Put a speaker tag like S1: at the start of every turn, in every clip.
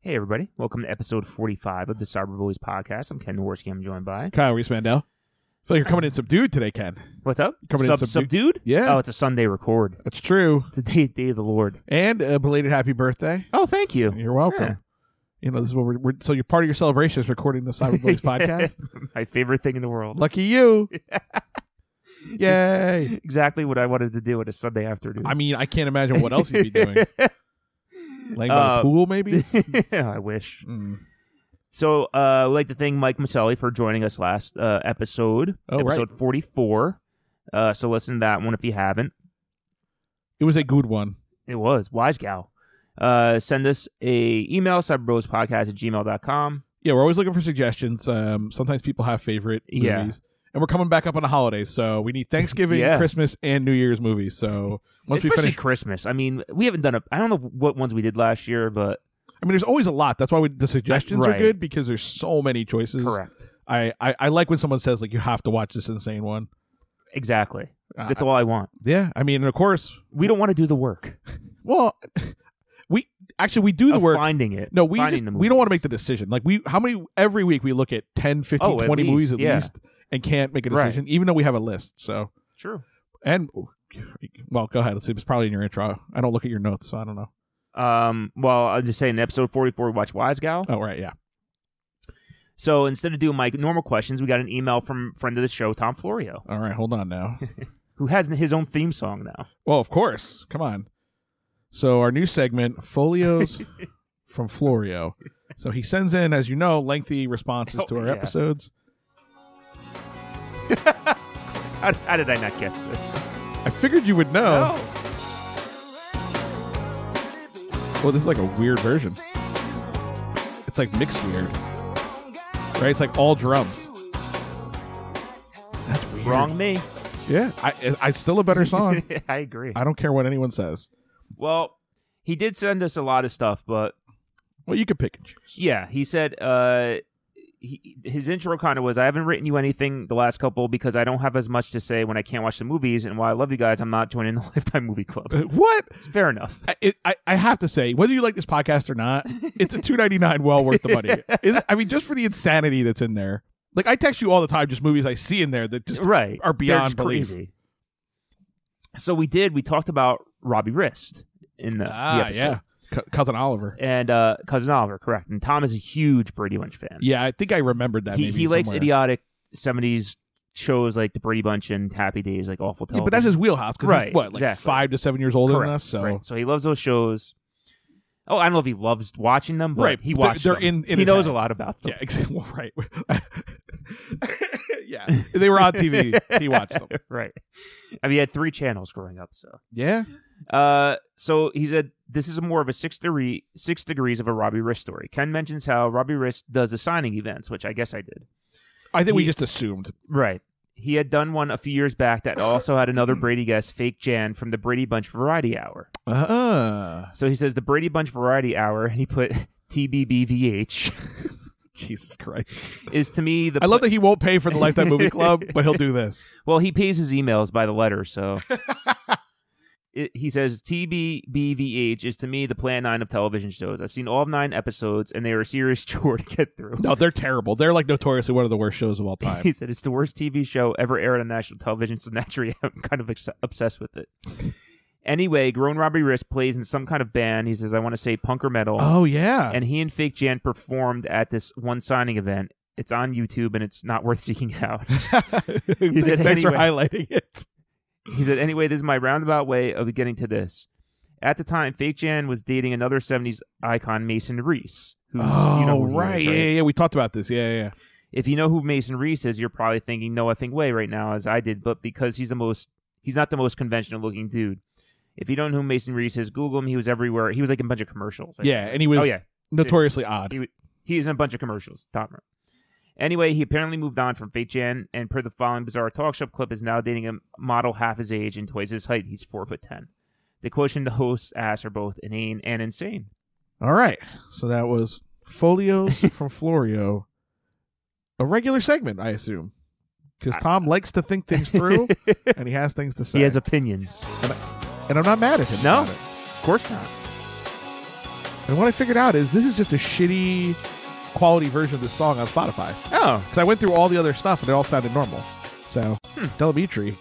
S1: Hey, everybody. Welcome to episode 45 of the Cyber Bullies podcast. I'm Ken Dworsky. I'm joined by.
S2: Kyle Reese Mandel. I feel like you're coming in subdued today, Ken.
S1: What's up?
S2: Coming in
S1: Sub-
S2: subdued.
S1: subdued?
S2: Yeah.
S1: Oh, it's a Sunday record.
S2: That's true.
S1: It's a day, day of the Lord.
S2: And a belated happy birthday.
S1: Oh, thank you.
S2: You're welcome.
S1: Yeah.
S2: You know, this is what we're, we're so you're part of your celebration is recording the Cyber Bullies podcast.
S1: My favorite thing in the world.
S2: Lucky you. Yay.
S1: Exactly what I wanted to do on a Sunday afternoon.
S2: I mean, I can't imagine what else you'd be doing. Laying by
S1: Uh,
S2: the pool, maybe?
S1: I wish.
S2: Mm.
S1: So, uh, I'd like to thank Mike Maselli for joining us last uh, episode,
S2: Oh, right.
S1: episode 44. Uh, so, listen to that one if you haven't.
S2: It was a good one.
S1: It was wise gal. Uh, send us a email cyberbrospodcast at gmail.com.
S2: Yeah, we're always looking for suggestions. Um, sometimes people have favorite
S1: Yeah.
S2: movies. And we're coming back up on the holidays, so we need Thanksgiving,
S1: Yeah.
S2: Christmas, and New Year's movies. So once we
S1: Especially
S2: finish
S1: Christmas. I mean, we haven't done a. I don't know what ones we did last year, but
S2: I mean, there's always a lot. That's why we, the suggestions
S1: Right.
S2: are good because there's so many choices.
S1: correct.
S2: I, I, I like when someone says like you have to watch this insane one.
S1: Exactly.
S2: Uh,
S1: That's all I want.
S2: yeah, I mean, and of course,
S1: We don't want to do the work.
S2: well, we actually we do the
S1: of
S2: work.
S1: finding it.
S2: no, we
S1: finding
S2: just,
S1: the
S2: we
S1: movie.
S2: don't want to make the decision. Like we how many every week we look at 10, 15,
S1: Oh, at
S2: 20 movies
S1: least,
S2: at
S1: yeah.
S2: least and can't make a
S1: Right.
S2: decision even though we have a list. So,
S1: True.
S2: and oh, well, go ahead. Let's see. It's probably in your intro. I don't look at your notes, so I don't know.
S1: Um. Well, I'm just saying. Episode 44, we watch Wise Gal.
S2: Oh, right, yeah.
S1: So instead of doing my normal questions, we got an email from friend of the show, Tom Florio,
S2: All right, hold on now.
S1: who has his own theme song now.
S2: Well, of course. Come on. So our new segment, Folios from Florio. So he sends in, as you know, lengthy responses to
S1: Oh,
S2: our
S1: yeah.
S2: episodes.
S1: How, how did I not catch this?
S2: I figured you would know. Well, this is like a weird version. It's like mixed weird. Right? It's like all drums. That's weird.
S1: Wrong me.
S2: Yeah. I I it's still a better song.
S1: I agree.
S2: I don't care what anyone says.
S1: Well, he did send us a lot of stuff, but
S2: Well, you could pick and choose.
S1: yeah, he said uh, he, his intro kind of was, "I haven't written you anything the last couple because I don't have as much to say when I can't watch the movies, and while I love you guys, I'm not joining the Lifetime Movie Club."
S2: Uh, What?
S1: It's fair enough.
S2: I, it, I, I have to say, whether you like this podcast or not, it's a two ninety nine well worth the money. Is it, I mean, just for the insanity that's in there. Like I text you all the time, just movies I see in there that just
S1: right
S2: are beyond
S1: They're just
S2: belief.
S1: crazy. So we did. We talked about Robbie Wrist in the, the
S2: ah
S1: episode.
S2: yeah, C- cousin Oliver.
S1: And uh, cousin Oliver, correct. And Tom is a huge Brady Bunch fan.
S2: Yeah, I think I remembered that.
S1: he
S2: maybe
S1: he likes
S2: somewhere.
S1: idiotic '70s shows like the Brady Bunch and Happy Days, like awful
S2: Yeah,
S1: television.
S2: but that's his wheelhouse because
S1: Right,
S2: he's what like
S1: exactly.
S2: five to seven years older
S1: Correct,
S2: than us. So
S1: right. so he loves those shows. Oh, I don't know if he loves watching them, but
S2: Right,
S1: he
S2: but they're-
S1: watched.
S2: they're
S1: them.
S2: in- in
S1: he
S2: his
S1: knows
S2: head.
S1: a lot about them.
S2: yeah, exactly. Well, right. yeah, they were on TV. he watched them.
S1: right. I mean, he had three channels growing up. So,
S2: Yeah,
S1: uh, so he said this is more of a six degree six degrees of a Robbie Rist story. Ken mentions how Robbie Rist does the signing events, which I guess I did.
S2: I think we
S1: He-
S2: just assumed.
S1: Right. He had done one a few years back that also had another Brady guest, Fake Jan, from the Brady Bunch Variety Hour.
S2: Ah,
S1: So he says the Brady Bunch Variety Hour, and he put TBBVH
S2: Jesus Christ!
S1: is to me the
S2: I love that he won't pay for the Lifetime Movie Club, but he'll do this.
S1: Well, he pays his emails by the letter, so. It, he says TBBVH is to me the plan nine of television shows. I've seen all nine episodes, and they are a serious chore to get through.
S2: No, they're terrible. They're like notoriously one of the worst shows of all time.
S1: He said it's the worst TV show ever aired on national television, so naturally I'm kind of ex- obsessed with it. Anyway, grown Robbie Risk plays in some kind of band. He says, I want to say punk or metal.
S2: oh yeah,
S1: And he and Fake Jan performed at this one signing event. It's on YouTube and it's not worth seeking out.
S2: Th-
S1: said
S2: thanks for
S1: anyway.
S2: highlighting it.
S1: He said, Anyway, this is my roundabout way of getting to this. At the time, Fake Jan was dating another 70s icon, Mason Reese. Who's, you know who he is,
S2: Oh, yeah, yeah, yeah. We talked about this. Yeah, yeah, yeah.
S1: if you know who Mason Reese is, you're probably thinking no effing way right now, as I did. But because he's the most, he's not the most conventional looking dude. If you don't know who Mason Reese is, Google him. He was everywhere. He was like in a bunch of commercials. I think.
S2: yeah. And he was
S1: oh yeah,
S2: notoriously odd.
S1: He- he is in a bunch of commercials. Dahmer. Anyway, he apparently moved on from Fake Jan, and per the following bizarre talk show clip, is now dating a model half his age and twice his height. He's four foot ten. The quotient the hosts asked are both inane and insane.
S2: All right. So that was Folios from Florio, a regular segment, I assume, because Tom likes to think things through and he has things to say.
S1: He has opinions.
S2: and I'm not mad at him.
S1: No?
S2: about it.
S1: Of course not.
S2: And what I figured out is this is just a shitty quality version of this song on Spotify.
S1: Oh,
S2: Because I went through all the other stuff and it all sounded normal. So,
S1: Hmm.
S2: Delamitri.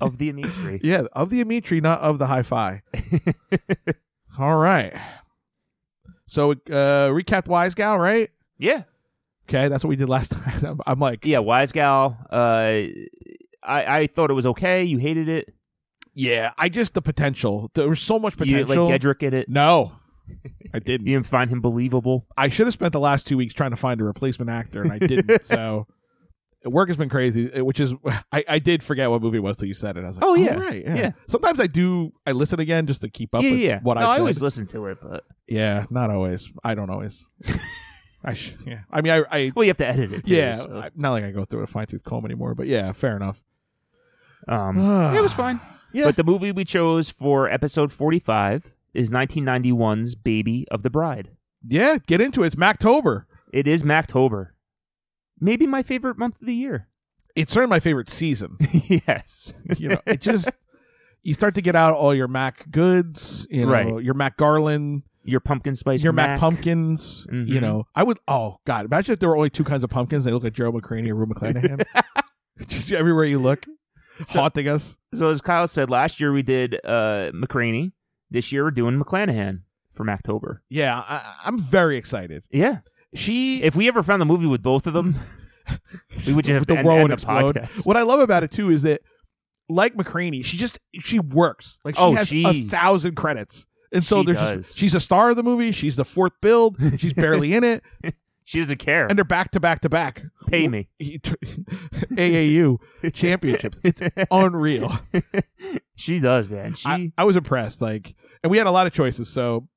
S1: of the Amitri.
S2: Yeah, of the Amitri, not of the Hi Fi. all right. So, uh, recap Wise Gal, right?
S1: yeah,
S2: Okay, that's what we did last time. I'm, I'm like,
S1: yeah. Wise gal. Uh, I I thought it was okay. You hated it.
S2: yeah, I just the potential. There was so much
S1: You
S2: potential.
S1: didn't like Gedrick in it.
S2: no, I didn't.
S1: You didn't find him believable.
S2: I should have spent the last two weeks trying to find a replacement actor, and I didn't. so work has been crazy, uh, which is I, I did forget what movie it was till you said it. I was like,
S1: Oh, yeah.
S2: right, yeah.
S1: Yeah.
S2: Sometimes I do. I listen again just to keep up
S1: yeah,
S2: with
S1: yeah.
S2: what
S1: no,
S2: I
S1: I
S2: said.
S1: always listen to it, but
S2: yeah, not always. I don't always. I sh- yeah. I mean, I, I
S1: well, you have to edit it. Too,
S2: yeah.
S1: so,
S2: I- not like I go through a fine tooth comb anymore, but yeah, fair enough.
S1: um, yeah, it was fine.
S2: Yeah.
S1: But the movie we chose for episode forty-five is 1991's "Baby of the Bride."
S2: Yeah, get into it. It's Mactober.
S1: It is Mactober. Maybe my favorite month of the year.
S2: It's certainly my favorite season.
S1: yes.
S2: you know, it just you start to get out all your Mac goods, you know,
S1: Right.
S2: your Mac Garland,
S1: Your pumpkin spice.
S2: your Mac,
S1: Mac
S2: pumpkins.
S1: Mhm.
S2: You know, I would. Oh God, imagine if there were only two kinds of pumpkins. They look like Gerald McCraney or Rue McClanahan. just everywhere you look,
S1: So-
S2: haunting us.
S1: So as Kyle said, last year we did uh McCraney. This year we're doing McClanahan for Mactober.
S2: Yeah, I, I'm very excited.
S1: Yeah.
S2: She
S1: If we ever found the movie with both of them, we would just have
S2: the
S1: to end,
S2: world
S1: end the
S2: explode.
S1: podcast.
S2: What I love about it too is that, like McCraney, she just she works. Like she
S1: Oh,
S2: has
S1: she-
S2: a thousand credits, and so
S1: She
S2: there's
S1: does.
S2: just she's a star of the movie. She's the fourth build. She's barely in it,
S1: She doesn't care.
S2: and they're back to back to back. E
S1: Pay me.
S2: AAU championships. It's unreal.
S1: She does, man. She.
S2: I, I was impressed. Like, and we had a lot of choices. So,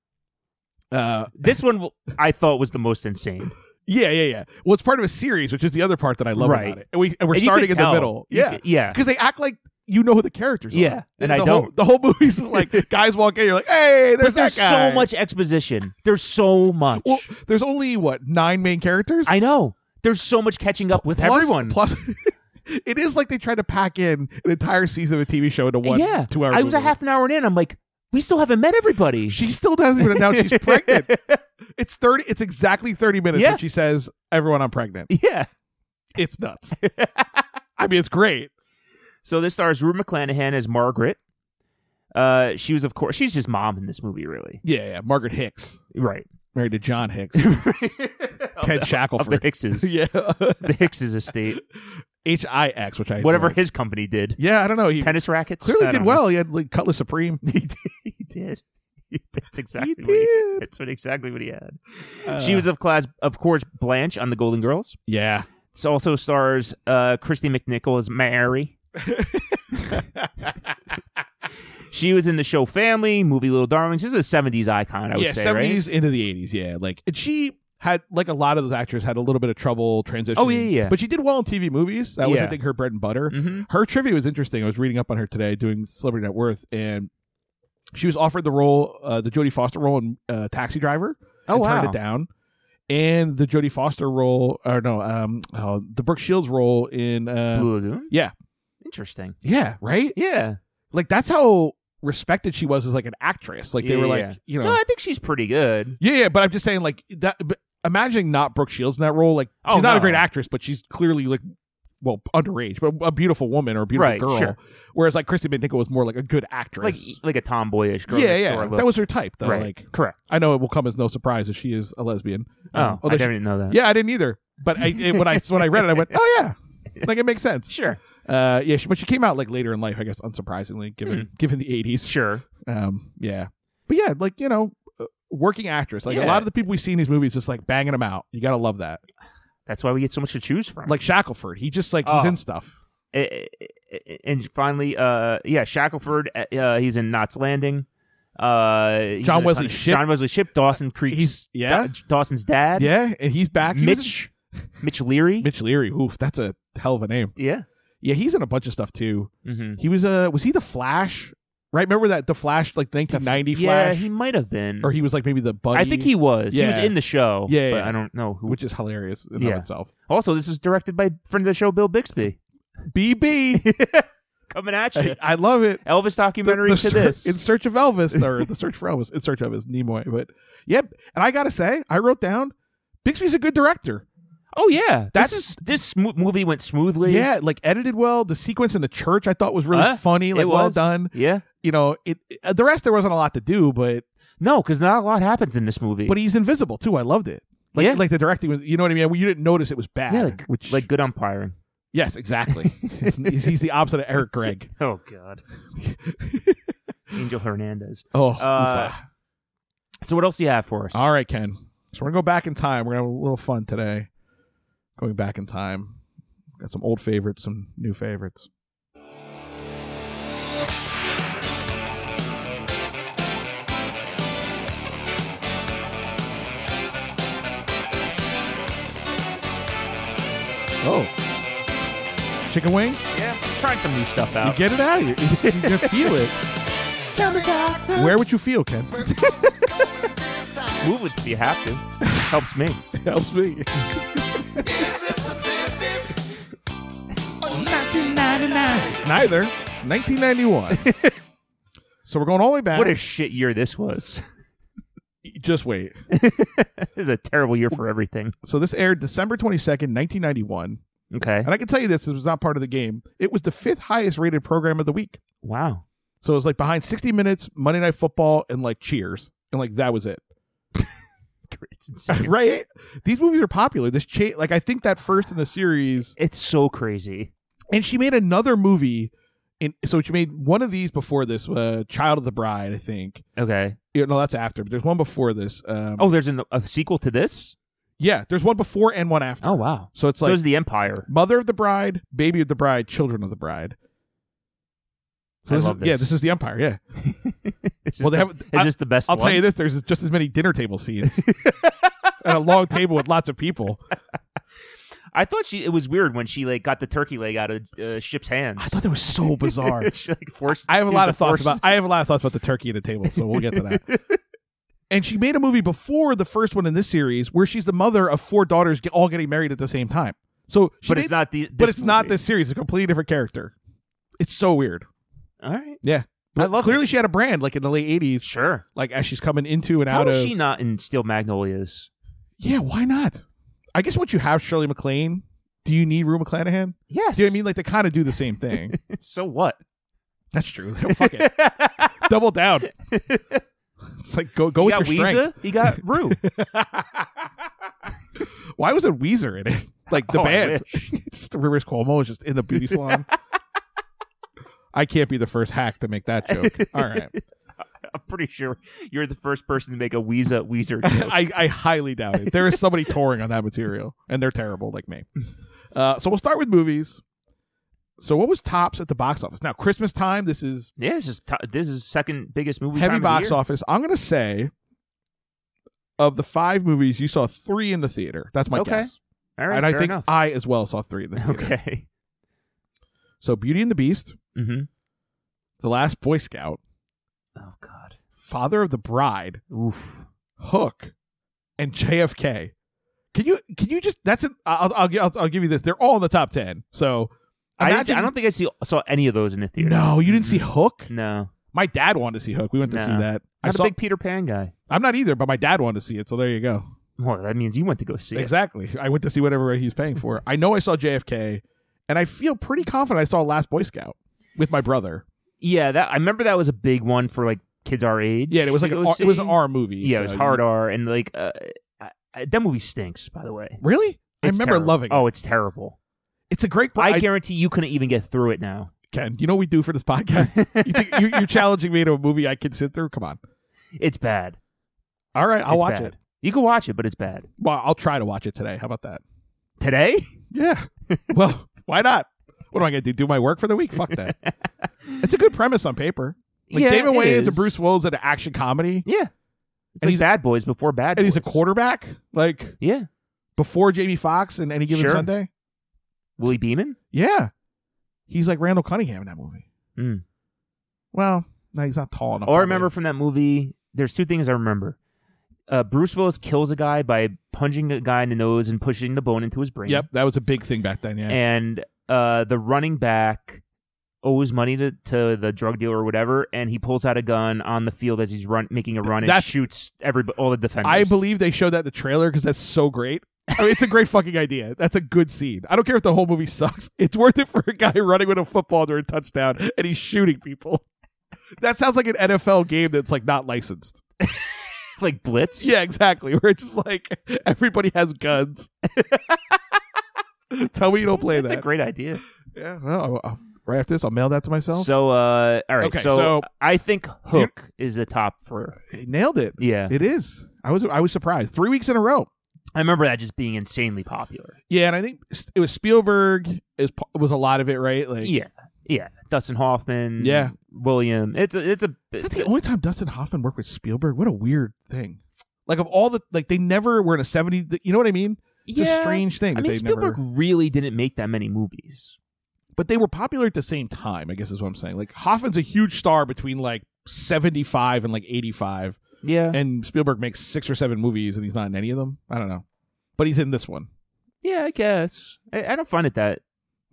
S2: uh,
S1: This one w- I thought was the most insane.
S2: yeah, yeah, yeah. Well, it's part of a series, which is the other part that I love
S1: Right.
S2: about it. And we and we're
S1: And you
S2: starting
S1: could
S2: in
S1: tell.
S2: the middle.
S1: You
S2: yeah,
S1: could- yeah.
S2: because they act like you know who the characters are.
S1: Yeah, and
S2: the
S1: I
S2: whole,
S1: don't.
S2: The whole movie's just like guys walk in. You're like, hey, there's
S1: But there's
S2: that guy.
S1: so much exposition. There's so much.
S2: Well, there's only what nine main characters.
S1: I know. There's so much catching up with
S2: Plus-
S1: everyone.
S2: Plus, it is like they try to pack in an entire season of a TV show into one
S1: yeah.
S2: two hour.
S1: I was a
S2: movie.
S1: half an hour in. I'm like, we still haven't met everybody.
S2: She still doesn't even announce she's pregnant. It's thirty. It's exactly thirty minutes
S1: Yeah.
S2: when she says, "Everyone, I'm pregnant."
S1: yeah.
S2: It's nuts. I mean, it's great.
S1: So this stars Rue McClanahan as Margaret. Uh, she was, of course, she's just mom in this movie, really.
S2: Yeah, yeah. Margaret Hicks,
S1: Right.
S2: married to John Hicks, Ted
S1: of the
S2: Shackelford.
S1: Hickses.
S2: yeah,
S1: The Hickses estate.
S2: H I X, which I
S1: Whatever
S2: enjoyed.
S1: his company did.
S2: Yeah, I don't know. He
S1: Tennis rackets.
S2: clearly
S1: I
S2: did
S1: don't
S2: well. He had like Cutlass Supreme.
S1: know. He did. He did. That's exactly
S2: he
S1: what he
S2: did.
S1: that's what exactly what he had.
S2: Uh,
S1: she was of class of course Blanche on the Golden Girls.
S2: Yeah.
S1: This also stars uh Christy McNichol as Mary. She was in the show Family, movie Little Darlings. This is a 70s icon, I would
S2: yeah,
S1: say, right?
S2: seventies into the eighties. Yeah, like and she had like a lot of those actors had a little bit of trouble transitioning.
S1: Oh, yeah, yeah.
S2: But she did well in TV movies. That was,
S1: Yeah.
S2: I think, her bread and butter.
S1: Mm-hmm.
S2: Her trivia was interesting. I was reading up on her today, doing Celebrity Net Worth, and she was offered the role, uh, the Jodie Foster role in uh, Taxi Driver,
S1: Oh,
S2: and
S1: wow.
S2: turned it down. And the Jodie Foster role, or no, um, oh, the Brooke Shields role in, uh,
S1: Blue Lagoon?
S2: yeah.
S1: Interesting.
S2: yeah, right.
S1: Yeah.
S2: Like that's how respected she was as like an actress. Like they
S1: Yeah,
S2: were like,
S1: yeah.
S2: you know,
S1: No, I think she's pretty good.
S2: Yeah, yeah, but I'm just saying, like that. But imagining not Brooke Shields in that role, like
S1: Oh,
S2: she's not
S1: no.
S2: a great actress, but she's clearly like, well, underage, but a beautiful woman or a beautiful
S1: Right,
S2: girl.
S1: sure.
S2: Whereas like Christy McNichol was more like a good
S1: Like
S2: actress.
S1: like a tomboyish girl.
S2: yeah,
S1: next
S2: yeah,
S1: door look.
S2: that was her type though.
S1: Right.
S2: Like
S1: correct.
S2: I know it will come as no surprise if she is a lesbian.
S1: Oh,
S2: Um, although
S1: I
S2: she-
S1: didn't know that.
S2: yeah, I didn't either. But I, it- when I when I read it, I went, oh yeah. Like it makes sense.
S1: Sure.
S2: Uh, yeah, she, but she came out like later in life, I guess, unsurprisingly, given
S1: Hmm.
S2: given the '80s.
S1: Sure.
S2: Um, yeah, but yeah, like you know, uh, working actress. Like
S1: Yeah.
S2: a lot of the people we see in these movies, just like banging them out. You gotta love that.
S1: That's why we get so much to choose from.
S2: Like Shackelford, he just like he's
S1: Oh.
S2: in stuff.
S1: Eh, eh, eh, and finally, uh, yeah, Shackelford. eh, Uh, he's in Knots Landing. Uh, he's
S2: John
S1: in a
S2: Wesley
S1: ton of-
S2: Shipp. Uh,
S1: John Wesley Ship. Dawson Creek.
S2: He's- yeah.
S1: Dawson's dad.
S2: Yeah, and he's back. He was
S1: Mitch. Mitch Leary.
S2: in- Mitch Leary. Oof, that's a hell of a name.
S1: Yeah.
S2: Yeah, he's in a bunch of stuff too.
S1: Mm-hmm.
S2: He was uh, was he the Flash? Right, remember that the Flash, like 1990
S1: Yeah,
S2: Flash,
S1: he might have been.
S2: or he was like maybe the buddy.
S1: I think he was. He was
S2: Yeah.
S1: in the show.
S2: Yeah,
S1: but
S2: yeah.
S1: I don't know who.
S2: which is hilarious in and
S1: Yeah.
S2: of itself.
S1: also, this is directed by friend of the show, Bill Bixby.
S2: BB,
S1: coming at you.
S2: I love it.
S1: Elvis documentary
S2: the
S1: to
S2: Ser-
S1: this.
S2: in search of Elvis or the search for Elvis in search of is Nimoy. But yep, and I gotta say, I wrote down Bixby's a good director.
S1: oh yeah, that's this,
S2: is-
S1: smo- movie went smoothly.
S2: Yeah, like edited well. The sequence in the church I thought was really
S1: Huh?
S2: funny,
S1: it
S2: like well
S1: was.
S2: done.
S1: Yeah,
S2: You know, it, it- the rest there wasn't a lot to do, but
S1: no, because not a lot happens in this movie.
S2: but he's invisible too. I loved it. Like
S1: Yeah.
S2: like the directing was, you know what I mean. You didn't notice it was bad.
S1: yeah, like,
S2: which
S1: like good umpiring.
S2: yes, exactly. he's, he's the opposite of Eric Gregg.
S1: Oh god, Angel Hernandez.
S2: Oh,
S1: Uh,
S2: oofa.
S1: So what else do you have for us?
S2: All right, Ken. So we're gonna go back in time. We're gonna have a little fun today. Going back in time. Got some old favorites, some new favorites. Oh. Chicken wing?
S1: Yeah, trying some new stuff out.
S2: You get it out of you. You can feel it. Where would you feel, Ken?
S1: Move it if you have to. Helps me.
S2: Helps me. It's neither. It's 1991. so we're going all the way back.
S1: What a shit year this was.
S2: Just wait.
S1: this is a terrible year for everything.
S2: So this aired December 22nd, 1991.
S1: Okay.
S2: And I can tell you this, this was not part of the game. It was the fifth highest rated program of the week.
S1: Wow.
S2: So it was like behind 60 Minutes, Monday Night Football, and like Cheers. And like that was it.
S1: It's insane.
S2: Right? These movies are popular. This cha- like I think that first in the series.
S1: It's so crazy.
S2: And she made another movie in so she made one of these before this, uh Child of the Bride, I think.
S1: Okay.
S2: Yeah, no, that's after, but there's one before this. Um,
S1: Oh, there's an, a sequel to this?
S2: yeah, there's one before and one after.
S1: Oh, wow.
S2: So it's
S1: So
S2: like
S1: is The Empire.
S2: Mother of the Bride, Baby of the Bride, Children of the Bride. So
S1: I
S2: this
S1: love
S2: is,
S1: this.
S2: Yeah, this is the Empire. Yeah,
S1: It's just
S2: Well, they
S1: the,
S2: have-
S1: it's
S2: I-
S1: just the best
S2: I'll
S1: one.
S2: tell you this: there's just as many dinner table scenes and a long table with lots of people.
S1: I thought she. it was weird when she like got the turkey leg out of uh, Ship's hands.
S2: I thought that was so bizarre.
S1: she like forced.
S2: I have a
S1: used
S2: lot
S1: the
S2: of thoughts
S1: force.
S2: about. I have a lot of thoughts about the turkey at the table, so we'll get to that. and she made a movie before the first one in this series where she's the mother of four daughters, get, all getting married at the same time. So, she
S1: But
S2: made-
S1: it's not the.
S2: but it's not
S1: movie.
S2: this series. It's a completely different character. It's so weird.
S1: All right.
S2: Yeah.
S1: I love
S2: Clearly, she had a brand like in the late '80s.
S1: Sure.
S2: like as she's coming into and
S1: How
S2: out
S1: is
S2: of.
S1: she not in Steel Magnolias?
S2: Yeah, why not? I guess once you have Shirley MacLaine, do you need Rue McClanahan?
S1: Yes.
S2: Do you know what I mean? Like they kind of do the same thing.
S1: so what?
S2: That's true. Fuck it, double down. It's like go go
S1: he
S2: with
S1: got
S2: your strength.
S1: Weezer. He got Rue.
S2: Why was it Weezer in it? Like the
S1: Oh, I
S2: band, just Rivers Cuomo is just in the beauty salon. I can't be the first hack to make that joke. All right,
S1: I'm pretty sure you're the first person to make a Weezer Weezer joke.
S2: I, I highly doubt it. There is somebody touring on that material, and they're terrible like me. Uh, so we'll start with movies. So what was tops at the box office? Now Christmas time. This is
S1: yeah, this is to this is second biggest movie.
S2: heavy
S1: time of
S2: box
S1: the year.
S2: office. I'm gonna say of the five movies you saw three in the theater. That's my
S1: Okay.
S2: guess,
S1: All right,
S2: and I
S1: fair
S2: think
S1: enough.
S2: I as well saw three in the theater.
S1: okay.
S2: So Beauty and the Beast,
S1: Mm-hmm.
S2: The Last Boy Scout,
S1: Oh God.
S2: Father of the Bride,
S1: Oof.
S2: Hook, and JFK. Can you can you just that's it? I'll I'll, gi- I'll, I'll give you this. They're all in the top ten. So
S1: I, didn't see-
S2: imagine-
S1: I don't Mm-hmm. think I see, saw any of those in the theater.
S2: No, you didn't see Hook.
S1: No.
S2: My dad wanted to see Hook. We went to
S1: No.
S2: see that. I
S1: Not a
S2: saw.
S1: big Peter Pan guy.
S2: I'm not either, but my dad wanted to see it. So there you go.
S1: Well, that means you went to go see it.
S2: Exactly. I went to see whatever he's paying for. I know I saw JFK, and I feel pretty confident I saw Last Boy Scout with my brother.
S1: Yeah, that I remember that was a big one for like kids our age.
S2: Yeah, and it was
S1: to
S2: like an
S1: go
S2: R, it was an
S1: see.
S2: R movie.
S1: Yeah, it
S2: so
S1: was
S2: you-
S1: hard R, and like uh, I, I, that movie stinks. By the way,
S2: Really? I
S1: It's
S2: remember
S1: terrible.
S2: loving it.
S1: Oh, it's terrible.
S2: It's a great. I,
S1: I
S2: I
S1: guarantee you couldn't even get through it now.
S2: Ken, you know what we do for this podcast. you think, you, you're challenging me to a movie I can sit through? Come on.
S1: It's bad.
S2: All right, I'll
S1: It's
S2: watch
S1: bad.
S2: it.
S1: You can watch it, but it's bad.
S2: Well, I'll try to watch it today. How about that?
S1: Today?
S2: Yeah. well, why not? What am I going to do? Do my work for the week? Fuck that. it's a good premise on paper. Like
S1: Yeah,
S2: David
S1: it
S2: Wayans
S1: is.
S2: and Bruce Willis in an action comedy,
S1: Yeah. It's
S2: And
S1: like
S2: he's-
S1: Bad Boys before Bad
S2: and
S1: Boys.
S2: he's a quarterback, like
S1: Yeah.
S2: before Jamie Foxx in any given
S1: Sure.
S2: Sunday.
S1: Willie Beeman?
S2: Yeah, he's like Randall Cunningham in that movie.
S1: Mm.
S2: Well, no, he's not tall enough.
S1: All Oh, I
S2: probably.
S1: remember from that movie, there's two things I remember. Uh, Bruce Willis kills a guy by punching a guy in the nose and pushing the bone into his brain.
S2: Yep, that was a big thing back then. Yeah,
S1: And uh, the running back owes money to, to the drug dealer or whatever, and he pulls out a gun on the field as he's run making a run and
S2: That's-
S1: shoots every all the defenders.
S2: I believe they showed that in the trailer because that's so great. I mean, it's a great fucking idea. That's a good scene. I don't care if the whole movie sucks. It's worth it for a guy running with a football during a touchdown and he's shooting people. That sounds like an NFL game that's like not licensed.
S1: like blitz.
S2: Yeah, exactly. Where it's just like everybody has guns. Tell me you don't play
S1: that's
S2: that.
S1: a great idea.
S2: yeah. Well, I'll, I'll, right after this, I'll mail that to myself.
S1: So, uh, all right.
S2: Okay,
S1: so,
S2: so-
S1: I think Hook is the top for
S2: He nailed it.
S1: yeah.
S2: It is. I was I was surprised. Three weeks in a row.
S1: I remember that just being insanely popular.
S2: Yeah, and I think it was Spielberg. Is was a lot of it, right? Like,
S1: Yeah, yeah. Dustin Hoffman.
S2: Yeah.
S1: William. It's a, it's a.
S2: Is that the only time Dustin Hoffman worked with Spielberg? What a weird thing. Like of all the like they never were in a 70 you know what I mean? It's
S1: yeah.
S2: a strange thing
S1: I
S2: that
S1: mean,
S2: they
S1: Spielberg
S2: never
S1: really didn't make that many movies.
S2: But they were popular at the same time, I guess is what I'm saying. Like Hoffman's a huge star between like 75 and like 85
S1: Yeah,
S2: and Spielberg makes 6 or 7 movies and he's not in any of them. I don't know. But he's in this one.
S1: yeah. I guess I, I don't find it that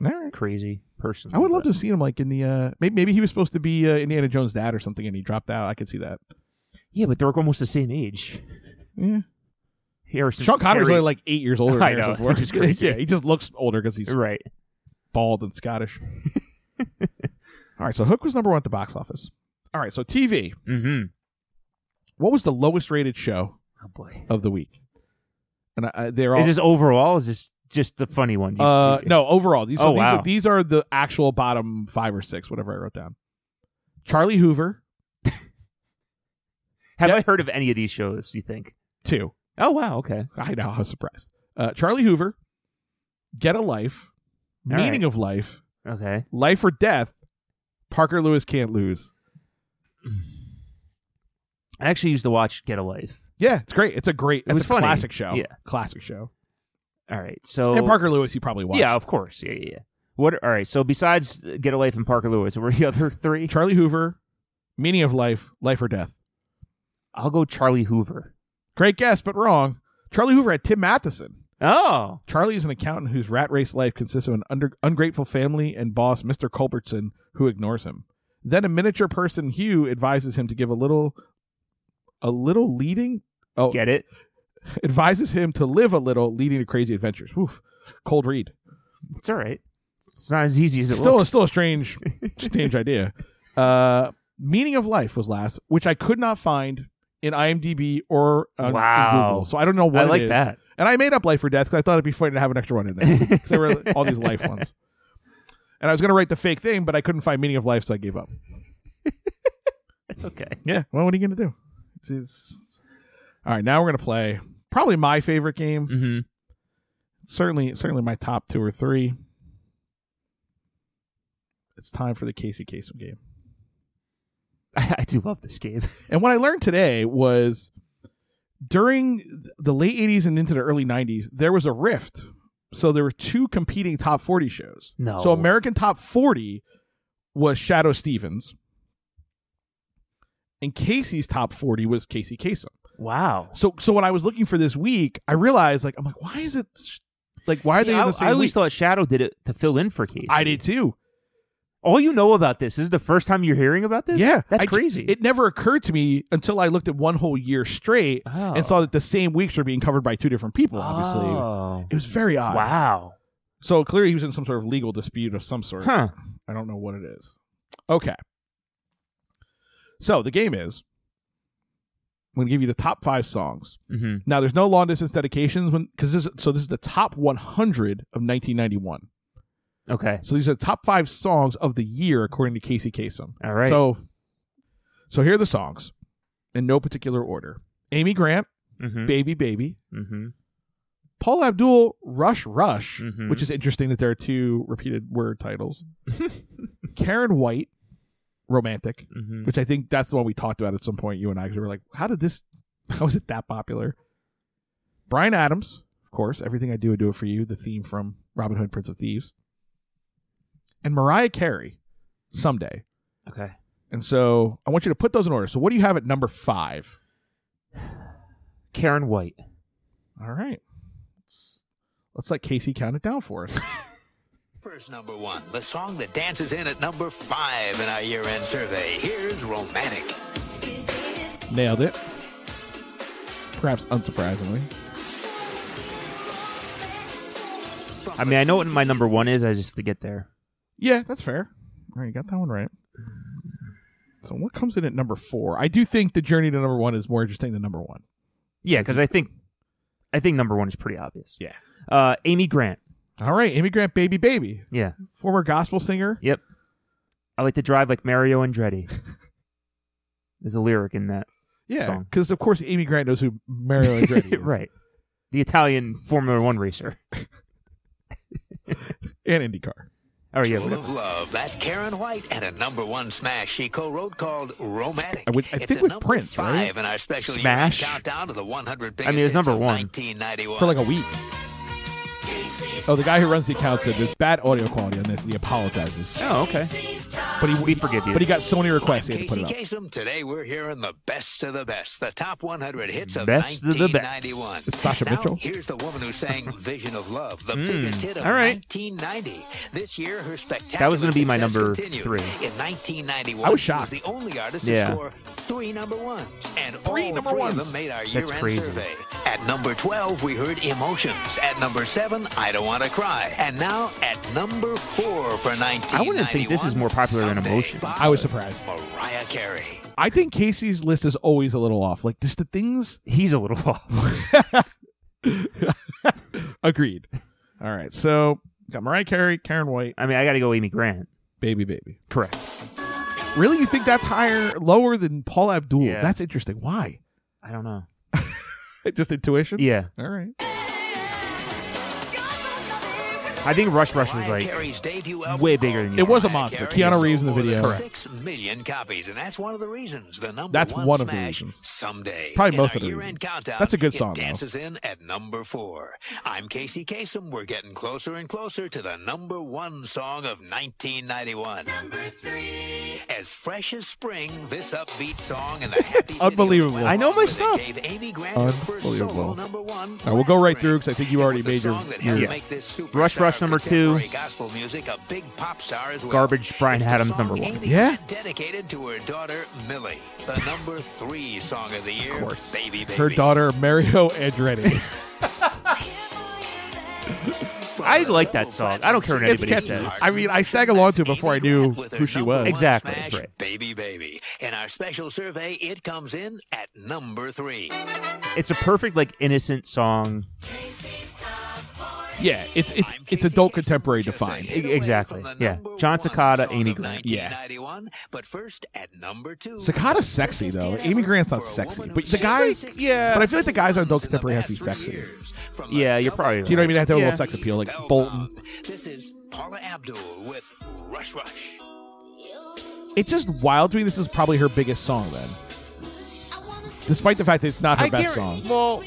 S2: All right.
S1: crazy personally.
S2: I would love to
S1: but-
S2: have seen him like in the uh maybe maybe he was supposed to be uh, Indiana Jones' dad or something and he dropped out. I could see that.
S1: Yeah, but they're almost the same age.
S2: Yeah.
S1: Harrison
S2: Sean Connery's
S1: Perry-
S2: only like 8 years older than
S1: I
S2: Harrison
S1: know,
S2: Ford.
S1: which is crazy.
S2: yeah, he just looks older cuz he's
S1: right.
S2: bald and Scottish. All right, so Hook was number one at the box office. All right, so TV.
S1: Mm-hmm.
S2: What was the lowest rated show
S1: Oh boy.
S2: of the week? And I, I, they're all
S1: Is this overall? Is this just the funny one? You-
S2: uh,
S1: you-
S2: no overall. These, so
S1: Oh,
S2: these,
S1: wow.
S2: are, these are the actual bottom five or six, whatever I wrote down. Charlie Hoover
S1: Have
S2: yeah.
S1: I heard of any of these shows? You think?
S2: two.
S1: Oh wow. Okay.
S2: I know I was surprised. Uh, Charlie Hoover, Get a Life,
S1: All
S2: Meaning of Life,
S1: Okay.
S2: Life or Death. Parker Lewis can't lose.
S1: I actually used to watch Get a Life.
S2: Yeah, it's great. It's a great. It's
S1: was
S2: a
S1: funny.
S2: classic show.
S1: Yeah.
S2: classic show.
S1: All right. So
S2: And Parker Lewis, you probably watched.
S1: Yeah, of course. Yeah, yeah. yeah. What? All right. So besides uh, Get a Life and Parker Lewis, what were the other three?
S2: Charlie Hoover, Meaning of Life, Life or Death.
S1: I'll go Charlie Hoover.
S2: Great guess, but wrong. Charlie Hoover had Tim Matheson.
S1: Oh,
S2: Charlie is an accountant whose rat race life consists of an under- ungrateful family and boss, Mr. Culbertson, who ignores him. Then a miniature person, Hugh, advises him to give a little, a little leading. Oh,
S1: get it?
S2: advises him to live a little, leading to crazy adventures. Woof, cold read.
S1: It's all right. It's not as easy as it
S2: Still,
S1: looks.
S2: still a strange, strange idea. Uh, meaning of life was last, which I could not find in IMDb or on
S1: Wow.
S2: Google. So I don't know what
S1: I
S2: it
S1: like
S2: is.
S1: that.
S2: And I made up life or death because I thought it'd be funny to have an extra one in there. 'Cause there were all these life ones. And I was going to write the fake thing, but I couldn't find meaning of life, so I gave up.
S1: It's okay.
S2: Yeah. Well, what are you going to do? It's, it's- All right. Now we're going to play probably my favorite game.
S1: Mm-hmm.
S2: Certainly, certainly my top two or three. It's time for the Casey Kasem game.
S1: I, I do love this game.
S2: And what I learned today was during th- the late 80s and into the early 90s, there was a rift. So there were two competing top 40 shows.
S1: No.
S2: So American Top 40 was Shadow Stevens. And Casey's top 40 was Casey Kasem.
S1: Wow.
S2: So so when I was looking for this week, I realized like I'm like why is it sh- like why are
S1: See,
S2: they
S1: I,
S2: in the same
S1: I always
S2: week?
S1: thought Shadow did it to fill in for Casey.
S2: I did too.
S1: All you know about this, this is the first time you're hearing about this.
S2: Yeah.
S1: that's
S2: I-
S1: crazy.
S2: It never occurred to me until I looked at one whole year straight
S1: oh.
S2: and saw that the same weeks were being covered by two different people, obviously.
S1: Oh.
S2: It was very odd.
S1: Wow.
S2: So clearly he was in some sort of legal dispute of some sort.
S1: Huh.
S2: I don't know what it is. Okay. So the game is I'm going to give you the top five songs.
S1: Mm-hmm.
S2: Now there's no long distance dedications when because this is, so this is the top 100 of 1991.
S1: Okay.
S2: So these are the top five songs of the year according to Casey Kasem.
S1: All right.
S2: So so here are the songs in no particular order. Amy Grant,
S1: Mm-hmm.
S2: Baby Baby,
S1: Mm-hmm.
S2: Paul Abdul, Rush Rush,
S1: Mhm.
S2: which is interesting that there are two repeated word titles. Karen White, Romantic,
S1: Mm-hmm.
S2: which I think that's the one we talked about at some point, you and I, 'cause we were like, how did this, how is it that popular? Brian Adams, of course, Everything I Do, I Do It For You, the theme from Robin Hood, Prince of Thieves. And Mariah Carey, Someday.
S1: Okay.
S2: And so I want you to put those in order. So what do you have at number five?
S1: Karen White.
S2: All right. Let's, let's let Casey count it down for us.
S3: First number one, the song that dances in at number five in our year-end survey. Here's Romantic.
S2: Nailed it. Perhaps unsurprisingly.
S1: I mean, I know what my number one is. I just have to get there.
S2: Yeah, that's fair. All right, you got that one right. So what comes in at number four? I do think the journey to number one is more interesting than number one.
S1: Yeah, because I think, I think number one is pretty obvious.
S2: Yeah.
S1: Uh, Amy Grant.
S2: All right, Amy Grant, baby, baby,
S1: Yeah.
S2: former gospel singer.
S1: Yep. I like to drive like Mario Andretti. There's a lyric in that.
S2: Yeah,
S1: Song.
S2: because of course Amy Grant knows who Mario Andretti is,
S1: right. The Italian Formula One racer.
S2: And IndyCar.
S1: Oh yeah.
S3: Full
S1: whatever.
S3: of love. That's Karen White and a number one smash she co-wrote called Romantic.
S2: I would- I
S3: it's
S2: think
S3: at
S2: with
S3: number
S2: Prince,
S3: five
S2: right?
S3: in our special year-end
S1: Smash?
S3: countdown to the 100 biggest
S1: mean, it's
S3: hits
S1: number
S3: of
S1: one.
S3: 1991.
S2: for like a week. Oh, the guy who runs the account said there's bad audio quality on this, and he apologizes.
S1: Oh okay.
S2: But he
S1: We forgive you.
S2: but he got so many requests he had to put
S3: Casey
S2: it up.
S3: Kasem. Today we're hearing the best of the best, the top 100 hits of
S1: Best of the best.
S3: 1991.
S2: It's Sasha
S3: now,
S2: Mitchell.
S3: Here's the woman who sang "Vision of Love," the biggest hit of
S1: Hmm. all right.
S3: 1990. This year, her spectacular
S1: That was gonna be my
S3: success
S1: number
S3: continued.
S1: three.
S3: In 1991,
S2: I was
S3: she
S2: shocked.
S3: The only artist
S1: Yeah.
S3: to score three number ones, and
S2: Three
S3: all
S2: number
S3: three
S2: ones.
S3: of them made our
S1: That's
S3: year-end
S1: crazy.
S3: survey. At number 12, we heard "Emotions." At number seven, "I Don't Want to Cry," and now at number four for 1991.
S1: I wouldn't think this is more popular than
S3: Someday
S1: Emotions.
S3: by
S2: I was surprised.
S3: Mariah Carey.
S2: I think Casey's list is always a little off. Like just the things.
S1: He's a little off.
S2: Agreed. All right, so got Mariah Carey, Karen White,
S1: I mean, I got to go Amy Grant.
S2: baby, baby.
S1: Correct.
S2: Really, you think that's higher, lower than Paul Abdul?
S1: Yeah.
S2: That's interesting. Why?
S1: I don't know.
S2: just intuition.
S1: Yeah.
S2: All right.
S1: I think Rush Rush was
S3: Mariah
S1: like
S3: Carey's debut album
S1: way bigger than you.
S2: It was a
S1: think.
S2: monster.
S3: Mariah Carey
S2: Keanu
S3: has
S2: Reeves in the
S3: sold more
S2: video.
S3: than
S2: Correct.
S3: Six million copies, and that's one of the reasons the number
S2: That's
S3: one,
S2: one of the
S3: smash
S2: reasons.
S3: someday.
S2: Probably
S3: in
S2: most
S3: our
S2: of the
S3: year-end
S2: reasons.
S3: Countdown,
S2: That's a good
S3: it
S2: song, though.
S3: Dances in at number four. I'm Casey Kasem. We're getting closer and closer to the number one song of 1991. Number three. As fresh as spring, this upbeat song and the happy. video
S2: Unbelievable.
S3: that went
S1: I know
S3: along
S1: my
S3: with it
S1: stuff.
S3: Gave Amy Grant her first solo
S2: Unbelievable.
S3: number one.
S2: All right, we'll go
S3: last
S2: right
S3: spring.
S2: through because I think you
S3: It
S2: already
S3: was the
S2: made your.
S3: song that
S2: your-
S3: helped
S1: Yeah.
S3: make this
S1: Rush,
S3: superstar
S1: Rush number two.
S3: contemporary Gospel music, a big pop star as well.
S1: Garbage Bryan
S3: It's the
S1: Adams
S3: song
S1: number one.
S3: Amy
S2: Yeah.
S3: Grant Dedicated to her daughter Millie, the number three song of the year. Of
S2: course.
S3: baby, baby.
S2: her daughter Mario Andretti.
S3: From
S1: I
S3: the
S1: like that
S3: double
S1: song.
S3: platinum
S1: I don't care what
S2: it's
S3: single
S1: anybody
S2: catchy.
S1: says.
S2: I mean, I sang along to it before I knew
S3: with her
S2: who she
S3: number one
S2: was.
S1: Exactly,
S3: smash,
S1: right.
S3: Baby, baby. In our special survey, it comes in at number three.
S1: It's a perfect like innocent song.
S2: Yeah, it's it's
S3: I'm
S2: it's
S3: Casey
S2: adult
S3: Kasem,
S2: contemporary
S3: just a
S2: defined. E-
S3: hit away
S1: Exactly,
S3: from the
S1: yeah.
S3: number
S1: John
S3: one
S1: Cicada,
S3: song
S1: Amy
S3: of
S1: Grant.
S2: Yeah.
S3: 1991, But first at number two.
S2: Sakata's sexy though. Amy Grant's not sexy, but the
S3: She's
S2: guys,
S3: like-
S2: yeah. But I feel like the guys on adult
S3: In the
S2: contemporary have to be
S3: past three
S2: sexy.
S3: years, from
S1: Yeah,
S3: the
S1: you're probably
S3: double
S1: right.
S2: Do you know what I mean? They have to have a
S1: Yeah.
S2: little sex appeal, like
S3: Spellbound.
S2: Bolton.
S3: This is Paula Abdul with Rush Rush.
S2: It's just wild to me. This is probably her biggest song then, despite the fact that it's not her
S1: I
S2: best
S1: guarantee-
S2: song.
S1: Well,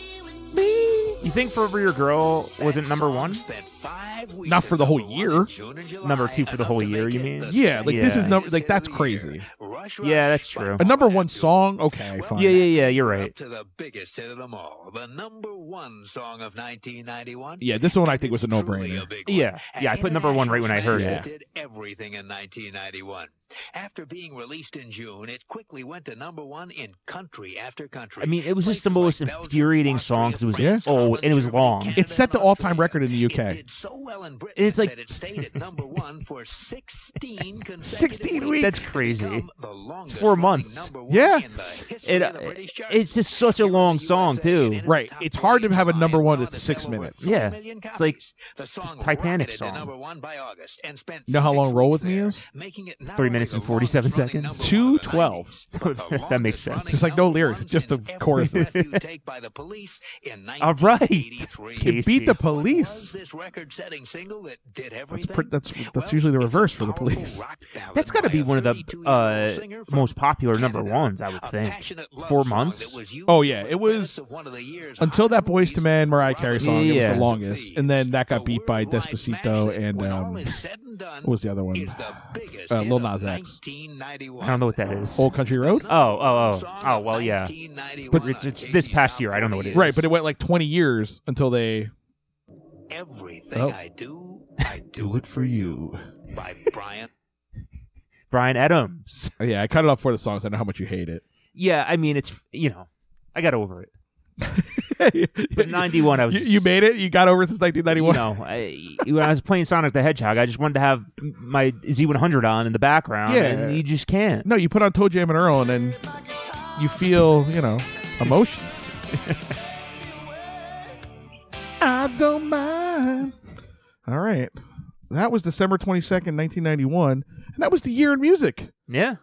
S1: you think "Forever Your Girl" wasn't
S3: That
S1: number
S3: song
S1: one?
S3: spent five weeks
S2: Not for
S3: at
S2: the whole
S3: number one
S2: year.
S3: in June and July,
S1: Number two for the
S3: enough
S1: whole
S3: to
S1: year,
S3: make
S1: you
S3: it
S1: mean?
S3: the
S2: Yeah, like, this
S1: is
S3: second
S2: number-
S3: biggest
S2: like,
S3: hit
S2: that's
S3: of the year.
S2: crazy.
S3: Rush
S1: Yeah,
S3: Rush
S1: that's
S3: by
S1: true.
S2: A number
S3: Paula
S2: one
S3: Abdul.
S2: song, okay, fine.
S1: Yeah, yeah, yeah. You're
S3: We're
S1: right.
S3: Up to the biggest hit of them all, the number one song of 1991.
S2: Yeah, this one I think was a
S3: It's truly
S2: no-brainer.
S3: a big one.
S1: Yeah,
S3: An
S1: yeah. I put number one right when I heard
S2: Yeah.
S3: international
S1: it.
S3: smash that Did everything in 1991. After being released in June, it quickly went to number one in country after country.
S1: I mean, it was just the most
S3: Places like Belgium,
S1: infuriating
S3: Austria,
S1: song because it was
S3: France,
S1: old
S3: Holland,
S1: and it was
S3: Germany,
S1: long.
S3: Canada,
S2: It set the
S3: and
S2: all-time
S3: Australia.
S2: record in the UK.
S3: It did so well in Britain
S1: it's like-
S3: that it stayed at number one for 16 consecutive
S2: 16
S3: weeks.
S1: That's
S3: to
S1: crazy.
S3: become the longest
S1: four
S3: running
S1: months.
S3: number one
S2: Yeah.
S3: in the history
S1: It, uh,
S3: of the British charts.
S1: it's just such a long song too.
S2: Right. It's hard to have a number one that's six minutes.
S1: Yeah. It's like
S3: It's like the song
S1: Titanic
S3: rocketed to
S1: song.
S3: number one by August and spent
S2: You know how
S3: six
S2: long Roll
S3: weeks
S2: With Me
S3: there,
S2: is?
S3: making it not
S1: Three
S3: only
S1: minutes
S3: the
S1: and 47
S3: longest running
S1: seconds.
S3: number one of the
S2: 2:12.
S3: 90s, but the
S1: That makes
S3: longest
S1: sense.
S2: It's like no
S3: running
S2: lyrics,
S3: number
S2: just
S3: one
S2: the
S3: since
S2: choruses.
S3: Every Breath You Take by the Police in
S1: All right.
S3: 1983.
S1: Kid
S2: It beat the
S3: What
S2: police.
S3: was this record-setting single that did
S2: That's
S3: everything?
S2: pretty, that's that's
S3: Well,
S2: usually the
S3: it's a
S2: reverse for the
S3: powerful
S2: police.
S3: rock ballad
S1: That's got to
S3: by
S1: be
S3: a
S1: one of
S3: 32-year-old
S1: the
S3: singer
S1: uh,
S3: from
S1: most popular number
S3: Canada.
S1: ones, I would
S3: A
S1: think.
S3: passionate love
S1: Four
S3: song
S1: months.
S3: that was used
S2: Oh,
S3: to
S2: yeah,
S3: put
S2: it
S3: the
S2: was-
S3: best of one of the year's
S2: until that
S3: hottest
S2: Boys to
S3: movies,
S2: Men Mariah Carey
S3: Robin
S2: song. It was
S1: Yeah.
S2: the longest, and then that got
S3: The
S2: beat by
S3: worldwide smash
S2: Despacito
S3: that,
S2: and
S3: when all
S2: um,
S3: is said and done,
S2: what was the other one?
S3: is the biggest
S2: Uh,
S3: hit
S2: Lil
S3: of
S2: Nas X.
S3: 1991.
S1: I don't know what that is.
S2: Old Country Road.
S1: Oh, oh, oh.
S3: Song
S1: Oh,
S3: of
S1: well, yeah.
S3: 1991
S1: But it's- it's this
S3: KC's
S1: past
S3: Top
S1: year. I don't know what
S3: 40
S1: it is.
S2: Right, but it went like 20 years until they.
S3: Everything
S2: Oh.
S3: I do I Do It For You by Brian.
S1: Brian Adams.
S2: Oh, yeah, I cut it off for the songs. I know how much you hate it.
S1: Yeah, I mean, it's, you know, I got over it. But 91, I was
S2: You, you made it. You got over it since 1991.
S1: You know, I, when I was playing Sonic the Hedgehog, I just wanted to have my Z100 on in the background,
S2: Yeah.
S1: and you just can't.
S2: No, you put on Toe Jam and Earl, and then you feel, you know, emotions. I don't mind. All right. That was December 22nd, 1991. And that was the year in music. I
S1: Yeah,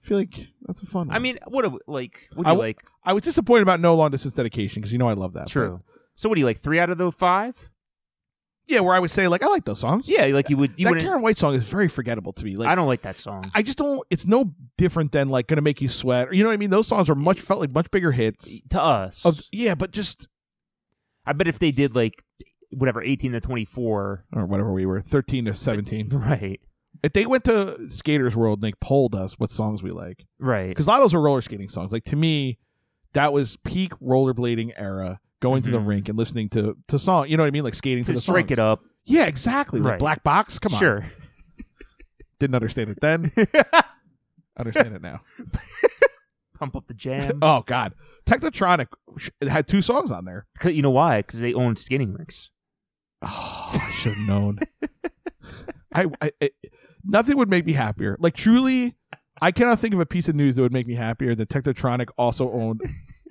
S2: feel like that's a fun one.
S1: I mean, what do like? What do
S2: I
S1: you
S2: w-
S1: like?
S2: I was disappointed about No Long Distance Dedication because you know I love that.
S1: True. So what do you like? Three out of the five?
S2: but- yeah, where I would say, like, I like those songs.
S1: Yeah, like you would. You
S2: that
S1: wouldn't.
S2: Karen White song is very forgettable to me. Like,
S1: I don't like that song.
S2: I just don't. It's no different than like "Gonna Make You Sweat" or you know what I mean. Those songs are much felt like much bigger hits.
S1: to us,
S2: Of yeah, but just
S1: I bet if they did like whatever eighteen to twenty four,
S2: or whatever we were, thirteen to seventeen.
S1: right,
S2: If they went to Skaters World and they polled us what songs we like,
S1: right,
S2: because a lot of those were roller skating songs. Like to me, that was peak rollerblading era. Going to the
S1: Mhm.
S2: rink and listening to to song, you know what I mean, like skating to
S1: to
S2: the
S1: strike
S2: songs.
S1: it up,
S2: Yeah, exactly. Like
S1: Right.
S2: Black Box. Come on,
S1: sure.
S2: Didn't understand it then. understand it now.
S1: Pump up the jam.
S2: Oh God, Technotronic sh- it had two songs on there.
S1: 'Cause- you know why? Because they own skating rinks.
S2: Oh, I should have known. I, I it, nothing would make me happier. Like truly, I cannot think of a piece of news that would make me happier than Technotronic also owned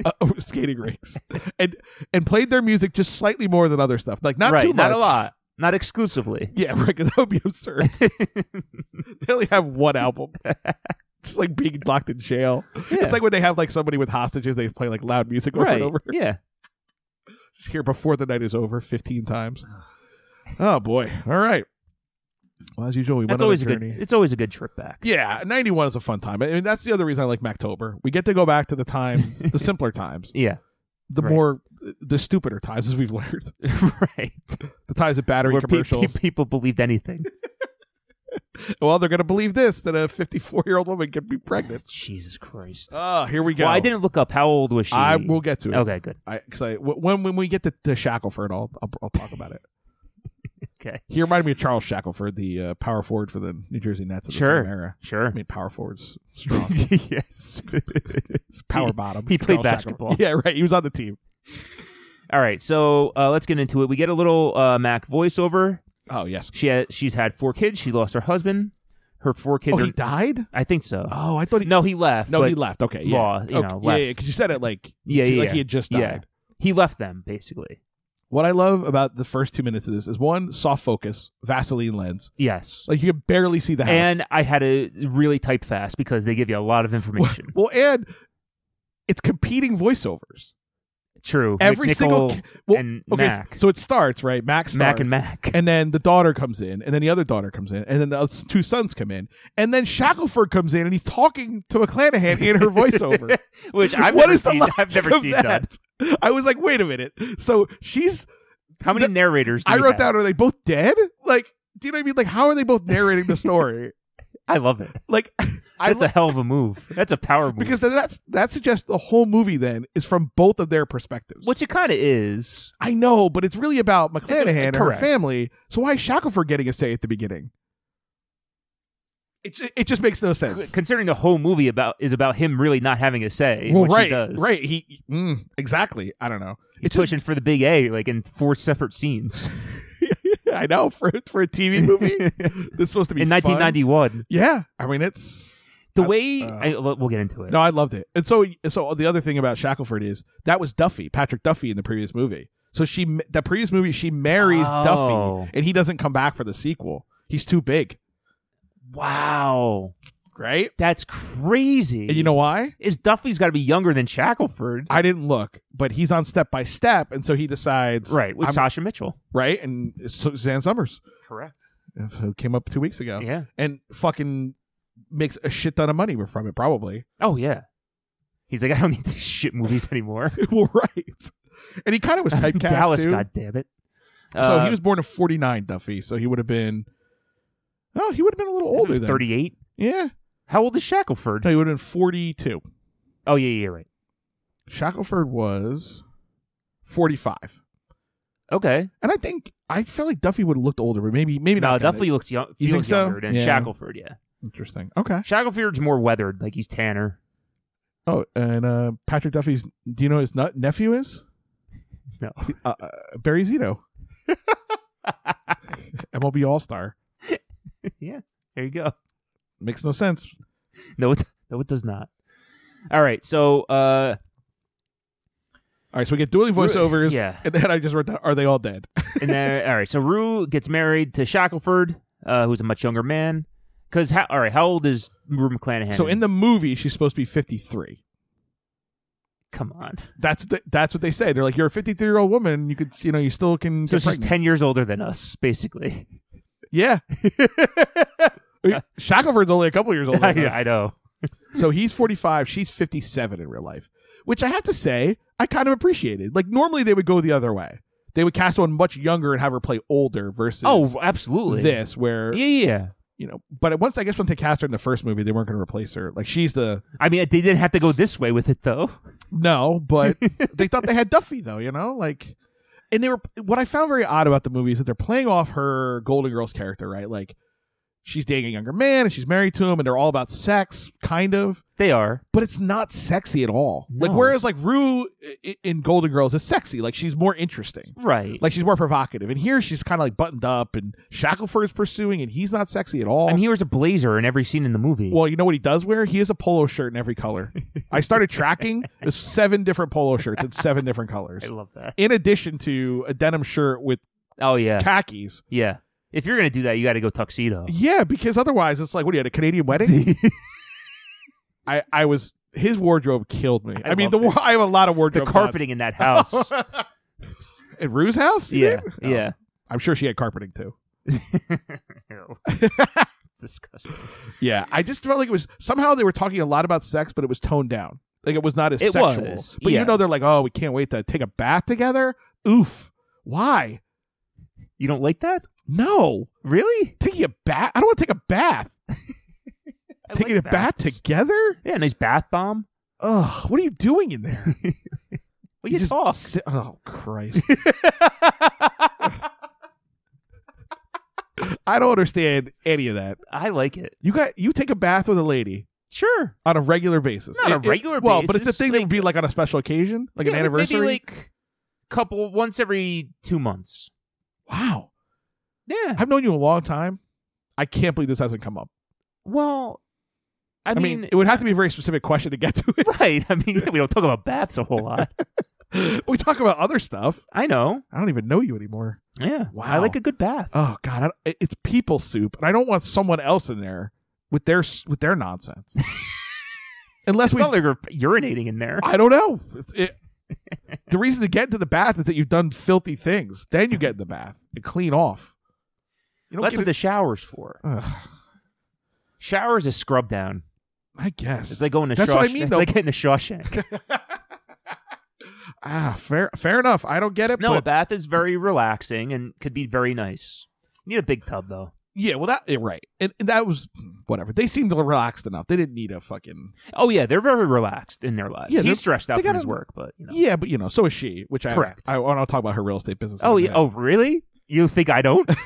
S2: uh, skating rinks and and played their music just slightly more than other stuff. Like not
S1: right,
S2: too much.
S1: not a lot, not exclusively.
S2: Yeah, right. Because that would be absurd. they only have one album. Just like being locked in jail.
S1: Yeah.
S2: It's like when they have like somebody with hostages. They play like loud music over
S1: right,
S2: and over.
S1: yeah.
S2: Just here before the night is over 15 times. Oh boy. All right. Well, as usual, we went
S1: That's
S2: on
S1: always
S2: a
S1: a good.
S2: journey.
S1: It's always a good trip back.
S2: yeah, 91 is a fun time. I mean, that's the other reason I like Mactober. We get to go back to the times, the simpler times,
S1: yeah,
S2: the
S1: Right.
S2: more the stupider times as we've learned.
S1: right.
S2: The times of battery
S1: Where pe- pe-
S2: commercials.
S1: people believed anything.
S2: well, they're going to believe this that a 54-year-old woman can be pregnant.
S1: Jesus Christ.
S2: Oh, here we go.
S1: well, I didn't look up how old was she.
S2: I will get to it.
S1: Okay, good.
S2: I, cause I, wh- when when we get to, to Shackleford, I'll, I'll I'll talk about it.
S1: Okay,
S2: He reminded me of Charles Shackleford, the uh, power forward for the New Jersey Nets of
S1: Sure.
S2: the same era.
S1: sure.
S2: I mean, power forwards strong.
S1: yes.
S2: He's power
S1: He-
S2: bottom.
S1: he played
S2: Charles Shackle-
S1: basketball.
S2: Yeah, right. He was on the team.
S1: All right, so uh, let's get into it. We get a little uh, Mac voiceover.
S2: Oh yes.
S1: She had, she's had four kids. She lost her husband. Her four kids
S2: Oh,
S1: are.
S2: he died.
S1: I think so.
S2: Oh, I thought he.
S1: no, he left.
S2: no,
S1: but-
S2: he left. Okay, yeah.
S1: law, you
S2: okay.
S1: know,
S2: yeah,
S1: left.
S2: yeah. Because you said it like
S1: Yeah,
S2: she-
S1: yeah,
S2: like
S1: yeah.
S2: he had just died.
S1: Yeah. He left them basically.
S2: What I love about the first two minutes of this is one soft focus, Vaseline lens.
S1: Yes.
S2: Like you can barely see the house.
S1: and I had to really type fast because they give you a lot of information.
S2: well, and it's competing voiceovers.
S1: True.
S2: Every
S1: McNichol
S2: single ca- well,
S1: and
S2: okay,
S1: Mac.
S2: So it starts right. Mac starts.
S1: Mac and Mac.
S2: and then the daughter comes in, and then the other daughter comes in, and then the other two sons come in, and then Shackelford comes in, and he's talking to McClanahan in her voiceover.
S1: Which I've
S2: What
S1: never
S2: is the
S1: seen,
S2: logic
S1: I've never
S2: of
S1: seen done.
S2: that? I was like, wait a minute. So she's.
S1: How many
S2: The-
S1: narrators? Do
S2: I
S1: we
S2: wrote
S1: have?
S2: down. Are they both dead? Like, do you know what I mean? Like, how are they both narrating the story?
S1: I love it.
S2: like, I
S1: That's a
S2: lo-
S1: hell of a move. That's a power move.
S2: because then that's that suggests the whole movie then is from both of their perspectives.
S1: which it kind of is.
S2: I know, but it's really about McClanahan and her
S1: correct.
S2: family. So why is Shackelford getting a say at the beginning? It ju- it just makes no sense.
S1: Considering the whole movie about is about him really not having a say. in
S2: well,
S1: what
S2: right,
S1: He does.
S2: right. He mm, exactly. I don't know.
S1: He's
S2: It's just-
S1: pushing for the big A like in four separate scenes
S2: I know for for a TV movie, this is supposed to be
S1: in
S2: fun.
S1: 1991.
S2: Yeah, I mean it's
S1: The
S2: Uh,
S1: way
S2: uh,
S1: I, we'll get into it.
S2: no, I loved it. And so so the other thing about Shackelford is that was Duffy, Patrick Duffy, in the previous movie. So she the previous movie she marries
S1: Oh.
S2: Duffy, and he doesn't come back for the sequel. He's too big,
S1: Wow,
S2: right?
S1: that's crazy.
S2: And you know why?
S1: is Duffy's got to be younger than Shackelford,
S2: I didn't look, but he's on step by step, and so he decides
S1: right? With
S2: I'm-
S1: Sasha Mitchell,
S2: right, and it's Suzanne Summers uh,
S1: correct?
S2: who came up two weeks ago,
S1: Yeah.
S2: and fucking makes a shit ton of money from it, probably.
S1: Oh yeah. He's like, I don't need these shit movies anymore.
S2: well, right, and he kind of was typecast
S1: Dallas, Uh,
S2: too.
S1: God damn it.
S2: so he was born in '49, Duffy, so he would have been. Oh, he would have been a little older then.
S1: Thirty-eight.
S2: Yeah,
S1: How old is
S2: no,
S1: Shackelford?
S2: he would have been 42.
S1: Oh yeah, yeah, right.
S2: Shackelford was 45,
S1: Okay.
S2: and I think I felt like Duffy would have looked older, but maybe maybe
S1: no,
S2: not. then.
S1: definitely looks young,
S2: You think
S1: feels
S2: so?
S1: younger than
S2: Yeah.
S1: Shackelford. Yeah,
S2: interesting. Okay.
S1: Shackelford's more weathered, like he's tanner.
S2: Oh, and uh, Patrick Duffy's. Do you know his nut nephew is?
S1: No.
S2: Uh, uh, Barry Zito. MLB All Star
S1: There you go.
S2: makes no sense.
S1: No, it no, it does not. All right, so uh,
S2: All right, so we get dueling voiceovers.
S1: yeah,
S2: And then I just wrote down, are they all dead?
S1: and then all right, so Rue gets married to Shackelford, uh, who's a much younger man. Because how, all right, how old is Rue McClanahan?
S2: So in the movie, she's supposed to be 53.
S1: come on,
S2: That's the, that's what they say. They're like, you're a 53 year old woman. You could, you know, you still can.
S1: so
S2: get
S1: she's
S2: pregnant."
S1: ten years older than us, basically.
S2: Yeah. Shackelford's only a couple years older. than
S1: Yeah,
S2: us.
S1: I know.
S2: So he's 45, she's 57 in real life, which I have to say, I kind of appreciated. Like, normally they would go the other way. They would cast one much younger and have her play older versus
S1: Oh, absolutely.
S2: this, where,
S1: Yeah, yeah.
S2: you know, but once, I guess, once they cast her in the first movie, they weren't going to replace her. Like, she's the,
S1: I mean, they didn't have to go this way with it, though.
S2: no, but they thought they had Duffy, though, you know? Like, and they were, what I found very odd about the movie is that they're playing off her Golden Girls character, right? Like, she's dating a younger man and she's married to him and they're all about sex, kind of.
S1: They are.
S2: but it's not sexy at all. Like
S1: No.
S2: whereas like Rue i- in Golden Girls is sexy, like she's more interesting,
S1: Right.
S2: like she's more provocative. And here she's kind of like buttoned up, and Shackelford's pursuing, and he's not sexy at all.
S1: and he wears a blazer in every scene in the movie.
S2: well, you know what he does wear? He has a polo shirt in every color. I started tracking there's seven different polo shirts in seven different colors,
S1: I love that.
S2: in addition to a denim shirt with
S1: Oh, yeah. Oh.
S2: khakis.
S1: Yeah. If you're going to do that, you got to go tuxedo.
S2: Yeah, because otherwise it's like, what are you at a Canadian wedding? I I was his wardrobe killed me. I,
S1: I
S2: mean,
S1: love
S2: the wa- I have a lot of
S1: The
S2: wardrobe. thoughts.
S1: carpeting in that house.
S2: Oh, At Rue's house? you
S1: yeah.
S2: mean? No.
S1: Yeah.
S2: I'm sure she had carpeting too. Oh,
S1: Ew. It's disgusting.
S2: Yeah. I just felt like it was somehow they were talking a lot about sex, but it was toned down. Like it was not as
S1: It
S2: sexual.
S1: was,
S2: but
S1: yeah.
S2: you know they're like, oh, we can't wait to take a bath together. Oof. Why?
S1: You don't like that?
S2: No.
S1: Really?
S2: Taking a bath? I don't want to take a bath.
S1: I
S2: taking
S1: like
S2: a bath
S1: baths.
S2: together?
S1: Yeah, nice bath bomb.
S2: Ugh. What are you doing in there?
S1: What you,
S2: just
S1: talk?
S2: sit- oh Christ. I don't understand any of that.
S1: I like it.
S2: You got you take a bath with a lady.
S1: Sure.
S2: on a regular basis.
S1: Not a regular
S2: well, but it's a
S1: basis,
S2: thing that would be like on a special occasion, like an
S1: Yeah,
S2: anniversary.
S1: Maybe like couple once every two months.
S2: wow,
S1: Yeah.
S2: I've known you a long time. I can't believe this hasn't come up.
S1: Well, I,
S2: I, mean, it would have to be a very specific question to get to it.
S1: right. I mean, yeah, we don't talk about baths a whole lot.
S2: we talk about other stuff.
S1: I know.
S2: I don't even know you anymore.
S1: Yeah. I
S2: Wow.
S1: like a good bath.
S2: Oh God, I don't- it- it's people soup, and I don't want someone else in there with their s- with their nonsense. Unless
S1: it's
S2: we,
S1: not like we're urinating in there.
S2: I don't know. It's- It, the reason to get into the bath is that you've done filthy things. Then you get in the bath and clean off. You don't
S1: Well, that's
S2: get
S1: what the shower's for.
S2: in- Ugh.
S1: Shower's a scrub down.
S2: I guess
S1: It's like going to
S2: That's
S1: Shawshank.
S2: what I mean,
S1: it's
S2: though.
S1: like getting to Shawshank.
S2: ah fair fair enough. I don't get it.
S1: no, a
S2: but
S1: bath is very relaxing and could be very nice. You need a big tub though.
S2: yeah, well that yeah, right. And, and that was whatever. They seemed relaxed enough. They didn't need a fucking
S1: Oh yeah, they're very relaxed in their lives.
S2: Yeah, they're-
S1: He's stressed out
S2: they
S1: from his
S2: gotta-
S1: work, but you know.
S2: yeah, but you know, so is she. Which I
S1: Correct.
S2: I want to talk about her real estate business. in a
S1: oh yeah.
S2: minute.
S1: Oh really? You think I don't?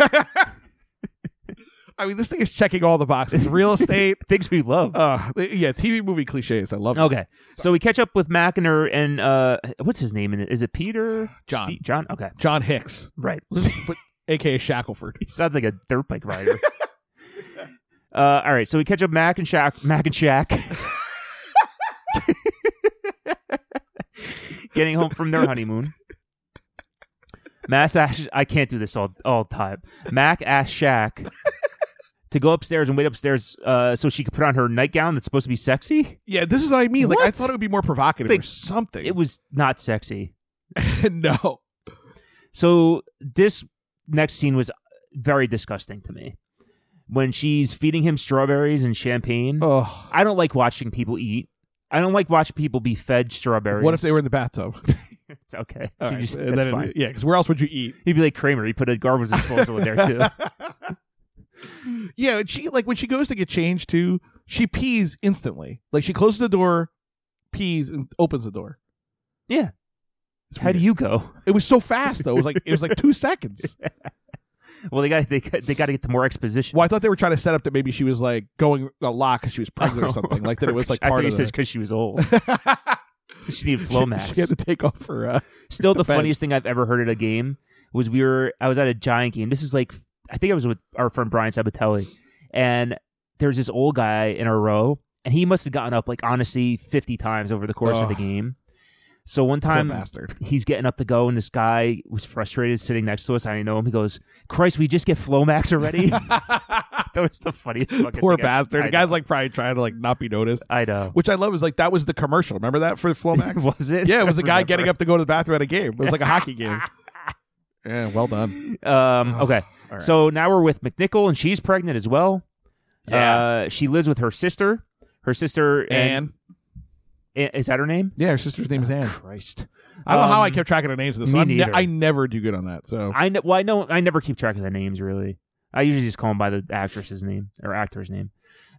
S2: I mean, this thing is checking all the boxes. Real estate.
S1: Things we love.
S2: uh, yeah, TV movie cliches. I love. it.
S1: Okay, so we catch up with McInerney and uh, what's his name? In it? Is it Peter?
S2: John.
S1: Ste- John. Okay,
S2: John Hicks,
S1: right.
S2: aka Shackelford.
S1: He sounds like a dirt bike rider. uh, all right, so we catch up Mac and Shaq. Mac and Shaq. Getting home from their honeymoon. Mass ash. I can't do this all all time. Mac asked Shaq to go upstairs and wait upstairs uh, so she could put on her nightgown that's supposed to be sexy.
S2: Yeah, this is what I mean. Like, I
S1: What?
S2: thought it would be more provocative or
S1: Like,
S2: something.
S1: It was not sexy.
S2: no.
S1: So this next scene was very disgusting to me. When she's feeding him strawberries and champagne,
S2: Oh,
S1: I don't like watching people eat. I don't like watching people be fed strawberries.
S2: what if they were in the bathtub?
S1: It's okay?
S2: All
S1: You
S2: right,
S1: just-
S2: and
S1: that's
S2: then it-
S1: fine.
S2: yeah, because where else would you eat?
S1: He'd be like Kramer. He put a garbage disposal in there too.
S2: yeah, and she like when she goes to get changed too, she pees instantly. Like she closes the door, pees, and opens the door.
S1: Yeah.
S2: It's
S1: How do
S2: weird.
S1: you go?
S2: It was so fast though. It was like it was like two seconds.
S1: Well, they got they got, they got to get to more exposition.
S2: Well, I thought they were trying to set up that maybe she was like going a lot because she was pregnant or something. Like that it was like
S1: Oh. I
S2: part
S1: thought you
S2: of
S1: said
S2: the.
S1: because she was old. she needed Flomax.
S2: She, she had to take off her. Uh,
S1: Still, the
S2: defense.
S1: funniest thing I've ever heard at a game was we were. I was at a giant game. This is like I think I was with our friend Brian Sabatelli, and there's this old guy in our row, and he must have gotten up like honestly 50 times over the course of the
S2: Ugh.
S1: game. So one
S2: poor
S1: time
S2: bastard.
S1: he's getting up to go, and this guy was frustrated sitting next to us. I didn't know him. He goes, "Christ, we just get Flomax already." that was the funniest. fucking
S2: Poor
S1: thing I-
S2: bastard.
S1: I
S2: The guy's
S1: know.
S2: like probably trying to like not be noticed.
S1: I know.
S2: Which I love is like that was the commercial. Remember that for Flomax?
S1: was it?
S2: Yeah, it was
S1: I
S2: a guy
S1: remember.
S2: getting up to go to the bathroom at a game. It was like a hockey game. Yeah, well done.
S1: Um, okay.
S2: Mm-hmm. Oh, All right.
S1: So now we're with McNichol, and she's pregnant as well.
S2: Yeah.
S1: Uh, she lives with her sister. Her sister, and,
S2: Anne.
S1: A- is that her name?
S2: Yeah, her sister's name is Anne.
S1: Christ.
S2: I don't know how I
S1: Um,
S2: kept track of the names of this.
S1: me
S2: one. I'm ne-
S1: neither.
S2: I never do good on that. So
S1: I know. Well, I know. I never keep track of the names really. I usually just call them by the actress's name or actor's name.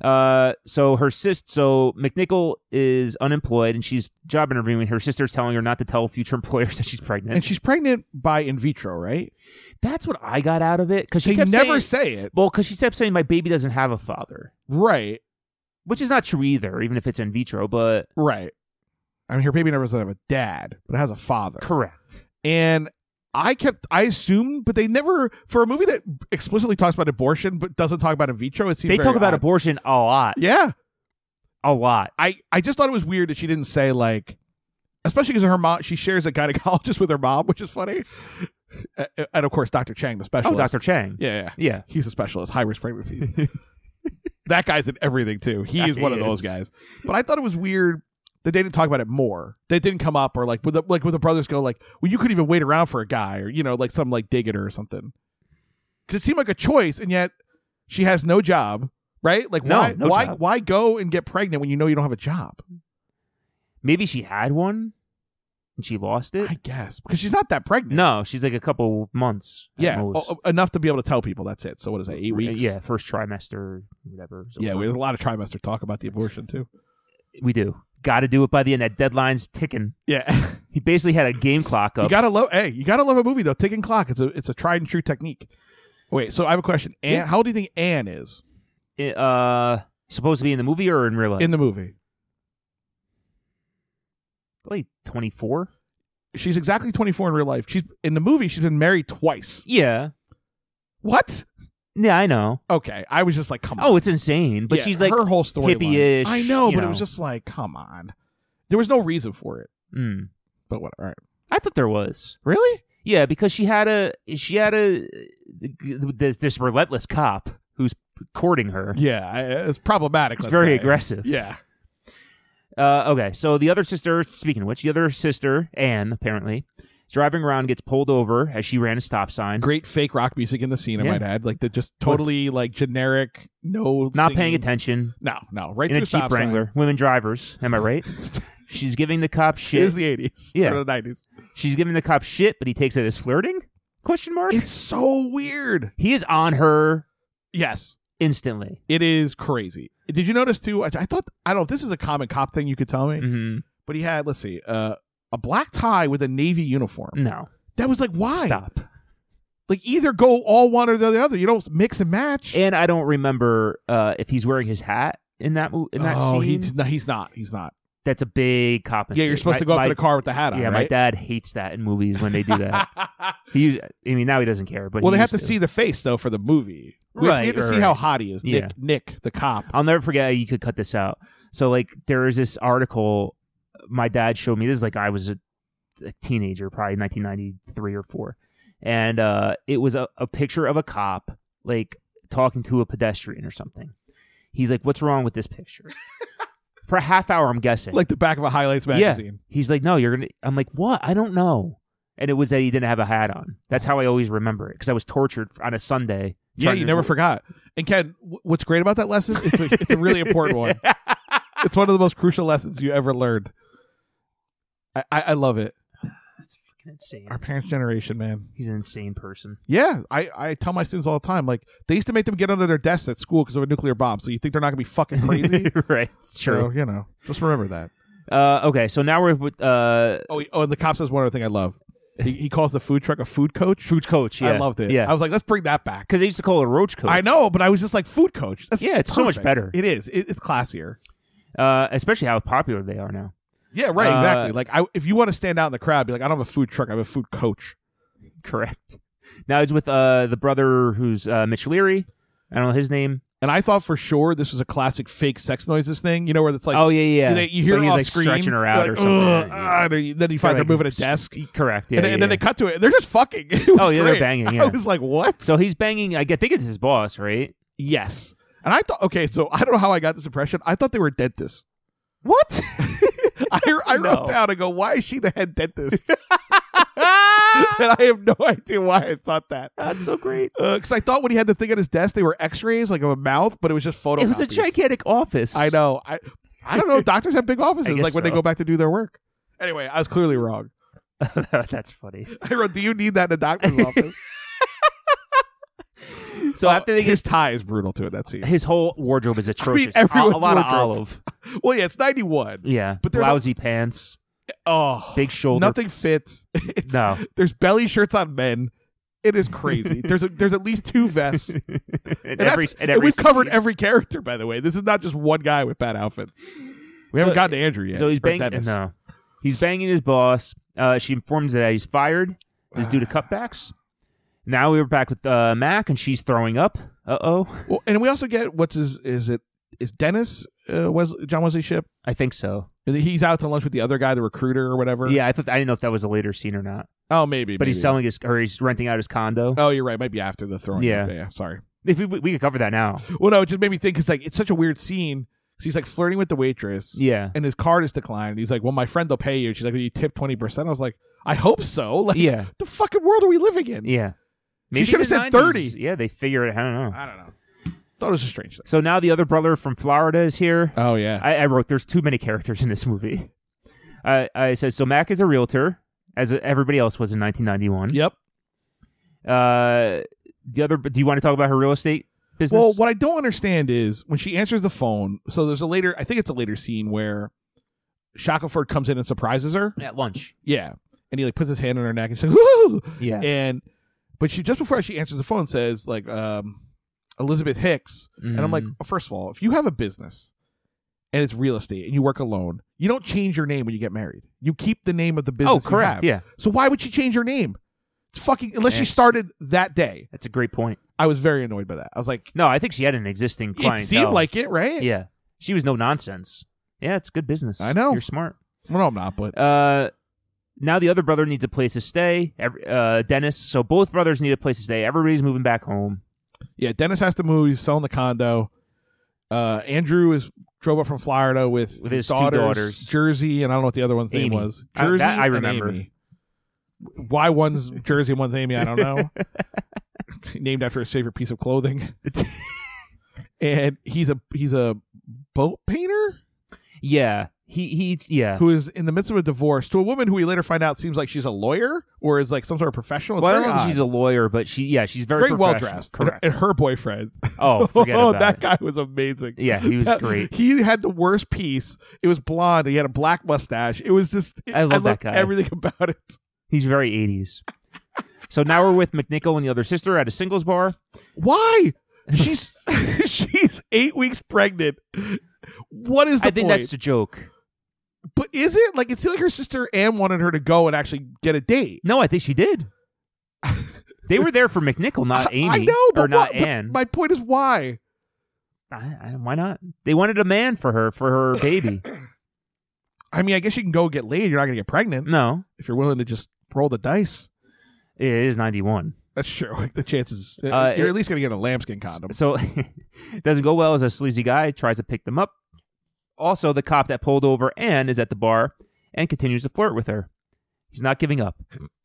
S1: Uh, so her sister, so McNichol is unemployed, and she's job interviewing. Her sister's telling her not to tell future employers that she's pregnant.
S2: and she's pregnant by in vitro, right?
S1: That's what I got out of it because she
S2: They
S1: kept saying,
S2: never say it,
S1: well, because she kept saying my baby doesn't have a father,
S2: right?
S1: which is not true either, even if it's in vitro. But
S2: Right. I mean, her baby never said have a dad, but it has a father.
S1: correct.
S2: And I kept, I assumed, but they never for a movie that explicitly talks about abortion but doesn't talk about in vitro. It seems
S1: They
S2: very
S1: talk about
S2: odd.
S1: abortion a lot,
S2: Yeah,
S1: a lot.
S2: I I just thought it was weird that she didn't say like, especially because her mom she shares a gynecologist with her mom, which is funny. Uh, And of course, Doctor Chang,
S1: Oh,
S2: the specialist.
S1: Doctor Chang.
S2: Yeah, yeah,
S1: Yeah.
S2: he's a specialist, high risk pregnancies. that guy's in everything too. He is
S1: He
S2: one of those
S1: is.
S2: guys. But I thought it was weird that they didn't talk about it more. They didn't come up or like with the, like with the brothers go like, well, you could even wait around for a guy or you know like some like dig at her or something. Because it seemed like a choice, and yet she has no job, right? Like
S1: No,
S2: why
S1: no
S2: why
S1: job.
S2: why go and get pregnant when you know you don't have a job?
S1: Maybe she had one, and she lost it.
S2: I guess because she's not that pregnant.
S1: No, she's like a couple months. at
S2: Yeah,
S1: most.
S2: o- enough to be able to tell people that's it. So what is that? Eight weeks.
S1: Yeah, first trimester, whatever. So
S2: yeah. We have a lot of trimester talk about the abortion too.
S1: we do. Got to do it by the end. That deadline's ticking.
S2: Yeah,
S1: He basically had a game clock
S2: You
S1: up.
S2: gotta love. Hey, you gotta love a movie though. Ticking clock. It's a it's a tried and true technique. Wait, so I have a question. Anne,
S1: Yeah.
S2: how old do you think Anne is
S1: uh, supposed to be in the movie or in real life?
S2: in the movie?
S1: like twenty four.
S2: She's exactly twenty four in real life. She's in the movie. She's been married twice.
S1: Yeah.
S2: What?
S1: Yeah, I know.
S2: Okay, I was just like, come on.
S1: Oh, it's insane. But
S2: Yeah,
S1: she's like,
S2: her whole story.
S1: hippie-ish,
S2: I know,
S1: you
S2: but
S1: know.
S2: it was just like, come on. There was no reason for it.
S1: mm.
S2: But what? All right.
S1: I thought there was.
S2: Really?
S1: Yeah, because she had a she had a this, this relentless cop who's courting her.
S2: Yeah, I, it's problematic.
S1: It's
S2: let's
S1: very
S2: say.
S1: aggressive.
S2: Yeah.
S1: Uh, okay, so the other sister, speaking of which, the other sister, Anne, apparently, is driving around, gets pulled over as she ran a stop sign,
S2: Great fake rock music in the scene. I
S1: Yeah.
S2: might add, like the just totally like generic, no,
S1: not
S2: singing-
S1: paying attention,
S2: No, no, right
S1: in
S2: through
S1: a
S2: the
S1: Jeep
S2: stop sign.
S1: Wrangler. Women drivers, am I right? She's giving the cop shit.
S2: It is the eighties.
S1: Yeah.
S2: Or the nineties.
S1: She's giving the cop shit, but he takes it as flirting? Question mark.
S2: It's so weird.
S1: he is on her
S2: Yes.
S1: instantly.
S2: It is crazy. Did you notice too? I, I thought I don't know if this is a common cop thing you could tell me,
S1: hmm
S2: but he had, let's see, uh, a black tie with a navy uniform.
S1: No,
S2: That was like why?
S1: Mm. stop.
S2: Like either go all one or the other. You don't mix and match.
S1: And I don't remember uh, if he's wearing his hat in that mo- in that
S2: oh,
S1: scene.
S2: he's no, he's not. He's not.
S1: That's a big cop.
S2: Yeah, you're
S1: mistake.
S2: supposed
S1: My-
S2: to go up
S1: my-
S2: to the car with the hat on.
S1: Yeah, my
S2: right?
S1: dad hates that in movies when they do that. He, I mean, now he doesn't care. But
S2: well,
S1: he
S2: they have to
S1: used
S2: see the face though for the movie. We have, we
S1: Right,
S2: have to see
S1: right.
S2: how hot he is.
S1: Yeah.
S2: Nick, Nick, the cop.
S1: I'll never forget. You could cut this out. So, like, there is this article my dad showed me. This is like I was a, a teenager, probably 1993 or four, and uh, it was a, a picture of a cop like talking to a pedestrian or something. He's like, "What's wrong with this picture?" For a half hour, I'm guessing.
S2: Like the back of a highlights magazine.
S1: He's like, no, you're gonna. I'm like, what? I don't know. And it was that he didn't have a hat on. That's how I always remember it because I was tortured on a Sunday.
S2: Yeah,
S1: trying
S2: you
S1: to-
S2: never forgot. And Ken, wh- what's great about that lesson? It's a, it's a really important one. It's one of the most crucial lessons you ever learned. I, I, I love it.
S1: That's fucking insane.
S2: Our parents' generation, man.
S1: He's an insane person.
S2: Yeah, I, I tell my students all the time. Like they used to make them get under their desks at school because of a nuclear bomb. So you think they're not gonna be fucking crazy?
S1: right. It's true.
S2: So, you know, just remember that.
S1: Uh, okay, so now we're with uh,
S2: Oh, he, oh, and the cop says one other thing I love. He, he calls the food truck a food coach.
S1: food coach. Yeah,
S2: I loved it. I
S1: Yeah,
S2: was like, let's bring that back.
S1: because they used to call it a roach coach.
S2: I know, but I was just like, food coach. That's
S1: Yeah, it's so much
S2: perfect.
S1: better.
S2: It is. It, it's classier.
S1: uh, especially how popular they are now.
S2: Yeah, right.
S1: Uh,
S2: exactly. Like, I, if you want to stand out in the crowd, be like, I don't have a food truck. I have a food coach.
S1: Correct. Now he's with uh, the brother who's uh, Mitch Leary. I don't know his name.
S2: And I thought for sure this was a classic fake sex noises thing. You know where it's like,
S1: oh yeah, yeah.
S2: they- you hear
S1: But
S2: it
S1: he's
S2: all
S1: like
S2: scream,
S1: stretching her out
S2: like,
S1: or something.
S2: "Ugh,
S1: Yeah.
S2: ah," and then you find
S1: They're
S2: they're
S1: like,
S2: moving a
S1: s-
S2: desk.
S1: Correct. Yeah.
S2: and, then-
S1: yeah,
S2: and then
S1: yeah.
S2: they cut to it. They're just fucking. It was
S1: Oh, yeah, they're
S2: great.
S1: banging,
S2: I
S1: yeah.
S2: was like, what?
S1: so he's banging. I get- think it's his boss, right?
S2: Yes. And I thought, okay, so I don't know how I got this impression. I thought they were dentists.
S1: What?
S2: I, I
S1: No.
S2: wrote down and go, why is she the head dentist? and I have no idea why I thought that.
S1: That's so great.
S2: Because Uh, I thought when he had the thing on his desk, they were x rays, like of a mouth, but it was just photocopies.
S1: It was a gigantic office.
S2: I know. I, I don't know if doctors have big offices,
S1: guess
S2: like when they
S1: so.
S2: go back to do their work. Anyway, I was clearly wrong.
S1: That's funny.
S2: I wrote, do you need that in a doctor's office? Oh,
S1: So after they get
S2: his tie is brutal to it, that scene.
S1: his whole wardrobe is atrocious.
S2: everyone's
S1: a lot of
S2: wardrobe.
S1: olive.
S2: Well, yeah, it's 91.
S1: Yeah,
S2: But there's a-
S1: lousy pants,
S2: Oh.
S1: big shoulder.
S2: Nothing fits. It's,
S1: No.
S2: There's belly shirts on men. It is crazy. there's a, there's at least two vests. And,
S1: and
S2: that's-
S1: every,
S2: and
S1: and every
S2: we've covered
S1: scene.
S2: every character, by the way. This is not just one guy with bad outfits. We
S1: So-
S2: haven't gotten to Andrew yet.
S1: So he's
S2: or
S1: banging.
S2: Dennis.
S1: No, he's banging his boss. Uh, she informs him that he's fired. This is due to cutbacks. Now we were back with uh, Mac, and she's throwing up. Uh oh,
S2: Well, and we also get what's his is it is Dennis uh, was John Wesley Ship?
S1: I think so.
S2: He's out to lunch with the other guy, the recruiter or whatever.
S1: Yeah, I thought I didn't know if that was a later scene or not.
S2: Oh, maybe.
S1: But he's
S2: maybe.
S1: selling his or he's renting out his condo.
S2: Oh, you're right. Might be after the throwing.
S1: Yeah.
S2: up. Yeah. Sorry.
S1: If we, we could cover that now.
S2: Well, no, it just made me think because like it's such a weird scene. She's like flirting with the waitress.
S1: Yeah,
S2: and his card is declined. He's like, "Well, my friend will pay you." She's like, "Will you tip twenty percent?" I was like, "I hope so." Like,
S1: yeah,
S2: the fucking world are we living in?
S1: yeah.
S2: She should have
S1: in the
S2: said 30.
S1: Yeah, they figure it. I don't know.
S2: I don't know. Thought it was a strange thing.
S1: So now the other brother from Florida is here.
S2: Oh yeah,
S1: I, I wrote there's too many characters in this movie. Uh, I said so. Mac is a realtor, as everybody else was in 1991.
S2: yep.
S1: Uh, the other, do you want to talk about her real estate business?
S2: Well, what I don't understand is when she answers the phone. So there's a later, I think it's a later scene where Shackelford comes in and surprises her.
S1: at lunch.
S2: Yeah, and he like puts his hand on her neck and she's like, "Woo!"
S1: Yeah,
S2: And but she just before she answers the phone says like, um, "Elizabeth Hicks." And I'm like, oh,
S1: Mm.
S2: first of all, if you have a business and it's real estate and you work alone, you don't change your name when you get married. You keep the name of the
S1: oh,
S2: business. you
S1: correct.
S2: have.
S1: Yeah,
S2: So why would she change her name? It's fucking unless she
S1: Yes.
S2: started that day.
S1: that's a great point.
S2: I was very annoyed by that. I was like,
S1: No, I think she had an existing clientele.
S2: it seemed like it, right?
S1: yeah, she was no nonsense. Yeah, it's good business.
S2: I know.
S1: you're smart.
S2: Well, no, I'm not, but
S1: Uh, now the other brother needs a place to stay. Every, uh, Dennis. So both brothers need a place to stay. Everybody's moving back home.
S2: yeah, Dennis has to move. He's selling the condo. Uh, Andrew is drove up from Florida with,
S1: With his two
S2: daughters,
S1: daughters.
S2: Jersey, and I don't know what the other one's name
S1: Amy.
S2: was.
S1: Uh, that
S2: Jersey,
S1: I
S2: and
S1: remember.
S2: Amy. Why one's Jersey and one's Amy? I don't know. Named after his favorite piece of clothing. and he's a he's a boat painter
S1: Yeah, he he's yeah.
S2: who is in the midst of a divorce to a woman who we later find out seems like she's a lawyer or is like some sort of professional. It's
S1: Well, I
S2: very
S1: don't know if
S2: odd.
S1: she's a lawyer, but she yeah, she's very,
S2: very well
S1: professional.
S2: dressed. And-
S1: Correct.
S2: And her boyfriend.
S1: Oh, forget
S2: oh,
S1: about
S2: that
S1: it.
S2: guy was amazing.
S1: Yeah, he was
S2: That-
S1: great.
S2: He had the worst piece. It was blonde. He had a black mustache. It was just.
S1: I love that
S2: loved
S1: guy.
S2: Everything about it.
S1: He's very 80s. So now we're with McNichol and the other sister at a singles bar.
S2: Why? She's she's eight weeks pregnant. What is the
S1: I think
S2: point?
S1: that's a joke.
S2: but is it like it seemed like her sister Anne wanted her to go and actually get a date?
S1: No, I think she did. they were there for McNichol, not
S2: I-
S1: Amy.
S2: I know, but
S1: or not
S2: what- but
S1: Anne.
S2: My point is why.
S1: I, I, why not? They wanted a man for her, for her baby.
S2: I mean, I guess you can go get laid. You're not going to get pregnant
S1: no,
S2: if you're willing to just roll the dice.
S1: it is 91.
S2: That's true. Like the chances,
S1: Uh,
S2: you're
S1: it-
S2: at least going to get a lambskin condom.
S1: So it doesn't go well as a sleazy guy tries to pick them up. Also, the cop that pulled over Anne is at the bar and continues to flirt with her. He's not giving up,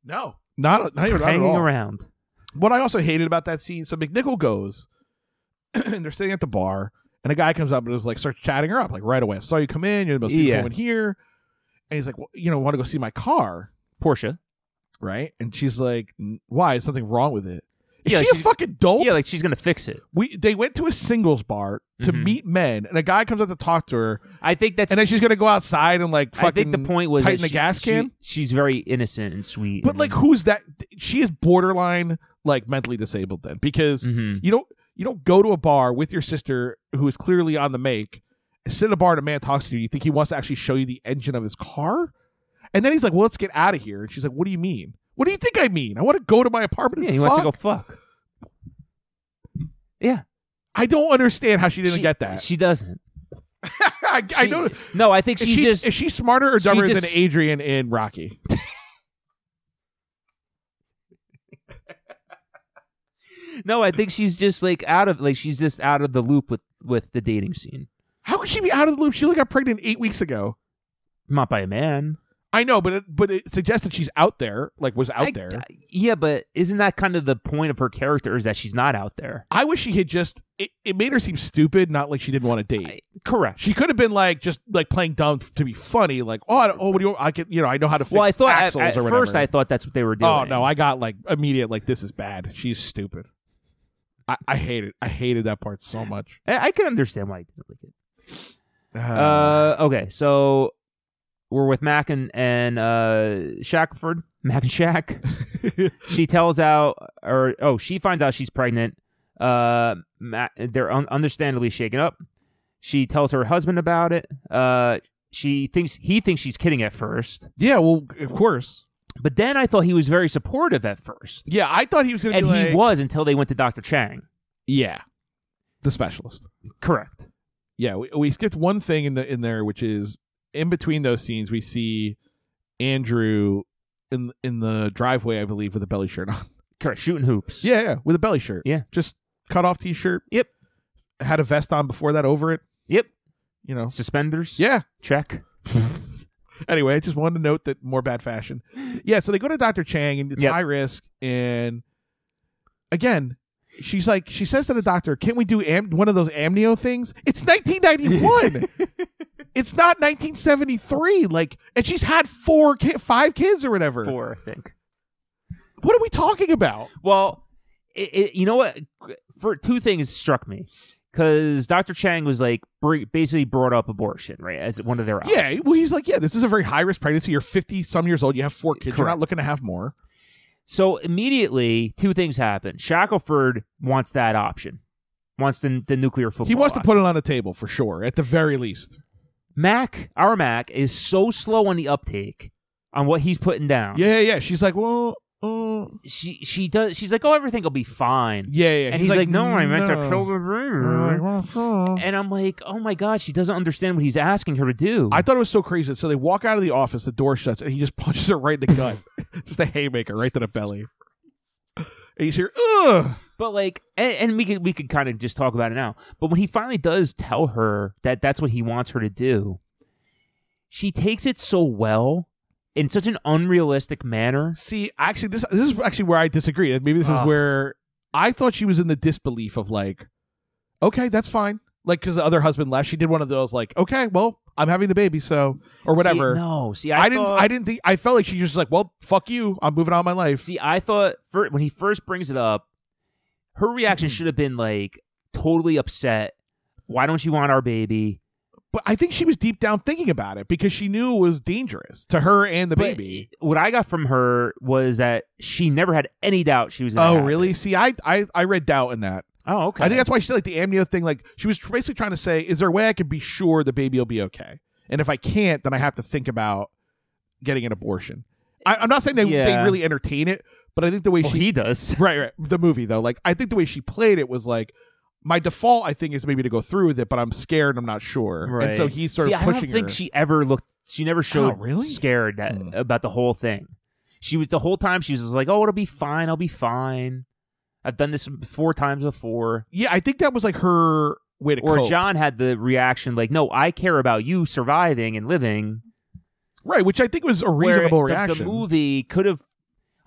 S2: No, not not even not at
S1: hanging
S2: all.
S1: around.
S2: What I also hated about that scene, so McNichol goes, and they're sitting at the bar, and a guy comes up and is like starts chatting her up like right away. I saw you come in. You're the most beautiful
S1: Yeah.
S2: one here, and he's like, well, you know, want to go see my car,
S1: Portia.
S2: right? And she's like, "N- why? Is something wrong with it? Is
S1: Yeah,
S2: she
S1: like
S2: a
S1: she-
S2: fucking dolt?
S1: Yeah, like she's gonna fix it.
S2: we they went to a singles bar to
S1: Mhm.
S2: meet men, and a guy comes up to talk to her,
S1: I think that's.
S2: and then she's gonna go outside and like fucking.
S1: I think the point was that
S2: tighten the
S1: she-
S2: gas
S1: she-
S2: can?
S1: she's very innocent and sweet.
S2: But like, who's that? She is borderline like mentally disabled then, because
S1: hmm
S2: you don't you don't go to a bar with your sister who is clearly on the make, sit in a bar and a man talks to you. You think he wants to actually show you the engine of his car, and then he's like, "Well, let's get out of here." And she's like, "What do you mean? What do you think I mean? I want to go to my apartment."
S1: yeah,
S2: and
S1: he wants to go
S2: fuck."
S1: fuck.
S2: I don't understand how she didn't
S1: She-
S2: get that.
S1: She doesn't.
S2: I, I
S1: She-
S2: know.
S1: No, I think
S2: Is
S1: she,
S2: she,
S1: just.
S2: is she smarter or
S1: she
S2: dumber
S1: just-
S2: than Adrian in Rocky?
S1: No, I think she's just like out of like she's just out of the loop with with the dating scene.
S2: How could she be out of the loop? She only got pregnant eight weeks ago.
S1: Not by a man.
S2: I know, but it, but it suggests that she's out there, like was out
S1: I-
S2: there.
S1: Yeah, but isn't that kind of the point of her character? Is that she's not out there?
S2: I wish she had just. It, it made her seem stupid, not like she didn't want to date.
S1: I- correct.
S2: she could have been like just like playing dumb to be funny, like oh, I don't, oh, what do you? I could, you know, I know how to fix
S1: Well, I thought at,
S2: axles
S1: at
S2: or whatever.
S1: first I thought that's what they were doing.
S2: oh no, I got like immediate like this is bad. She's stupid. I, I hate it. I hated that part so much.
S1: I, I can understand why I didn't like it. Uh, okay, so we're with Mac and and uh, Shackford. Mac and Shack. she tells out, or oh, she finds out she's pregnant. Uh, Mac, they're un- understandably shaken up. She tells her husband about it. Uh, she thinks he thinks she's kidding at first,
S2: yeah, well, of course.
S1: but then I thought he was very supportive at first,
S2: Yeah, I thought he was gonna
S1: and
S2: be like,
S1: he was until they went to Doctor Chang.
S2: yeah, the specialist.
S1: Correct.
S2: Yeah, we, we skipped one thing in the in there, which is in between those scenes we see Andrew in in the driveway, I believe, with a belly shirt on.
S1: Correct. Shooting hoops.
S2: Yeah, yeah, with a belly shirt.
S1: Yeah.
S2: just cut off t-shirt.
S1: Yep.
S2: had a vest on before that over it.
S1: Yep.
S2: You know.
S1: Suspenders.
S2: Yeah.
S1: Check.
S2: Anyway, I just wanted to note that more bad fashion. Yeah, so they go to Doctor Chang and it's
S1: Yep.
S2: high risk. And again, she's like, she says to the doctor, "Can we do am- one of those amnio things?" It's 1991. it's not 1973. Like, and she's had four, ki- five kids or whatever.
S1: Four, I think.
S2: What are we talking about?
S1: Well, it, it, you know what? For two things struck me because Dr. Chang was like br- basically brought up abortion, right, as one of their options.
S2: Yeah, well, he's like, yeah, this is a very high risk pregnancy. You're 50 some years old. You have four kids. You're not
S1: Correct.
S2: looking to have more.
S1: So immediately, two things happen. Shackelford wants that option, wants the, the nuclear football.
S2: He wants to
S1: option.
S2: put it on the table for sure, at the very least.
S1: Mac, our Mac, is so slow on the uptake on what he's putting down.
S2: Yeah, yeah, yeah. She's like, well, uh,
S1: She she does. She's like, oh, everything will be fine.
S2: yeah, yeah.
S1: And he's, like, no, I meant to kill the baby."
S2: the.
S1: And I'm like, oh my god, she doesn't understand what he's asking her to do.
S2: I thought it was so crazy. So they walk out of the office, the door shuts, and he just punches her right in the gut. just a haymaker right to the belly. And you hear, ugh.
S1: But like, and, and we could we could kind of just talk about it now. But when he finally does tell her that that's what he wants her to do, she takes it so well in such an unrealistic manner.
S2: See, actually, this this is actually where I disagree. Maybe this is
S1: Ugh.
S2: where I thought she was in the disbelief of like, okay, that's fine. Like, because the other husband left, she did one of those like, okay, well, I'm having the baby, so or whatever.
S1: See, no, see, I,
S2: I, didn't.
S1: thought-
S2: I didn't think. I felt like she was just like, well, fuck you. I'm moving on with my life.
S1: see. I thought fir- when he first brings it up, her reaction
S2: Mm-hmm.
S1: should have been like totally upset. Why don't you want our baby?
S2: But I think she was deep down thinking about it because she knew it was dangerous to her and the
S1: But
S2: baby.
S1: What I got from her was that she never had any doubt she was. gonna
S2: Oh,
S1: have it.
S2: really? See, I, I I read doubt in that.
S1: Oh, okay.
S2: I think that's why she said like the amnio thing. Like she was tr- basically trying to say, is there a way I can be sure the baby will be okay? And if I can't, then I have to think about getting an abortion. I, I'm not saying they
S1: Yeah.
S2: they really entertain it, but I think the way
S1: Well,
S2: she
S1: he does.
S2: right right the movie though, like I think the way she played it was like my default. I think is maybe to go through with it, but I'm scared. I'm not sure, and so
S1: Right.
S2: he's sort
S1: See,
S2: of pushing
S1: I don't think
S2: her. Oh,
S1: she ever looked. She never showed
S2: really?
S1: scared that,
S2: Hmm.
S1: about the whole thing. She was the whole time. She was just like, "Oh, it'll be fine. I'll be fine. I've done this four times before."
S2: yeah, I think that was like her way to
S1: Or
S2: cope.
S1: John had the reaction like, "No, I care about you surviving and living."
S2: right? Which I think was a
S1: Where
S2: reasonable
S1: the-
S2: reaction.
S1: The movie could have.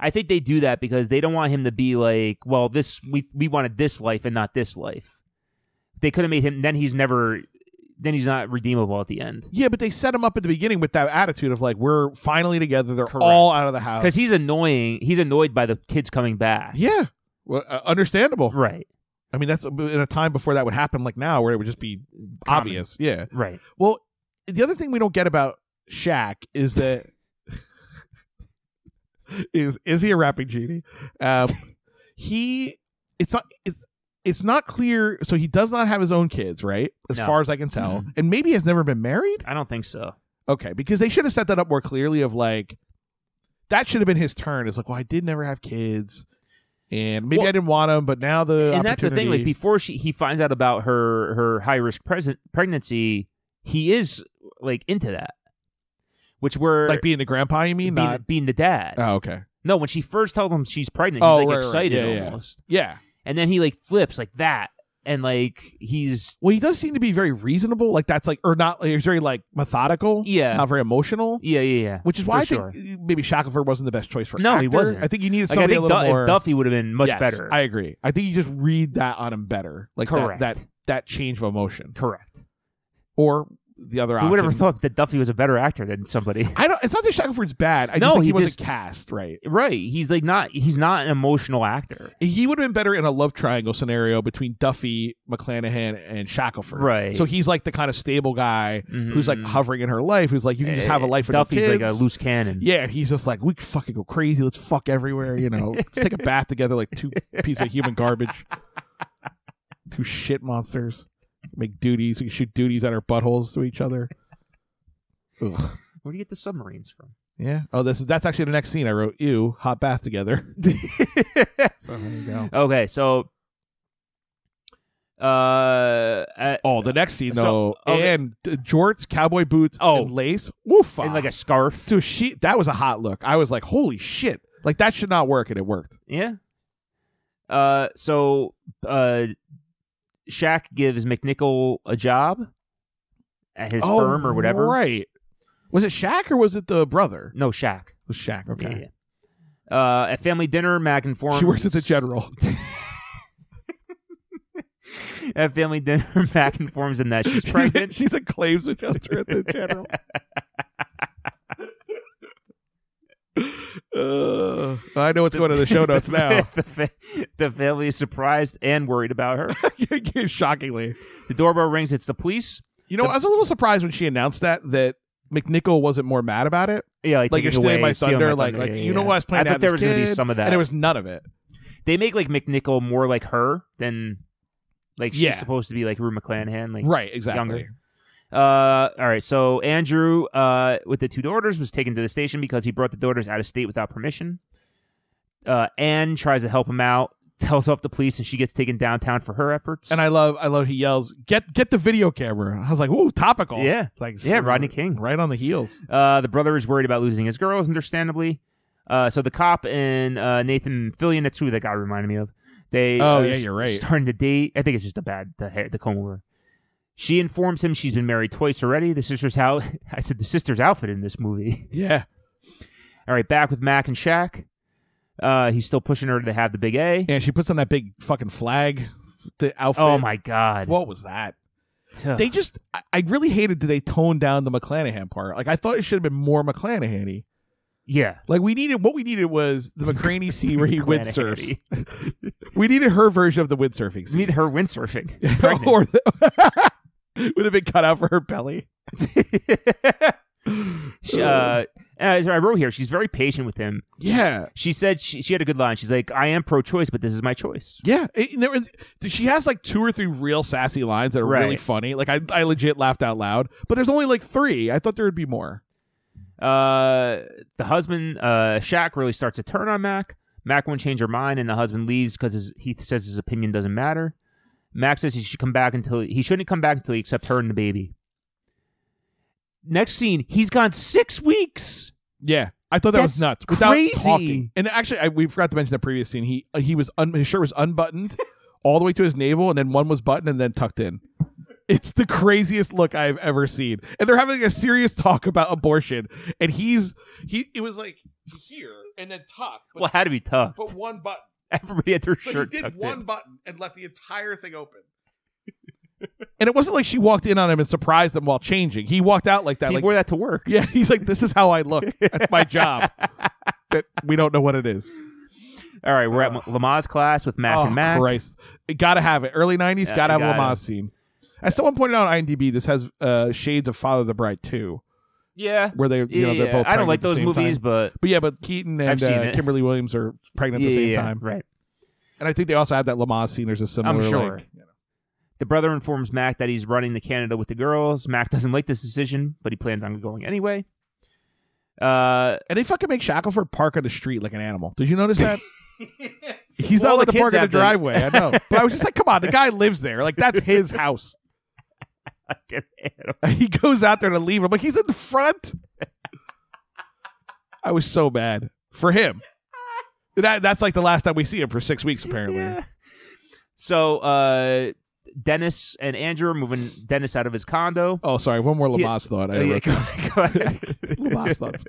S1: I think they do that because they don't want him to be like, "Well, this we we wanted this life and not this life." They could have made him. Then he's never. Then he's not redeemable at the end.
S2: yeah, but they set him up at the beginning with that attitude of like we're finally together. They're
S1: Correct.
S2: all out of the house.
S1: because he's annoying. He's annoyed by the kids coming back.
S2: yeah, Well, uh, understandable.
S1: Right.
S2: I mean, that's uh, in a time before that would happen, like now, where it would just be
S1: Common.
S2: obvious. Yeah.
S1: Right.
S2: Well, the other thing we don't get about Shaq is that is is he a rapping genie? Um, he it's not it's it's not clear. So he does not have his own kids, right? As
S1: No. Mm-hmm.
S2: far as I can tell, and maybe has never been married.
S1: I don't think so.
S2: Okay, because they should have set that up more clearly. Of like that should have been his turn. It's like, well, I did never have kids, and maybe
S1: Well-
S2: I didn't want them, but now the
S1: and that's the thing. Like
S2: opportunity-
S1: before she he finds out about her her high risk present pregnancy, he is like into that, which we're
S2: like being the grandpa, you mean?
S1: being,
S2: not
S1: being the dad.
S2: oh, okay,
S1: no, when she first tells him she's pregnant,
S2: Oh,
S1: he's like
S2: right, right.
S1: excited
S2: Yeah, yeah.
S1: almost,
S2: yeah.
S1: and then he like flips like that, and like he's
S2: Well, he does seem to be very reasonable. Like that's like, or not. Like, he's very like methodical.
S1: Yeah.
S2: not very emotional.
S1: yeah yeah yeah,
S2: Which is why
S1: For
S2: I think uh, maybe Shackelford wasn't the best choice for.
S1: No, he
S2: actor.
S1: wasn't.
S2: I think you needed
S1: Like, I
S2: somebody
S1: think
S2: a little
S1: Du-
S2: more.
S1: if Duffy would have been much
S2: Yes,
S1: better.
S2: I agree. I think you just read that on him better. Like that-
S1: Correct.
S2: That, that change of emotion
S1: Correct.
S2: or the other
S1: Who
S2: option.
S1: would ever thought that Duffy was a better actor than somebody?
S2: I don't. It's not that Shackelford's bad. I
S1: No,
S2: just think he,
S1: he
S2: wasn't
S1: just-
S2: cast right.
S1: Right. He's like not. He's not an emotional actor.
S2: He would have been better in a love triangle scenario between Duffy, McClanahan, and Shackelford.
S1: Right.
S2: So he's like the kind of stable guy who's like
S1: Mhm.
S2: hovering in her life. Who's like, you can just have a
S1: Eh,
S2: life with no
S1: Duffy's like a
S2: kids.
S1: loose cannon.
S2: Yeah, he's just like, we could fucking go crazy. Let's fuck everywhere, you know. Let's take a bath together like two pieces of human garbage. Two shit monsters. Make duties. We can shoot duties at our buttholes to each other. Ugh.
S1: Where do you get the submarines from?
S2: Yeah. Oh, this is that's actually the next scene I wrote. Ew, hot bath together. So there you go.
S1: okay, so uh, at,
S2: Oh, the next scene
S1: So-
S2: though,
S1: okay.
S2: and uh, jorts, cowboy boots,
S1: Oh.
S2: and lace. Woof.
S1: in like a scarf.
S2: Dude, she that was a hot look. I was like, holy shit. Like that should not work, and it worked.
S1: Yeah. Uh, so uh, Shaq gives McNichol a job at his firm or whatever.
S2: Oh, Right. Was it Shaq or was it the brother?
S1: No, Shaq.
S2: It was Shaq. Okay.
S1: Yeah, yeah. Uh, at family dinner, Mac informs
S2: She works at the general.
S1: At family dinner, Mac informs him that she's
S2: she's,
S1: pregnant.
S2: a, she's a claims adjuster at the general. Uh, I know what's going to the show notes now.
S1: the, fa- the family is surprised and worried about her.
S2: Shockingly,
S1: The doorbell rings. It's the police.
S2: you know, I was a little surprised when she announced that that McNichol wasn't more mad about it.
S1: Yeah, like,
S2: Like you're
S1: taking away,
S2: stealing my
S1: stealing
S2: thunder. Like,
S1: thunder.
S2: like
S1: Yeah,
S2: you know
S1: yeah.
S2: what? I was playing.
S1: I
S2: to
S1: thought
S2: have
S1: there
S2: this
S1: was gonna be
S2: kid,
S1: some of that.
S2: and there was none of it.
S1: they make like McNichol more like her than like she's
S2: Yeah.
S1: supposed to be like Rue McClanahan. Like,
S2: Right? Exactly.
S1: younger. uh, all right. So Andrew, uh, with the two daughters, was taken to the station because he brought the daughters out of state without permission. Uh, Anne tries to help him out, tells off the police, and she gets taken downtown for her efforts.
S2: And I love, I love. He yells, "Get, get the video camera!" I was like, "Ooh, topical."
S1: Yeah.
S2: like
S1: Yeah, Rodney King.
S2: right on the heels.
S1: Uh, the brother is worried about losing his girls, understandably. Uh, so the cop and uh, Nathan Fillion, that's who that guy reminded me of. They
S2: Oh,
S1: uh,
S2: yeah,
S1: s-
S2: you're right.
S1: Starting to date. I think it's just a bad the hair, the comb over. She informs him she's been married twice already. The sister's out. I said the sister's outfit in this movie.
S2: Yeah,
S1: All right, back with Mac and Shaq. Uh, he's still pushing her to have the big A.
S2: and she puts on that big fucking flag, the outfit.
S1: oh my god!
S2: What was that?
S1: Tuh.
S2: They just, I, I really hated that they toned down the McClanahan part. Like I thought it should have been more McClanahan-y.
S1: yeah,
S2: Like we needed, what we needed was the McCraney scene where he windsurfs.
S1: Clanahan-y.
S2: We needed her version of the windsurfing
S1: We
S2: scene,
S1: need her windsurfing. Pregnant.
S2: or the, would have been cut out for her belly.
S1: She, uh, as I wrote here, she's very patient with him.
S2: Yeah,
S1: She said she, she had a good line. She's like, I am pro choice, but this is my choice.
S2: Yeah, it, and there was- she has like two or three real sassy lines that are really
S1: Right.
S2: funny. Like I, I legit laughed out loud. But there's only like three. I thought there would be more.
S1: Uh, the husband, uh, Shaq, really starts to turn on Mac. Mac won't change her mind, and the husband leaves because he says his opinion doesn't matter. Mac says he should come back until he shouldn't come back until he accepts her and the baby. Next scene, he's gone six weeks.
S2: Yeah, I thought that was
S1: That's
S2: nuts. Without
S1: crazy.
S2: talking, and actually, I, we forgot to mention the previous scene. He uh, he was un, his shirt was unbuttoned all the way to his navel, and then one was buttoned and then tucked in. It's the craziest look I've ever seen. And they're having a serious talk about abortion, and he's he it was like here and then tucked, but,
S1: Well, it had to be tough.
S2: but one button.
S1: Everybody had their
S2: So
S1: shirt
S2: he did
S1: tucked
S2: one
S1: in.
S2: button and left the entire thing open. and it wasn't like she walked in on him and surprised him while changing. He walked out like that.
S1: He
S2: like,
S1: wore that to work.
S2: yeah, he's like, this is how I look. That's my job. that we don't know what it is.
S1: All right, we're at at Lamaze class with Mac
S2: oh,
S1: and Mac.
S2: Christ. It gotta have it. Early 90s,
S1: Yeah,
S2: gotta
S1: you
S2: have a
S1: gotta.
S2: Lamaze scene. As someone pointed out on IMDb, this has uh, shades of Father of the Bride too,
S1: Yeah,
S2: where they, you
S1: yeah,
S2: know, they're
S1: yeah.
S2: both.
S1: I don't
S2: pregnant
S1: like
S2: at the
S1: those
S2: same
S1: movies,
S2: time.
S1: but
S2: But yeah, but Keaton
S1: I've
S2: and
S1: seen
S2: uh,
S1: it.
S2: Kimberly Williams are pregnant
S1: yeah,
S2: at the same
S1: yeah,
S2: time,
S1: right?
S2: and I think they also have that Lamaze scene. There's a similar.
S1: I'm sure.
S2: like-
S1: The brother informs Mac that he's running to Canada with the girls. Mac doesn't like this decision, but he plans on going anyway. Uh,
S2: and they fucking make Shackleford park on the street like an animal. Did you notice that? He's
S1: Well, all
S2: not like
S1: the
S2: the
S1: kids
S2: park in the
S1: have them.
S2: driveway. I know, but I was just like, come on, the guy lives there. Like that's his house. he goes out there to leave. I'm like, he's in the front. I was so bad for him. That, that's like the last time we see him for six weeks, apparently.
S1: Yeah. So uh, Dennis and Andrew are moving Dennis out of his condo.
S2: Oh, sorry. One more
S1: Yeah. Oh,
S2: Lamas thought. I
S1: Yeah,
S2: wrote
S1: go- go ahead.
S2: Lamas thoughts.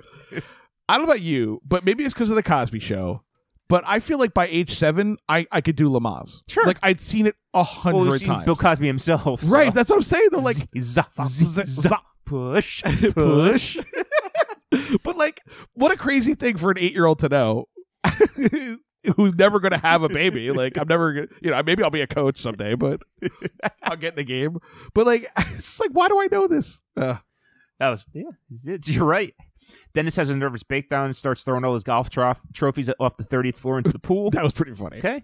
S2: I don't know about you, but maybe it's because of the Cosby Show. But I feel like by age seven, I, I could do Lamas.
S1: Sure.
S2: Like I'd seen it a
S1: Well,
S2: hundred
S1: we've seen
S2: times.
S1: Bill Cosby himself. so-
S2: right. That's what I'm saying. Though, like
S1: Z- zap, z-
S2: z- z-
S1: zap, push, push.
S2: push. but like, what a crazy thing for an eight-year-old to know, who's never going to have a baby. Like, I'm never, gonna, you know, maybe I'll be a coach someday, but I'll get in the game. But like, it's like, why do I know this? Uh,
S1: That was yeah. it's- You're right. Dennis has a nervous breakdown and starts throwing all his golf trof- trophies off the 30th floor into the pool.
S2: that was pretty funny.
S1: Okay.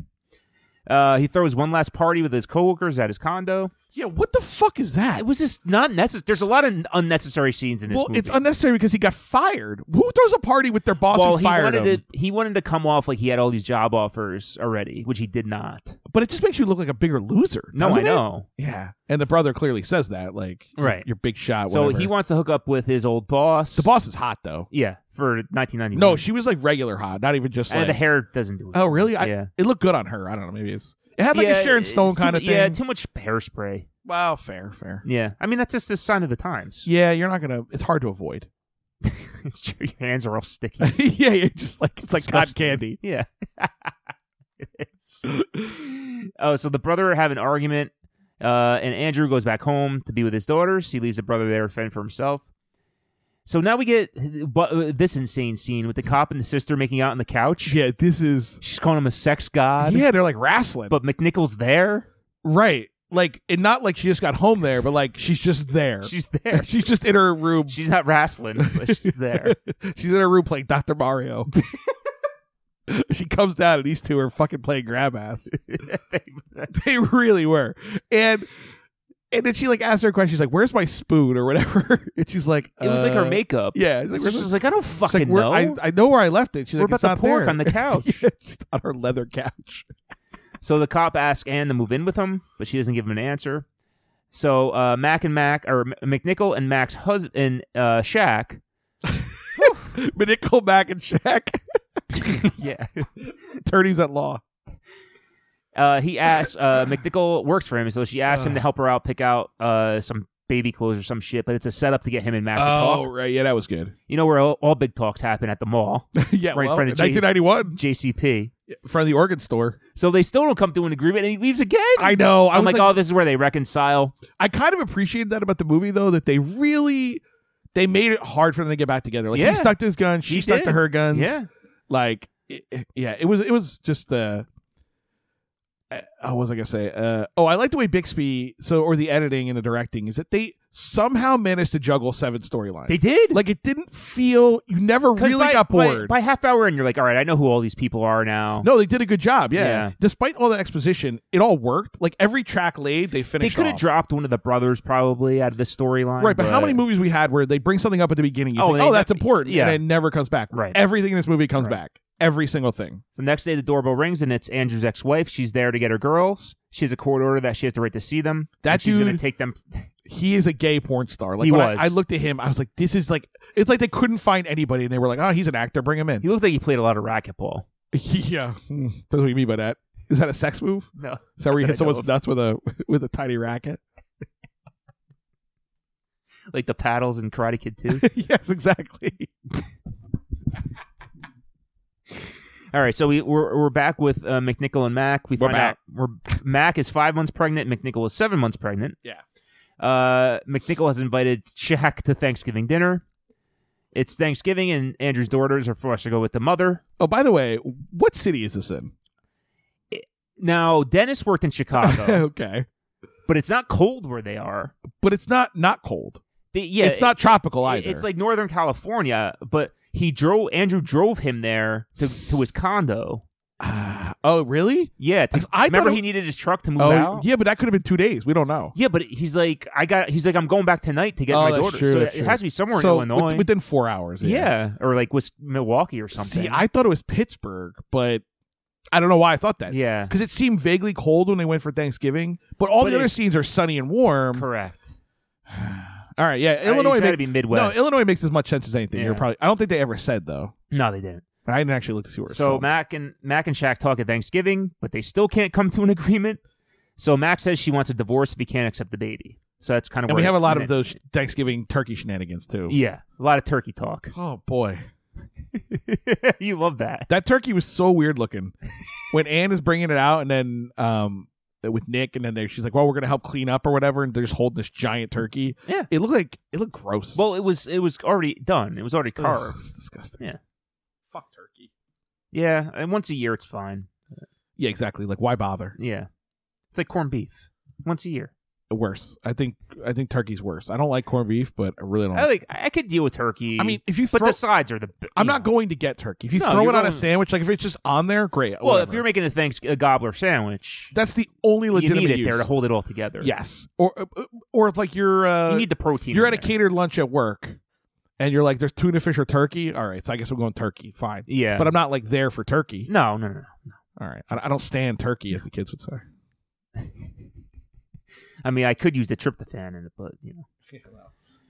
S1: Uh, he throws one last party with his coworkers at his condo.
S2: Yeah, what the fuck is that?
S1: It was just not necessary. There's a lot of unnecessary scenes in this
S2: Well,
S1: movie.
S2: it's unnecessary because he got fired. Who throws a party with their boss
S1: well,
S2: who
S1: he
S2: fired
S1: wanted
S2: him?
S1: to he wanted to come off like he had all these job offers already, which he did not.
S2: But it just makes you look like a bigger loser.
S1: No, I
S2: doesn't it?
S1: know.
S2: Yeah, and the brother clearly says that. Like,
S1: Right.
S2: your big shot.
S1: So
S2: whatever.
S1: he wants to hook up with his old boss.
S2: the boss is hot though.
S1: yeah, for 1991.
S2: No, she was like regular hot, not even just
S1: and
S2: like.
S1: the hair doesn't do it.
S2: oh, really? I,
S1: yeah.
S2: It looked good on her. I don't know. Maybe it's it had like
S1: Yeah,
S2: a Sharon Stone
S1: it's too
S2: kind of
S1: mu-
S2: thing.
S1: Yeah, too much hairspray.
S2: well, fair, fair.
S1: Yeah, I mean that's just a sign of the times.
S2: Yeah, you're not gonna. It's hard to avoid.
S1: it's true. Your hands are all sticky.
S2: yeah, you're just like it's, like cotton
S1: disgusting.
S2: candy.
S1: Yeah. It is. oh, so the brother have an argument, uh, and Andrew goes back home to be with his daughters. He leaves the brother there to fend for himself. So now we get uh, bu- uh, this insane scene with the cop and the sister making out on the couch.
S2: Yeah, this is.
S1: She's calling him a sex god.
S2: Yeah, they're like wrestling.
S1: But McNichol's there.
S2: right, like and not like she just got home there, but like she's just there.
S1: She's there.
S2: she's just in her room.
S1: She's not wrestling, but she's there.
S2: she's in her room playing Doctor Mario. she comes down and these two are fucking playing grab ass. they really were. And and then she like asked her a question. She's like, "Where's my spoon?" or whatever. And she's like,
S1: It was like her
S2: "Uh,"
S1: makeup.
S2: Yeah, it's
S1: So
S2: like,
S1: She's
S2: "Where's my-"
S1: like, I don't
S2: She's like,
S1: fucking
S2: "Where-
S1: know.
S2: I, I know where I left it. She's
S1: We're
S2: like,
S1: about
S2: "It's
S1: the
S2: not
S1: pork
S2: there."
S1: on the couch.
S2: Yeah, she's on her leather couch.
S1: So the cop asks Anne to move in with him, but she doesn't give him an answer. So uh, Mac and Mac, or M- McNichol and Mac's husband, and uh, Shaq.
S2: but it go back and check
S1: yeah.
S2: attorneys at law.
S1: Uh, he asks, uh, McNichol works for him, so she asks him to help her out, pick out uh, some baby clothes or some shit, but it's a setup to get him and Mac to talk.
S2: right, yeah, that was good.
S1: You know where all, all big talks happen at the mall,
S2: yeah,
S1: Right in
S2: well,
S1: front of G.
S2: 1991,
S1: JCP.
S2: in front of the organ store.
S1: So they still don't come to an agreement, and he leaves again.
S2: I know. I
S1: I'm
S2: was
S1: like,
S2: like,
S1: oh, this is where they reconcile.
S2: I kind of appreciated that about the movie though, that they really they made it hard for them to get back together. Like
S1: Yeah.
S2: he stuck to his guns, she
S1: He
S2: stuck to
S1: did.
S2: her guns.
S1: Yeah.
S2: Like it, it- yeah, it was it was just the uh, oh, what was I gonna say? Uh, oh, I like the way Bixby so or the editing and the directing is that they somehow managed to juggle seven storylines.
S1: They did.
S2: like it didn't feel you never
S1: 'Cause
S2: really
S1: by-
S2: got
S1: by-
S2: bored.
S1: By, half hour in, you're like, all right, I know who all these people are now.
S2: no, they did a good job. Yeah.
S1: Yeah.
S2: Despite all the exposition, it all worked. Like every track laid, they
S1: they
S2: finished.
S1: could have
S2: off.
S1: dropped one of the brothers probably out of the storyline.
S2: Right, but, how many movies we had where they bring something up at the beginning? You
S1: Oh,
S2: oh, think,
S1: they
S2: oh,
S1: ne-
S2: that's important.
S1: yeah.
S2: and it never comes back.
S1: Right.
S2: everything in this movie comes
S1: Right.
S2: back. Every single thing.
S1: So next day, the doorbell rings and it's Andrew's ex-wife. She's there to get her girls. She has a court order that she has the right to see them.
S2: That
S1: and she's going
S2: dude-
S1: to take them.
S2: He is a gay porn star. Like
S1: He
S2: when I-
S1: was.
S2: I, looked at him. I was like, this is like. It's like they couldn't find anybody, and they were like, oh, he's an actor. Bring him in.
S1: He looked like he played a lot of racquetball.
S2: yeah, Hmm. that's what you mean by that. Is that a sex move?
S1: No,
S2: Is that where
S1: I
S2: you hit
S1: know
S2: someone's
S1: of.
S2: nuts with a with a tiny racket?
S1: like the paddles in Karate Kid Two.
S2: yes, exactly.
S1: All right, so we we're, we're back with uh, McNichol and Mac. We
S2: We're
S1: find
S2: back.
S1: out we're Mac is five months pregnant. McNichol is seven months pregnant.
S2: Yeah.
S1: Uh, McNichol has invited Shaq to Thanksgiving dinner. It's Thanksgiving, and Andrew's daughters are forced to go with the mother.
S2: Oh, by the way, what city is this in?
S1: Now, Dennis worked in Chicago,
S2: okay,
S1: but it's not cold where they are.
S2: but it's not not cold.
S1: They- yeah,
S2: it's not tropical
S1: it-
S2: either.
S1: It's like Northern California, but he drove Andrew drove him there to, to his condo.
S2: Ah, oh, really?
S1: Yeah, to,
S2: I thought
S1: remember
S2: it-
S1: he needed his truck to move
S2: Oh,
S1: out.
S2: yeah, but that could have been two days. We don't know.
S1: Yeah, but he's like, I got. He's like, I'm going back tonight to get
S2: Oh,
S1: my
S2: that's
S1: daughter.
S2: true,
S1: so
S2: that's
S1: it
S2: true.
S1: has to be somewhere
S2: so
S1: in
S2: with-
S1: Illinois.
S2: within four hours.
S1: yeah. or like Wis- Milwaukee or something.
S2: See, I thought it was Pittsburgh, but I don't know why I thought that.
S1: yeah,
S2: Because it seemed vaguely cold when they went for Thanksgiving, but all
S1: But
S2: the other
S1: it-
S2: scenes are sunny and warm.
S1: correct.
S2: All right, yeah,
S1: Illinois
S2: Illinois.
S1: had
S2: Make,
S1: to be
S2: no,
S1: Midwest.
S2: Illinois makes as much sense as anything. You're
S1: Yeah.
S2: probably. I don't think they ever said though.
S1: No, they didn't.
S2: I didn't actually look to see where. it's
S1: So
S2: filmed.
S1: Mac and Mac and Shaq talk at Thanksgiving, but they still can't come to an agreement. So Mac says she wants a divorce if he can't accept the baby. So that's kind of
S2: and we
S1: where
S2: have
S1: it-
S2: a lot of those Thanksgiving turkey shenanigans too.
S1: Yeah, a lot of turkey talk.
S2: Oh boy,
S1: you love that.
S2: that turkey was so weird looking. when Anne is bringing it out, and then um, with Nick, and then they, she's like, "Well, we're gonna help clean up or whatever," and they're just holding this giant turkey.
S1: Yeah.
S2: it looked like it looked gross.
S1: Well, it was it was already done. It was already
S2: Ugh,
S1: carved.
S2: it's disgusting.
S1: Yeah.
S2: fuck turkey.
S1: Yeah, and once a year it's fine.
S2: Yeah, exactly. Like, why bother?
S1: Yeah, it's like corned beef once a year.
S2: Worse. I think I think turkey's worse. I don't like corned beef, but I really don't.
S1: I like I could deal with turkey.
S2: Oh. I mean, if you
S1: but
S2: throw,
S1: the sides are the. b-
S2: I'm
S1: you
S2: not
S1: know.
S2: going to get turkey. If you
S1: No,
S2: throw
S1: you're
S2: it on a
S1: going-
S2: sandwich, like if it's just on there, great.
S1: Well, if
S2: whatever.
S1: you're making a thanks a gobbler sandwich,
S2: that's the only
S1: you
S2: legitimate
S1: need it
S2: use.
S1: there to hold it all together.
S2: yes, or uh, or if like you're uh,
S1: you need the protein.
S2: you're
S1: in
S2: at a
S1: there.
S2: catered lunch at work, and you're like, there's tuna fish or turkey. All right, so I guess we're going turkey. Fine,
S1: Yeah,
S2: but I'm not like there for turkey.
S1: no, no, no, no.
S2: All right, I, I don't stand turkey, as the kids would say.
S1: I mean, I could use the tryptophan in it, but you know,
S2: If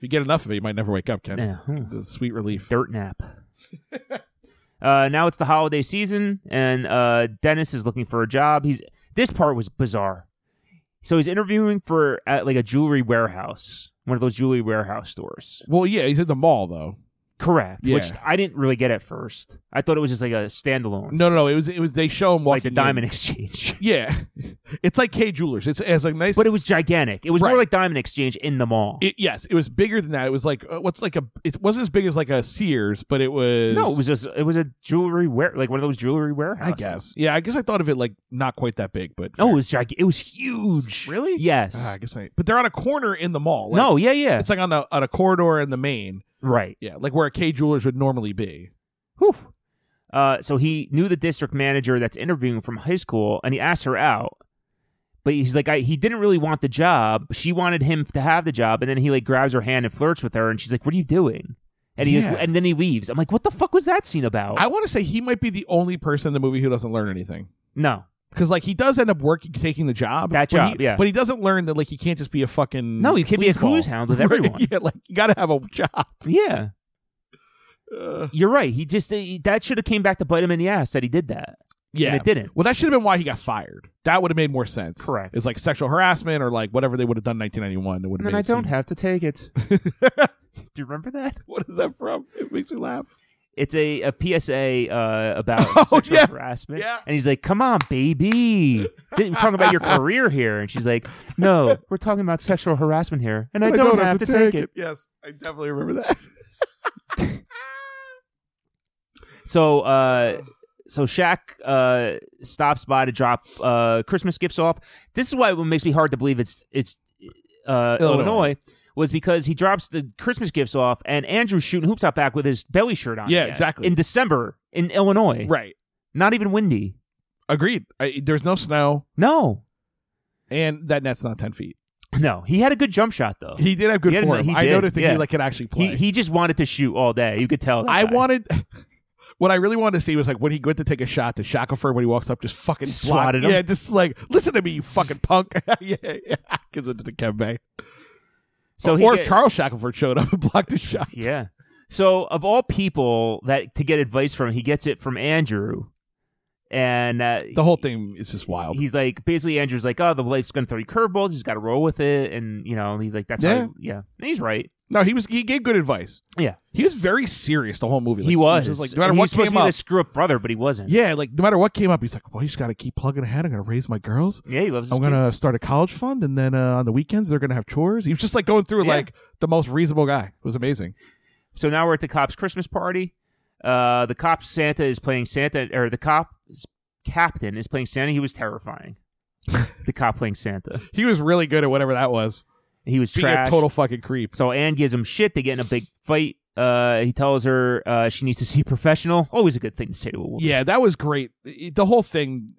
S2: you get enough of it, you might never wake up, Ken.
S1: yeah, hmm.
S2: The sweet relief.
S1: dirt nap. uh, now it's the holiday season, and uh, Dennis is looking for a job. He's this part was bizarre. So he's interviewing for at like a jewelry warehouse, one of those jewelry warehouse stores.
S2: Well, yeah, he's at the mall though.
S1: Correct. Which
S2: Yeah.
S1: I didn't really get at first. I thought it was just like a standalone.
S2: No, no, no. It was it was they show him walking
S1: like the
S2: in.
S1: Diamond Exchange.
S2: Yeah, it's like K Jewelers. It's as a nice.
S1: but it was gigantic. It was
S2: Right.
S1: more like Diamond Exchange in the mall.
S2: It- yes, it was bigger than that. It was like uh, what's like a. It wasn't as big as like a Sears, but it was.
S1: no, it was just it was a jewelry ware like one of those jewelry
S2: I
S1: warehouses.
S2: guess. Yeah, I guess I thought of it like not quite that big, but
S1: No, it was gigantic. It was huge.
S2: Really?
S1: Yes.
S2: Ah, I guess I. But they're on a corner in the mall. Like,
S1: no. Yeah. Yeah.
S2: it's like on a on a corridor in the main.
S1: Right.
S2: Yeah, like where a K Jewelers would normally be.
S1: Whew. Uh, so he knew the district manager that's interviewing from high school, and he asked her out. But he's like, I, he didn't really want the job. She wanted him to have the job, and then he like grabs her hand and flirts with her, and she's like, "What are you doing?" And he
S2: Yeah.
S1: and then he leaves. I'm like, "What the fuck was that scene about?"
S2: I want to say he might be the only person in the movie who doesn't learn anything.
S1: no,
S2: Because like he does end up working, taking the job.
S1: That
S2: but he-
S1: job, yeah.
S2: But he doesn't learn that like he can't just be a fucking
S1: no, he could be a
S2: sleazeball.
S1: cruise hound with
S2: Right,
S1: everyone.
S2: yeah, like you gotta have a job.
S1: yeah,
S2: Uh,
S1: you're right. He just he- that should have came back to bite him in the ass that he did that.
S2: yeah,
S1: and it didn't.
S2: Well, that should have been why he got fired. That would have made more sense.
S1: Correct.
S2: It's like sexual harassment or like whatever they would have done in 1991. It would have
S1: And then
S2: made
S1: I
S2: it
S1: don't
S2: seem-
S1: have to take it. Do you remember that?
S2: what is that from? It makes me laugh.
S1: It's a, a PSA uh, about
S2: Oh,
S1: sexual
S2: yeah.
S1: harassment.
S2: Yeah.
S1: And he's like, come on, baby. We're talking about your career here. And she's like, no, we're talking about sexual harassment here. And I, don't, have, to, take, it.
S2: Yes, I definitely remember that.
S1: So, uh, so Shaq uh, stops by to drop uh, Christmas gifts off. This is why it makes me hard to believe it's it's uh,
S2: Illinois.
S1: Illinois. was because he drops the Christmas gifts off, and Andrew's shooting hoops out back with his belly shirt on.
S2: Yeah,
S1: again
S2: exactly.
S1: In December in Illinois,
S2: right.
S1: not even windy.
S2: Agreed. I, there's no snow,
S1: No,
S2: and that net's not 10 feet.
S1: No, he had a good jump shot though.
S2: He did have good
S1: He had a-
S2: form.
S1: he
S2: I
S1: did,
S2: noticed that
S1: yeah.
S2: he like could actually play.
S1: He he just wanted to shoot all day. You could tell. that
S2: I
S1: guy.
S2: wanted. What I really wanted to see was like when he went to take a shot to Shackelford when he walks up, just fucking
S1: Just
S2: block-
S1: swatted him.
S2: Yeah, just like listen to me, you fucking punk. yeah, yeah, gives it to the Kembe.
S1: so he
S2: or
S1: get-
S2: Charles Shackelford showed up and blocked his shot.
S1: Yeah. So of all people that to get advice from, he gets it from Andrew, and uh,
S2: the whole thing is just wild.
S1: he's like basically Andrew's like, oh, the life's gonna throw you curveballs. He's got to roll with it, and you know he's like, that's
S2: Yeah.
S1: how he- yeah. And he's right.
S2: no, he was he gave good advice.
S1: Yeah.
S2: he was very serious the whole movie. Like,
S1: he was.
S2: just like no
S1: And
S2: matter
S1: he was
S2: what
S1: supposed
S2: came
S1: to be
S2: up.
S1: the screw up brother, but he wasn't.
S2: Yeah, like no matter what came up, he's like, well, you just got to keep plugging ahead. I'm gonna raise my girls.
S1: Yeah, he loves. His
S2: I'm gonna
S1: kids.
S2: start a college fund, and then uh, on the weekends they're gonna have chores. He was just like going through
S1: Yeah.
S2: like the most reasonable guy. It was amazing.
S1: So now we're at the cop's Christmas party. Uh, the cop Santa is playing Santa, or the cop captain is playing Santa. He was terrifying. the cop playing Santa.
S2: He was really good at whatever that was.
S1: He was
S2: Being a
S1: trash.
S2: total fucking creep.
S1: So Anne gives him shit. They get in a big fight. Uh, he tells her uh, she needs to see a professional. Always a good thing to say to a woman.
S2: Yeah, that was great. The whole thing,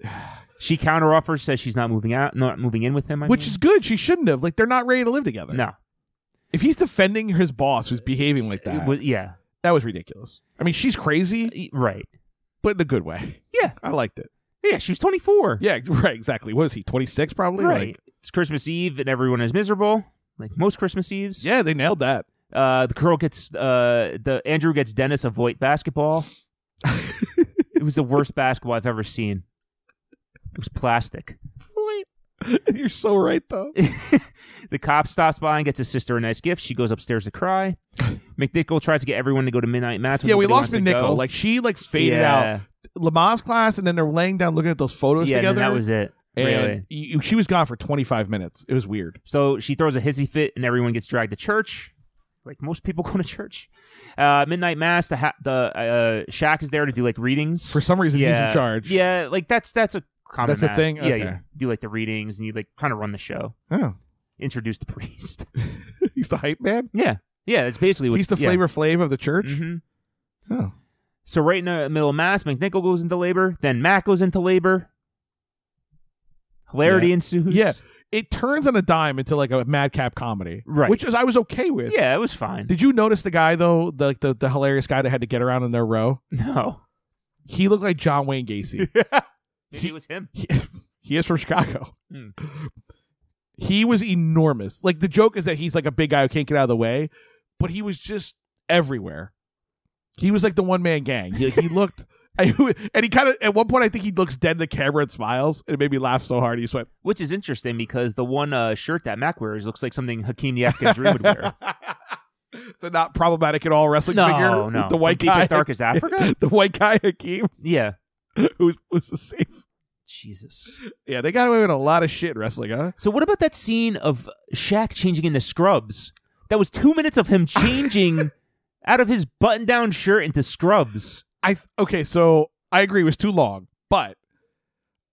S1: She counteroffers, says she's not moving out, not moving in with him. I
S2: which
S1: mean.
S2: is good. She shouldn't have. Like, they're not ready to live together.
S1: no,
S2: If he's defending his boss who's behaving like
S1: It
S2: that,
S1: was- yeah, E,
S2: that was ridiculous. I mean, she's crazy,
S1: right.
S2: but in a good way.
S1: Yeah.
S2: I liked it.
S1: Yeah, she was twenty four.
S2: Yeah, right, exactly. What is he, 26 probably?
S1: right.
S2: Like,
S1: it's Christmas Eve and everyone is miserable, like most Christmas Eves.
S2: yeah, they nailed that.
S1: Uh, the girl gets uh, the Andrew gets Dennis a Voight basketball. it was the worst basketball I've ever seen. It was plastic.
S2: You're so right, though.
S1: the cop stops by and gets his sister a nice gift. She goes upstairs to cry. McNichol tries to get everyone to go to midnight mass. when
S2: Yeah, we
S1: nobody
S2: lost
S1: wants to go.
S2: McNichol. Like, she, like, faded
S1: yeah.
S2: out. Lamaze class, and then they're laying down looking at those photos
S1: Yeah, and then
S2: together.
S1: that was it.
S2: and
S1: Really.
S2: you- she was gone for 25 minutes. It was weird.
S1: So she throws a hissy fit, and everyone gets dragged to church. Like most people go to church. Uh, midnight mass. The ha- the uh, Shaq is there to do like readings.
S2: For some reason,
S1: yeah.
S2: he's in charge.
S1: Yeah, like that's that's a common.
S2: That's a
S1: mass.
S2: thing?
S1: Yeah, you
S2: Okay.
S1: do like the readings, and you like kind of run the show.
S2: Oh.
S1: Introduce the priest.
S2: he's the hype man.
S1: yeah, yeah. That's basically what
S2: He's the
S1: yeah.
S2: flavor flave of the church.
S1: Mhm.
S2: Oh.
S1: So right in the middle of mass, McNichol goes into labor. Then Matt goes into labor. Hilarity
S2: Yeah.
S1: ensues.
S2: Yeah. It turns on a dime into like a madcap comedy.
S1: Right.
S2: Which is I was okay with.
S1: yeah, it was fine.
S2: Did you notice the guy though, the, like the, the hilarious guy that had to get around in their row?
S1: no,
S2: He looked like John Wayne Gacy.
S1: maybe it was him.
S2: he, he is from Chicago.
S1: Hmm.
S2: He was enormous. Like the joke is that he's like a big guy who can't get out of the way, but he was just everywhere. He was like the one man gang. He, he looked, and he kind of at one point I think he looks dead in the camera and smiles, and it made me laugh so hard. He just went,
S1: Which is interesting because the one uh, shirt that Mac wears looks like something Hakeem the Afghan Dream would wear.
S2: the not problematic at all wrestling
S1: no,
S2: figure,
S1: no,
S2: with the white
S1: From
S2: guy,
S1: Deepest Darkest Africa.
S2: the white guy Hakeem,
S1: yeah,
S2: who's who's the safe.
S1: Jesus.
S2: Yeah, they got away with a lot of shit in wrestling, huh?
S1: So what about that scene of Shaq changing into scrubs? That was two minutes of him changing out of his button-down shirt into scrubs.
S2: I th- okay, so I agree it was too long, but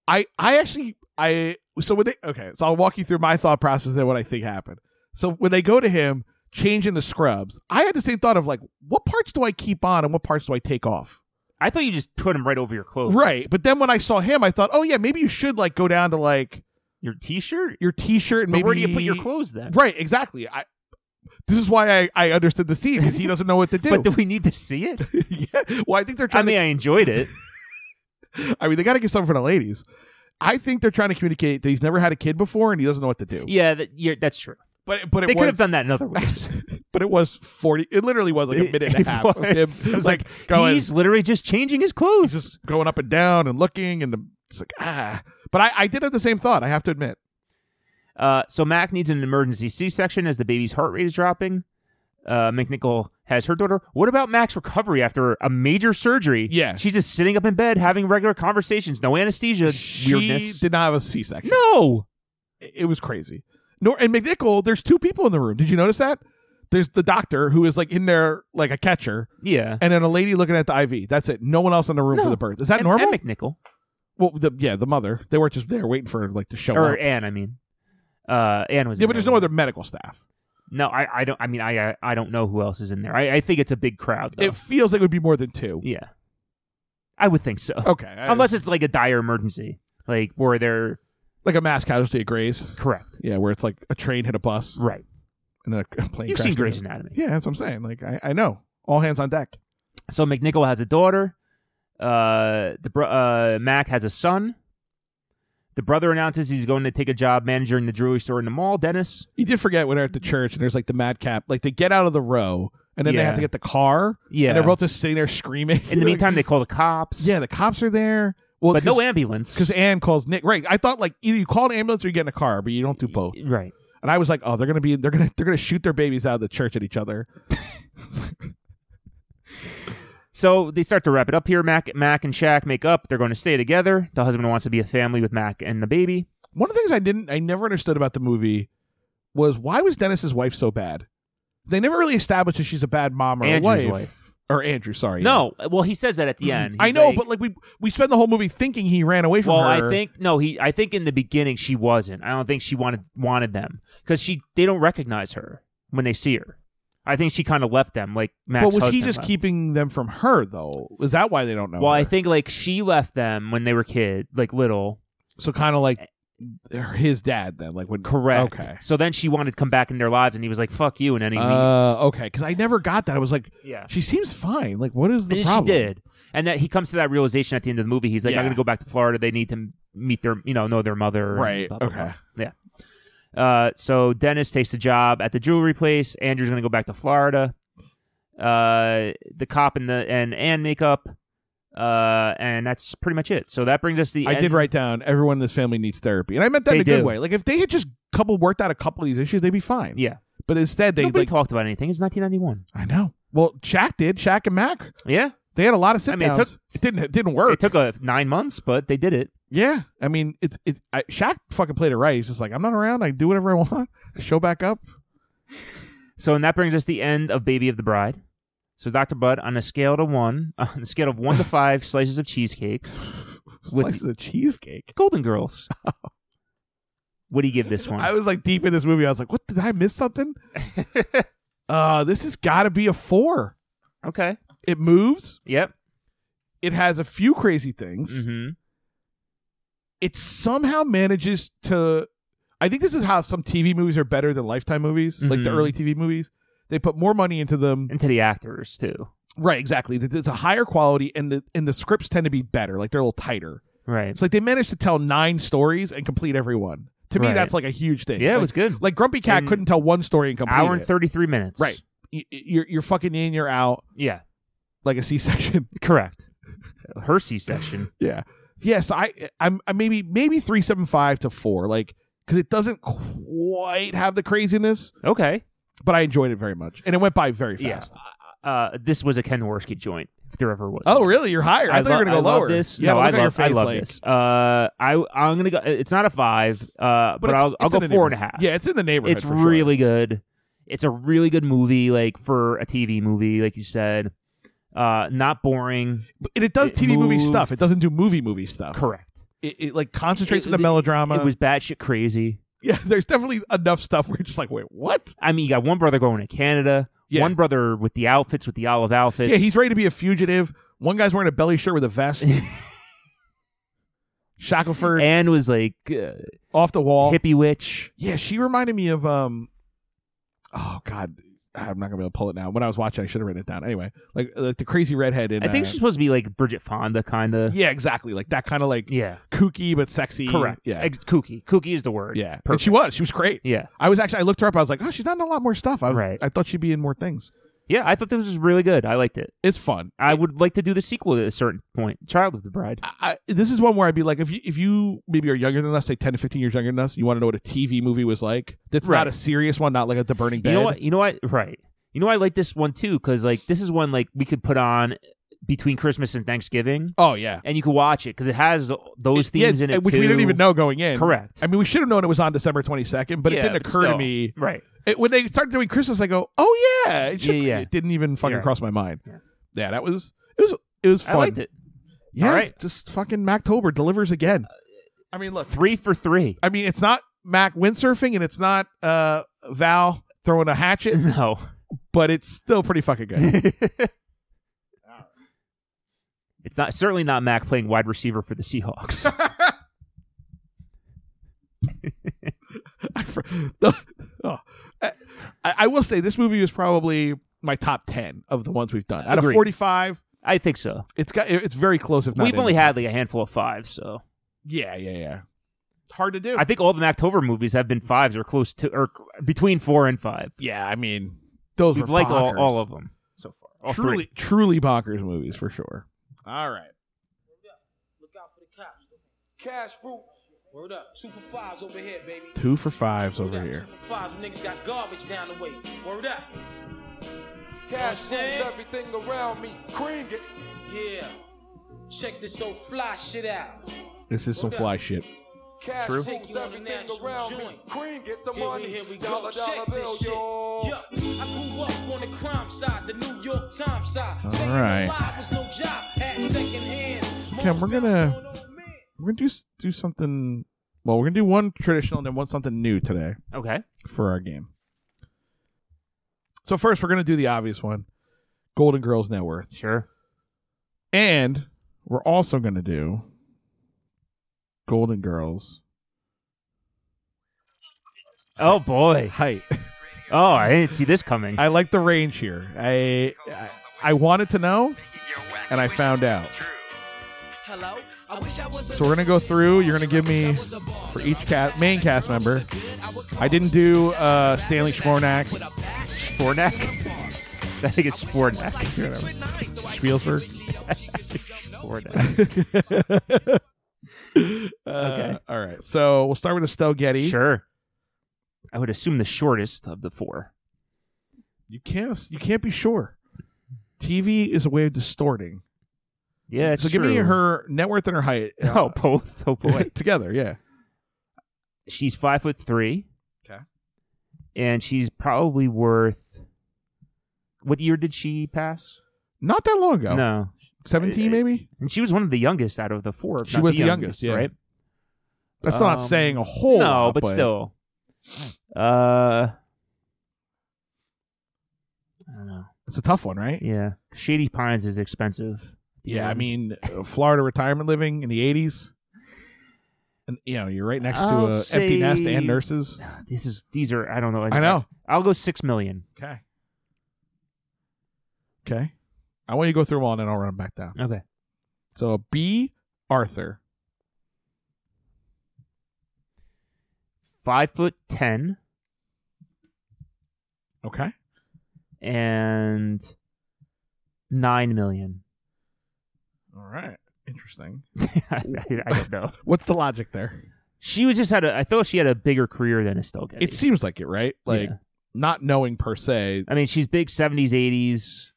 S2: I I actually I so when they okay, so I'll walk you through my thought process and what I think happened. So when they go to him changing the scrubs, I had the same thought of like, what parts do I keep on and what parts do I take off?
S1: I thought you just put him right over your clothes.
S2: Right, but then when I saw him, I thought, oh yeah, maybe you should like go down to like
S1: Your t-shirt?
S2: your t-shirt and
S1: But
S2: maybe
S1: where do you put your clothes then?
S2: Right, exactly. I this is why I I understood the scene because he doesn't know what to do.
S1: But do we need to see it?
S2: yeah, well, I think they're
S1: I
S2: trying to
S1: mean, I enjoyed it.
S2: I mean, they got to give something for the ladies. I think they're trying to communicate that he's never had a kid before and he doesn't know what to do.
S1: Yeah, that, you're, that's true.
S2: But but
S1: They
S2: it
S1: could
S2: was
S1: have done that in other ways.
S2: but it was forty. It literally was like a
S1: It-
S2: minute and
S1: it
S2: a half of him.
S1: was. It was
S2: like,
S1: like,
S2: going,
S1: He's literally just changing his clothes.
S2: just going up and down and looking and the, it's like ah. But I, I did have the same thought. I have to admit.
S1: Uh, so Mac needs an emergency C-section as the baby's heart rate is dropping. Uh, McNichol has her daughter. What about Mac's recovery after a major surgery?
S2: Yeah.
S1: she's just sitting up in bed having regular conversations, no anesthesia.
S2: She
S1: weirdness.
S2: did not have a C section.
S1: no.
S2: It it was crazy. Nor and McNichol, there's two people in the room. Did you notice that? There's the doctor who is like in there like a catcher,
S1: Yeah.
S2: and then a lady looking at the IV. That's it. No one else in the room
S1: No.
S2: for the birth. Is that
S1: And-
S2: normal?
S1: And McNichol
S2: Well, the, yeah, the mother. They weren't just there waiting for like to show
S1: or
S2: up.
S1: Anne, I mean. Uh, Anne was.
S2: Yeah,
S1: in there
S2: but there's no
S1: with-
S2: other medical staff.
S1: No, I, I don't. I mean, I, I, I don't know who else is in there. I, I think it's a big crowd. Though.
S2: It feels like it would be more than two.
S1: yeah, I would think so.
S2: Okay, I-
S1: Unless it's like a dire emergency, like where they're
S2: like a mass casualty at Gray's.
S1: correct,
S2: Yeah, where it's like a train hit a bus
S1: right?
S2: and then a plane.
S1: You've
S2: crashed
S1: seen
S2: into
S1: Grey's
S2: it.
S1: Anatomy.
S2: Yeah, that's what I'm saying. Like I, I know, all hands on deck.
S1: So McNichol has a daughter. Uh, the bro- uh, Mac has a son. The brother announces he's going to take a job managing the jewelry store in the mall. Dennis,
S2: You did forget when they're at the church and there's like the madcap. Like they get out of the row and then they
S1: Yeah.
S2: have to get the car.
S1: yeah.
S2: and they're both just sitting there screaming.
S1: in the meantime, they call the cops.
S2: yeah, the cops are there. Well,
S1: but no
S2: because
S1: ambulance.
S2: Anne calls Nick. Right, I thought like either you call an ambulance or you get in a car, but you don't do both.
S1: Right.
S2: And I was like, oh, they're gonna be they're gonna they're gonna shoot their babies out of the church at each other.
S1: So they start to wrap it up here. Mac, Mac and Shaq make up. They're going to stay together. The husband wants to be a family with Mac and the baby.
S2: One of the things I didn't I never understood about the movie was why was Dennis's wife so bad? They never really establish that she's a bad mom or
S1: Andrew's
S2: a wife.
S1: wife. Mm-hmm.
S2: Or Andrew, sorry. Mm-hmm.
S1: No, well, he says that at the end.
S2: I
S1: He's
S2: know,
S1: like-
S2: but like we we spend the whole movie thinking he ran away from
S1: well,
S2: her.
S1: I think no, he. I think in the beginning she wasn't. I don't think she wanted wanted them because she they don't recognize her when they see her. I think she kind of left them like Max.
S2: but was he
S1: husband
S2: just
S1: left.
S2: keeping them from her though? Is that why they don't know?
S1: Well, I
S2: her?
S1: think like she left them when they were kid, like little.
S2: so. Kind of like his dad then, like when
S1: Correct.
S2: Okay.
S1: So then she wanted to come back in their lives, and he was like, "Fuck you," and then he
S2: Uh, okay, because I never got that. I was like,
S1: leaves. Yeah.
S2: she seems fine. Like, what is the
S1: And
S2: problem?
S1: she did, and that he comes to that realization at the end of the movie. He's like,
S2: Yeah.
S1: "I'm gonna go back to Florida. They need to meet their, you know, know their mother." and
S2: Right,
S1: blah, blah, blah.
S2: okay.
S1: Yeah. Uh, so Dennis takes the job at the jewelry place. Andrew's gonna go back to Florida. Uh, the cop and the and and makeup. Uh, and that's pretty much it. So that brings us to the.
S2: I
S1: end.
S2: did write down everyone in this family needs therapy, and I meant that in
S1: They
S2: a good
S1: do.
S2: way. Like, if they had just couple worked out a couple of these issues, they'd be fine.
S1: Yeah.
S2: But instead, they
S1: Nobody
S2: like,
S1: talked about anything. It's 1991.
S2: I know. Well, Shaq did. Shaq and Mac.
S1: Yeah.
S2: They had a lot of sit
S1: I mean, it
S2: downs.
S1: took-
S2: it didn't. It didn't work.
S1: It took a nine months, but they did it.
S2: Yeah, I mean, it's it. I, Shaq fucking played it right. He's just like, I'm not around. I do whatever I want. Show back up.
S1: So, and that brings us to the end of Baby of the Bride. So, Dr. Bud, on a scale to one, on a scale of one to five slices of cheesecake, With-
S2: Slices of cheesecake.
S1: Golden Girls. what do you give this one?
S2: I was like deep in this movie. I was like, what did I miss something? uh, this has got to be a four.
S1: okay.
S2: It moves.
S1: Yep.
S2: It has a few crazy things.
S1: Mm-hmm.
S2: It somehow manages to. I think this is how some TV movies are better than Lifetime movies, like the
S1: Mhm.
S2: early TV movies. They put more money into them.
S1: And to the actors too.
S2: Right, exactly. That It's a higher quality, and the and the scripts tend to be better. Like they're a little tighter.
S1: Right.
S2: It's like they managed to tell nine stories and complete every one. To me,
S1: Right.
S2: that's like a huge thing.
S1: yeah,
S2: like,
S1: it was good.
S2: like Grumpy Cat
S1: And-
S2: couldn't tell one story and complete
S1: Hour and
S2: it.
S1: thirty three minutes.
S2: Right. Y- y- You're you're fucking in, you're out,
S1: Yeah.
S2: like a C-section.
S1: Correct. Her C section.
S2: yeah. Yes, I I'm I maybe maybe three seven five to four, like because it doesn't quite have the craziness,
S1: Okay.
S2: but I enjoyed it very much, and it went by very fast.
S1: Uh, this was a Ken Worski joint, if there ever was.
S2: Oh, really? You're higher. I, thought
S1: lo-
S2: you were gonna
S1: I
S2: go
S1: love
S2: lower.
S1: This.
S2: Yeah,
S1: no,
S2: look
S1: I
S2: at
S1: love,
S2: your face,
S1: I love
S2: like-
S1: this. Uh, I I'm gonna go. It's not a five, uh, but,
S2: it's-
S1: I'll I'll
S2: it's
S1: go
S2: in the
S1: four and a half.
S2: neighborhood. Yeah, it's in the neighborhood.
S1: it's
S2: for sure.
S1: really good. It's a really good movie, like for a TV movie, like you said. Uh, not boring.
S2: But- and it does
S1: it
S2: TV movie
S1: moved-
S2: stuff. It doesn't do movie movie stuff.
S1: Correct.
S2: It, it like concentrates
S1: It-
S2: on the
S1: it-
S2: melodrama.
S1: It was batshit crazy.
S2: yeah, there's definitely enough stuff where you're just like, wait, what?
S1: I mean, you got one brother going to Canada,
S2: Yeah.
S1: one brother with the outfits, with the olive outfits.
S2: yeah, he's ready to be a fugitive. One guy's wearing a belly shirt with a vest. Shackelford
S1: and was like uh,
S2: off the wall.
S1: hippie witch.
S2: Yeah, she reminded me of um. Oh God, I'm not gonna be able to pull it now. When I was watching, I should have written it down. Anyway, like like the crazy redhead in.
S1: I think
S2: uh,
S1: she's supposed to be like Bridget Fonda, kind of.
S2: Yeah, exactly. Like that kind of like
S1: Yeah.
S2: kooky but sexy.
S1: Correct.
S2: Yeah.
S1: Ex- kooky. Kooky is the word.
S2: yeah. And
S1: Perfect.
S2: she was. She was great.
S1: Yeah.
S2: I was actually I looked her up. I was like, oh, she's not in a lot more stuff. I was
S1: Right.
S2: I thought she'd be in more things.
S1: Yeah. I thought this was really good. I liked it.
S2: It's fun.
S1: I would like to do the sequel at a certain point. Child of the Bride.
S2: I, I- this is one where I'd be like, if you if you maybe are younger than us, say ten to fifteen years younger than us, you want to know what a TV movie was like. That's
S1: Right.
S2: not a serious one, not like at the Burning Bed.
S1: You know what? You know what? Right. You know I like this one too because like this is one like we could put on between Christmas and Thanksgiving,
S2: Oh yeah,
S1: and you could watch it because it has those
S2: Yeah,
S1: themes in it
S2: which we didn't
S1: too.
S2: even know going in.
S1: Correct.
S2: I mean, we should have known it was on December twenty second, but it
S1: Yeah,
S2: didn't occur to
S1: still.
S2: me
S1: Right.
S2: it, when they started doing Christmas. I go, oh yeah, it, should,
S1: Yeah, yeah.
S2: it didn't even fucking
S1: You're right.
S2: cross my mind.
S1: Yeah.
S2: Yeah, that was it was it was fun.
S1: I liked it.
S2: Yeah,
S1: All right.
S2: just fucking Mactober delivers again. I mean, look,
S1: Three for three.
S2: I mean, it's not Mac windsurfing and it's not uh, Val throwing a hatchet,
S1: No.
S2: but it's still pretty fucking good.
S1: It's not certainly not Mac playing wide receiver for the Seahawks.
S2: I, fr- oh. I, I will say this movie is probably my top ten of the ones we've done. Out of
S1: Agreed.
S2: forty-five,
S1: I think so.
S2: it's got it's very close. If not
S1: We've
S2: in
S1: only
S2: the-
S1: had like a handful of five, so
S2: yeah, yeah, yeah. Hard to do.
S1: I think all the Mactober movies have been fives or close to or between four and five.
S2: yeah, I mean, those
S1: We've
S2: were
S1: liked all,
S2: bonkers.
S1: all of them so far. All three.
S2: truly, truly bonkers movies for sure. All right.
S4: Look out for the cops. Cash fruit. Word up. Two for fives over here, baby.
S2: Two for fives over
S4: Word up.
S2: here.
S4: Two for fives. Them niggas got garbage down the way. Word up. You know
S5: Cash
S4: what I'm
S5: rules
S4: saying?
S5: everything around me. Cream get
S4: Yeah. Check this old fly shit out.
S2: This is some fly shit.
S5: Cash
S1: True.
S5: rules
S4: Take you on a
S5: everything
S4: national
S5: around me.
S4: joint.
S5: Cream get the
S4: Here we-
S5: money.
S4: here we go.
S5: dollar dollar
S4: Check
S5: bill,
S4: this shit.
S5: y'all.
S4: Yeah, I grew up on the crime side, the New York Times side.
S2: All
S4: Staying
S2: right.
S4: alive was no job, had second hands.
S2: Okay,
S4: Moms
S2: we're
S4: bounced
S2: gonna-
S4: on old men.
S2: We're gonna do s- do something. Well, we're gonna do one traditional and then one something new today
S1: Okay.
S2: for our game. So first, we're gonna do the obvious one: Golden Girls net worth,
S1: Sure.
S2: and we're also gonna do Golden Girls
S1: Oh boy.
S2: height.
S1: Oh, I didn't see this coming.
S2: I like the range here. I, I I wanted to know, and I found out.
S3: Hello? I wish I was
S2: So we're gonna go through. You're gonna give me for each ca- main cast member. I didn't do uh, Stanley Schmornak,
S1: Spornak. I think it's Spornak.
S2: Spielsberg.
S1: Spornak.
S2: okay. Uh, All right. So we'll start with Estelle Getty.
S1: Sure. I would assume the shortest of the four.
S2: You can't. You can't be sure. TV is a way of distorting.
S1: Yeah, it's
S2: so give me
S1: true.
S2: her net worth and her height.
S1: Oh, both. Oh
S2: uh,
S1: boy.
S2: together. Yeah.
S1: she's five foot three.
S2: Okay.
S1: And she's probably worth. What year did she pass?
S2: Not that long ago.
S1: No, Uh,
S2: Seventeen, maybe.
S1: and she was one of the youngest out of the four. if
S2: She
S1: not
S2: was
S1: the
S2: the youngest, yeah.
S1: right?
S2: That's not
S1: Um,
S2: saying a whole.
S1: no,
S2: lot,
S1: but, still. Uh, I don't know.
S2: it's a tough one, right?
S1: Yeah, Shady Pines is expensive.
S2: Yeah, I mean, uh, Florida retirement living in the '80s, and you know, you're right next
S1: I'll
S2: to a empty nest
S1: say-
S2: and nurses.
S1: this is these are I don't know.
S2: I know.
S1: I'll go six million.
S2: Okay. Okay. I want you to go through them all, and then I'll run them back down.
S1: Okay,
S2: So B. Arthur.
S1: five foot ten
S2: Okay.
S1: and nine million.
S2: All right. Interesting.
S1: I, I don't know.
S2: What's the logic there?
S1: She was just had a. I thought she had a bigger career than Estelle Getty.
S2: It seems like it, right? Like
S1: Yeah.
S2: not knowing per se.
S1: I mean, she's big seventies, eighties.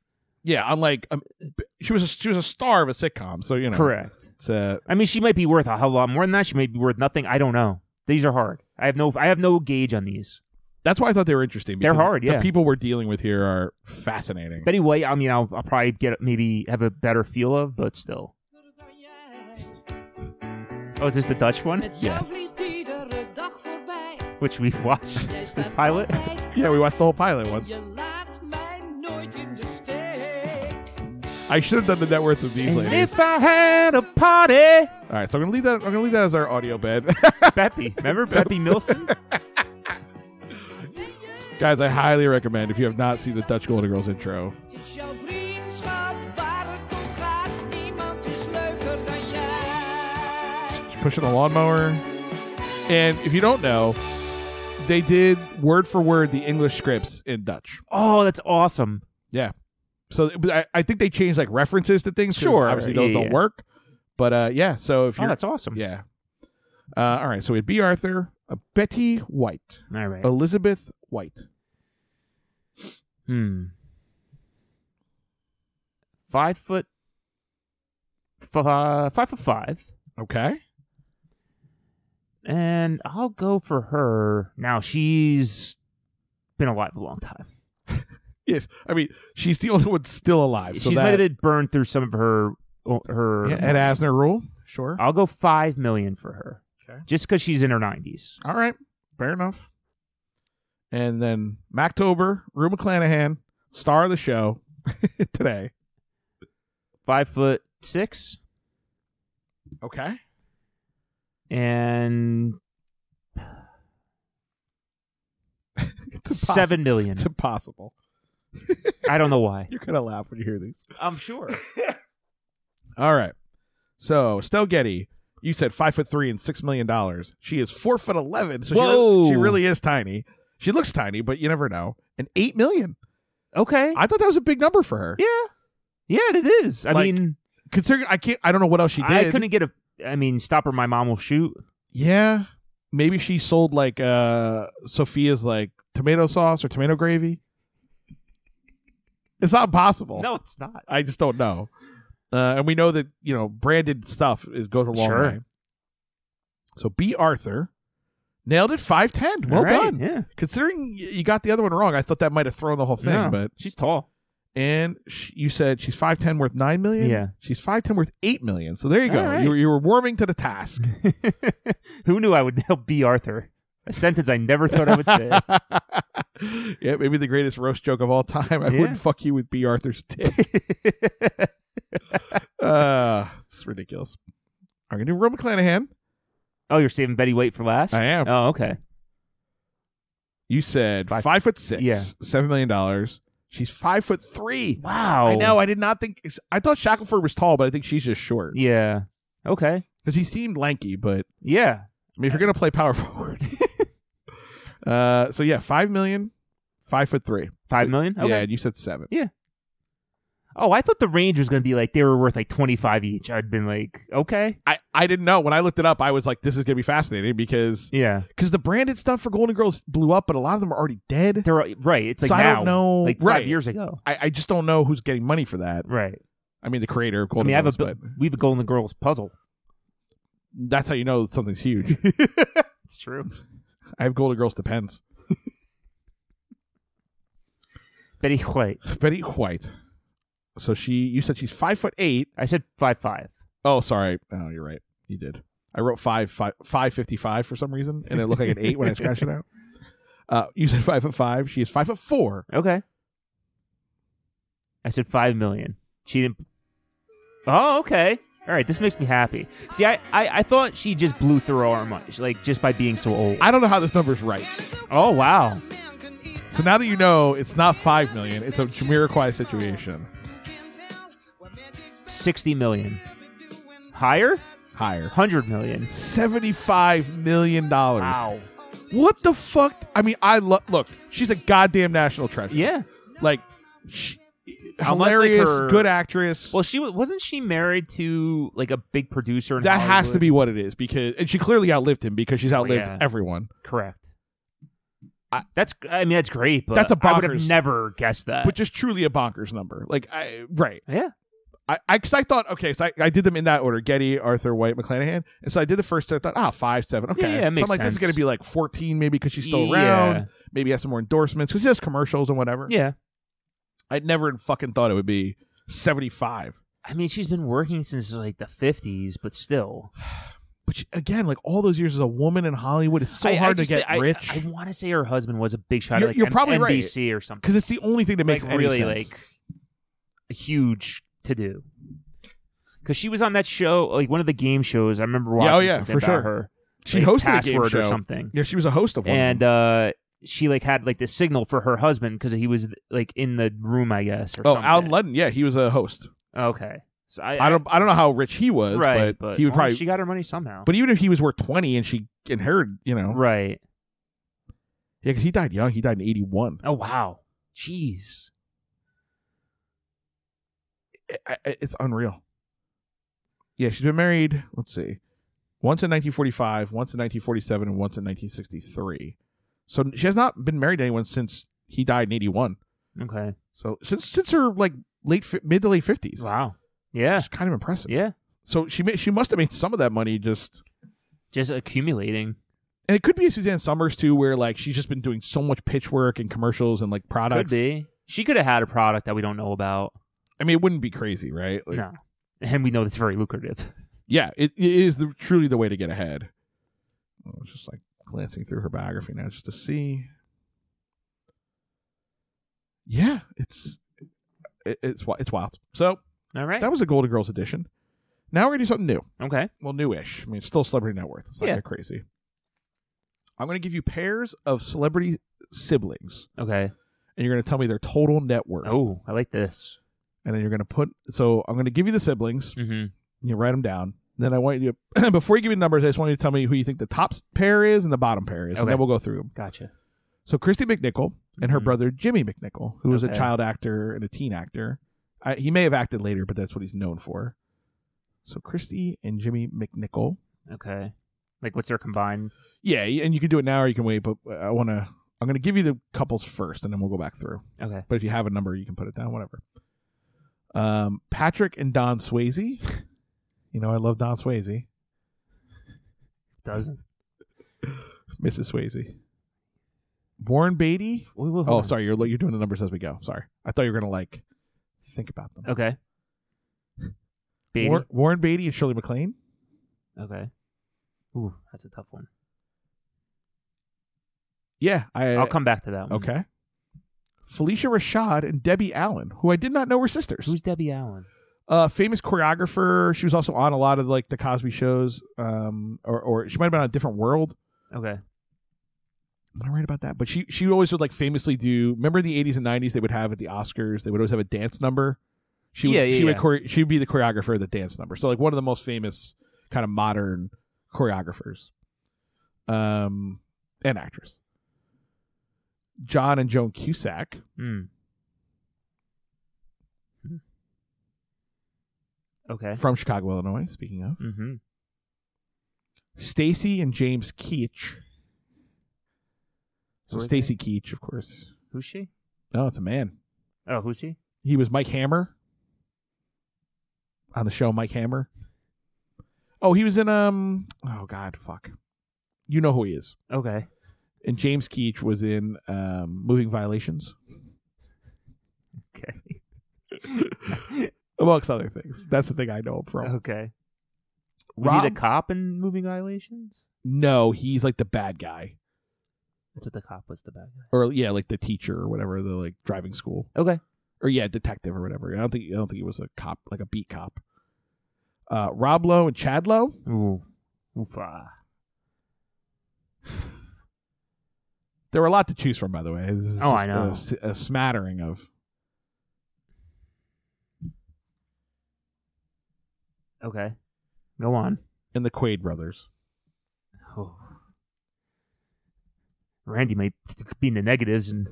S2: Yeah, unlike um, b- she was a, she was a star of a sitcom, so you know.
S1: Correct.
S2: It's uh,
S1: I mean, she might be worth a hell of a lot more than that. She might be worth nothing. I don't know. These are hard. I have no. I have no gauge on these.
S2: that's why I thought they were interesting.
S1: They're
S2: because
S1: hard,
S2: The
S1: yeah.
S2: people we're dealing with here are fascinating.
S1: But anyway, I mean, I'll, I'll probably get maybe have a better feel of, but still. Oh, is this the Dutch one?
S6: Met jou vliegt iedere dag voorbij.
S1: Which we've watched.
S6: Jij
S1: the
S6: staat
S1: pilot.
S6: altijd
S2: Yeah, we watched the whole pilot once.
S6: Je laat mij nooit in de steek.
S2: I should have done the net worth of these
S1: And
S2: ladies.
S1: if I had a party,
S2: All right, so I'm gonna leave that. I'm gonna leave that as our audio bed,
S1: Peppy. Remember Peppy Milson?
S2: guys. I highly recommend if you have not seen the Dutch Golden Girls intro.
S6: Het is jouw vriendschap waar het om gaat. Niemand is leuker dan jij.
S2: She's pushing a lawnmower, and if you don't know, they did word for word the English scripts in Dutch.
S1: Oh, that's awesome.
S2: Yeah. So but I, I think they changed like references to things. 'cause
S1: Sure,
S2: Obviously, those
S1: yeah,
S2: don't
S1: yeah.
S2: work. But uh, yeah. So if
S1: Oh,
S2: you're,
S1: that's awesome.
S2: yeah. Uh, all right. So it'd be Arthur, uh, Betty White,
S1: All right.
S2: Elizabeth White.
S1: Hmm. Five foot. uh, Five, five foot five.
S2: Okay.
S1: And I'll go for her. Now, she's been alive a long time.
S2: Yes. I mean, she's the only one still alive. So
S1: she's
S2: that
S1: might have burned through some of her. her
S2: yeah, Ed Asner rule. Sure.
S1: I'll go five million for her.
S2: Okay.
S1: Just because she's in her 90s.
S2: All right. Fair enough. And then Mactober, Rue McClanahan, star of the show today.
S1: Five foot six.
S2: Okay.
S1: and
S2: It's impossible.
S1: seven million.
S2: It's impossible.
S1: I don't know why.
S2: You're gonna laugh when you hear these.
S1: I'm sure.
S2: All right. So Estelle Getty, you said five foot three and six million dollars. She is four foot eleven, so she really,
S1: Whoa.
S2: she really is tiny. She looks tiny, but you never know. And eight million.
S1: Okay.
S2: I thought that was a big number for her.
S1: yeah. Yeah, it is. I
S2: Like,
S1: mean,
S2: Considering I can't, I don't know what else she did.
S1: I couldn't get a. I mean, stop or my mom will shoot.
S2: Yeah, maybe she sold like uh Sophia's like tomato sauce or tomato gravy. It's not possible.
S1: No, it's not.
S2: I just don't know. Uh, and we know that you know branded stuff is, goes a long
S1: Sure.
S2: way. So B. Arthur nailed it 5'10. Well
S1: All right,
S2: done.
S1: Yeah.
S2: Considering y- you got the other one wrong, I thought that might have thrown the whole thing,
S1: No,
S2: but
S1: she's tall.
S2: and sh- you said she's 5'10 worth 9 million.
S1: Yeah.
S2: She's 5'10 worth 8 million. So there you go.
S1: All right.
S2: You, were- you were warming to the task.
S1: Who knew I would help B. Arthur? A sentence I never thought I would say.
S2: yeah, maybe the greatest roast joke of all time. I
S1: Yeah.
S2: wouldn't fuck you with B. Arthur's dick. uh, it's ridiculous. I'm going to do Roman Clanahan.
S1: oh, you're saving Betty White for last?
S2: I am.
S1: Oh, okay.
S2: You said
S1: Five-
S2: five, foot six,
S1: Yeah.
S2: seven million dollars. She's five foot three.
S1: Wow.
S2: I know. I did not think. I thought Shackelford was tall, but I think she's just short
S1: Yeah. Okay.
S2: because he seemed lanky. But
S1: Yeah.
S2: I mean, if you're gonna play power forward, uh, so yeah, five million, five foot three,
S1: Five
S2: So-
S1: million?
S2: Yeah,
S1: Okay.
S2: and you said seven.
S1: Oh, I thought the range was going to be like they were worth like 25 each. I'd been like, okay.
S2: I, I didn't know when I looked it up. I was like, this is gonna be fascinating because
S1: Yeah.
S2: because the branded stuff for Golden Girls blew up, but a lot of them are already dead.
S1: They're right. It's like
S2: So I
S1: now.
S2: don't know-
S1: Like five
S2: right.
S1: years ago.
S2: I, I just don't know who's getting money for that.
S1: Right.
S2: I mean, the creator of
S1: I
S2: Golden
S1: mean, I have a
S2: Girls,
S1: bu-
S2: but
S1: we have a Golden Girls puzzle.
S2: that's how you know something's huge.
S1: It's true.
S2: I have Golden Girls depends.
S1: Betty White.
S2: Betty White. So she, you said she's five foot eight.
S1: I said five five.
S2: Oh, sorry. Oh, you're right. You did. I wrote five five five fifty five for some reason, and it looked like an eight when I scratched it out. Uh, you said five foot five. She is five foot four.
S1: Okay. I said five million. She didn't. Oh, okay. All right. This makes me happy. See, I I, I thought she just blew through our money, like just by being so old.
S2: I don't know how this number's right.
S1: oh wow.
S2: So now that you know, it's not five million. It's a Jamiroquai situation.
S1: Sixty million. Higher?
S2: Higher.
S1: Hundred million.
S2: Seventy five million dollars. What the fuck? I mean, I lo- look. She's a goddamn national treasure.
S1: Yeah.
S2: Like, she,
S1: Unless, like,
S2: hilarious,
S1: her-
S2: good actress.
S1: Well, she wa- wasn't she married to like a big producer. In
S2: that has to
S1: Hollywood?
S2: be what it is because and she clearly outlived him because she's outlived
S1: yeah.
S2: everyone
S1: correct.
S2: I-
S1: that's I mean that's great, but
S2: That's a
S1: I would have
S2: bonkers-
S1: never guessed that.
S2: but just truly a bonkers number like i right
S1: Uh, yeah,
S2: i i, cause I thought okay so I, I did them in that order getty arthur white mcclanahan and so i did the first two, i thought ah five seven okay
S1: yeah, it
S2: So
S1: makes
S2: i'm like this is
S1: sense.
S2: gonna be like 14 maybe because she's still
S1: Yeah.
S2: around maybe has some more endorsements because she does commercials and whatever
S1: yeah.
S2: i never fucking thought it would be 75
S1: I mean, she's been working since like the fifties, but still,
S2: but she, again like all those years as a woman in hollywood it's so
S1: I- I
S2: hard to
S1: just
S2: get
S1: thi- I-
S2: rich
S1: I, want to say her husband was a big shot.
S2: You're-
S1: at, like,
S2: you're
S1: M-
S2: probably right.
S1: NBC or something.
S2: because it's the only thing that makes
S1: like
S2: any
S1: really
S2: sense.
S1: like a huge to do. Because she was on that show, like one of the game shows. I remember watching
S2: Yeah, oh, yeah,
S1: something
S2: for
S1: about
S2: sure.
S1: her.
S2: she
S1: like,
S2: hosted a game
S1: password
S2: show
S1: or something,
S2: yeah she was a host of one of them.
S1: and uh, she like had like this signal for her husband because he was like in the room, I guess. Or
S2: Oh,
S1: something.
S2: Alan Ludden, yeah, he was a host.
S1: Okay, so I,
S2: I don't, I don't know how rich he was,
S1: right,
S2: but, he would
S1: well,
S2: probably.
S1: she got her money somehow.
S2: but even if he was worth twenty and she inherited, you know,
S1: right.
S2: yeah, because he died young. He died in eighty one.
S1: Oh wow, jeez.
S2: It's unreal. Yeah, she's been married. Let's see, once in nineteen forty five, once in nineteen forty seven, and once in nineteen sixty three. So she has not been married to anyone since he died in eighty one.
S1: Okay.
S2: So since since her like late fi- mid to late fifties.
S1: Wow. Yeah.
S2: It's kind of impressive.
S1: Yeah.
S2: So she ma- she must have made some of that money just
S1: Just accumulating.
S2: and it could be a Suzanne Summers too, where like she's just been doing so much pitch work and commercials and like products.
S1: Could be. She could have had a product that we don't know about.
S2: I mean, it wouldn't be crazy, right? Like,
S1: no. And we know that's very lucrative.
S2: Yeah, it, it is the, truly the way to get ahead. I was just like glancing through her biography now just to see. Yeah, it's it, it's wi- it's wild. So
S1: All right.
S2: that was the Golden Girls edition. Now we're gonna do something new.
S1: okay.
S2: Well, newish. I mean, it's still celebrity net worth. It's not
S1: Yeah.
S2: that crazy. I'm gonna give you pairs of celebrity siblings,
S1: Okay.
S2: and you're gonna tell me their total net worth.
S1: Oh, I like this.
S2: and then you're going to put so i'm going to give you the siblings
S1: Mm-hmm.
S2: you write them down then i want you to before you give me the numbers i just want you to tell me who you think the top s- pair is and the bottom pair is and
S1: Okay.
S2: then we'll go through them
S1: Gotcha.
S2: so christy mcnichol and her
S1: Mhm.
S2: brother jimmy mcnichol who was
S1: Okay.
S2: a child actor and a teen actor I, he may have acted later but that's what he's known for so christy and jimmy mcnichol
S1: Okay. Like, what's their combined?
S2: yeah and you can do it now or you can wait but uh, i want to i'm going to give you the couples first and then we'll go back through
S1: Okay.
S2: but if you have a number, you can put it down, whatever. Um, Patrick and Don Swayze. You know, I love Don Swayze.
S1: Doesn't.
S2: Mrs. Swayze. Warren Beatty.
S1: We will-
S2: Oh, sorry, you're you're doing the numbers as we go. Sorry, I thought you were gonna like think about them.
S1: Okay. Baby.
S2: War- Warren Beatty and Shirley MacLaine.
S1: okay. Ooh, that's a tough one.
S2: Yeah, I uh,
S1: I'll come back to that one.
S2: Eh, Okay. Felicia Rashad and Debbie Allen, who I did not know were sisters.
S1: Who's Debbie Allen?
S2: uh, famous choreographer. She was also on a lot of like the Cosby shows, um, or or she might have been on a different world.
S1: Okay.
S2: Am I right about that? But she she always would like famously do. Remember in the eighties and nineties, they would have at the Oscars, they would always have a dance number. She would,
S1: Yeah, yeah,
S2: she would
S1: yeah.
S2: chore- she would be the choreographer of the dance number. So like one of the most famous kind of modern choreographers, um, and actress. John and Joan Cusack.
S1: Hmm. Okay.
S2: from Chicago, Illinois. Speaking of
S1: Mm-hmm.
S2: Stacy and James Keach, so
S1: Who are
S2: Stacy Keach, of course.
S1: Who's she?
S2: No, it's a man.
S1: Oh, who's he?
S2: He was Mike Hammer on the show. Mike Hammer. Oh, he was in um. Oh God, fuck. You know who he is.
S1: Okay.
S2: And James Keach was in um, Moving Violations,
S1: Okay.
S2: amongst other things. That's the thing I know him from.
S1: Okay. Was he
S2: Rob-
S1: the cop in Moving Violations?
S2: no, he's like the bad guy,
S1: That's what the cop was the bad guy.
S2: or yeah, like the teacher or whatever. The like driving school.
S1: Okay.
S2: or yeah, detective or whatever. I don't think I don't think he was a cop, like a beat cop. Uh, Rob Lowe and Chad Lowe.
S1: Ooh. ah. Oofa.
S2: There were a lot to choose from, by the way. This is
S1: Oh, I
S2: just
S1: know.
S2: A, s- a smattering of.
S1: Okay. Go on.
S2: And the Quaid brothers.
S1: Oh. Randy might be in the negatives and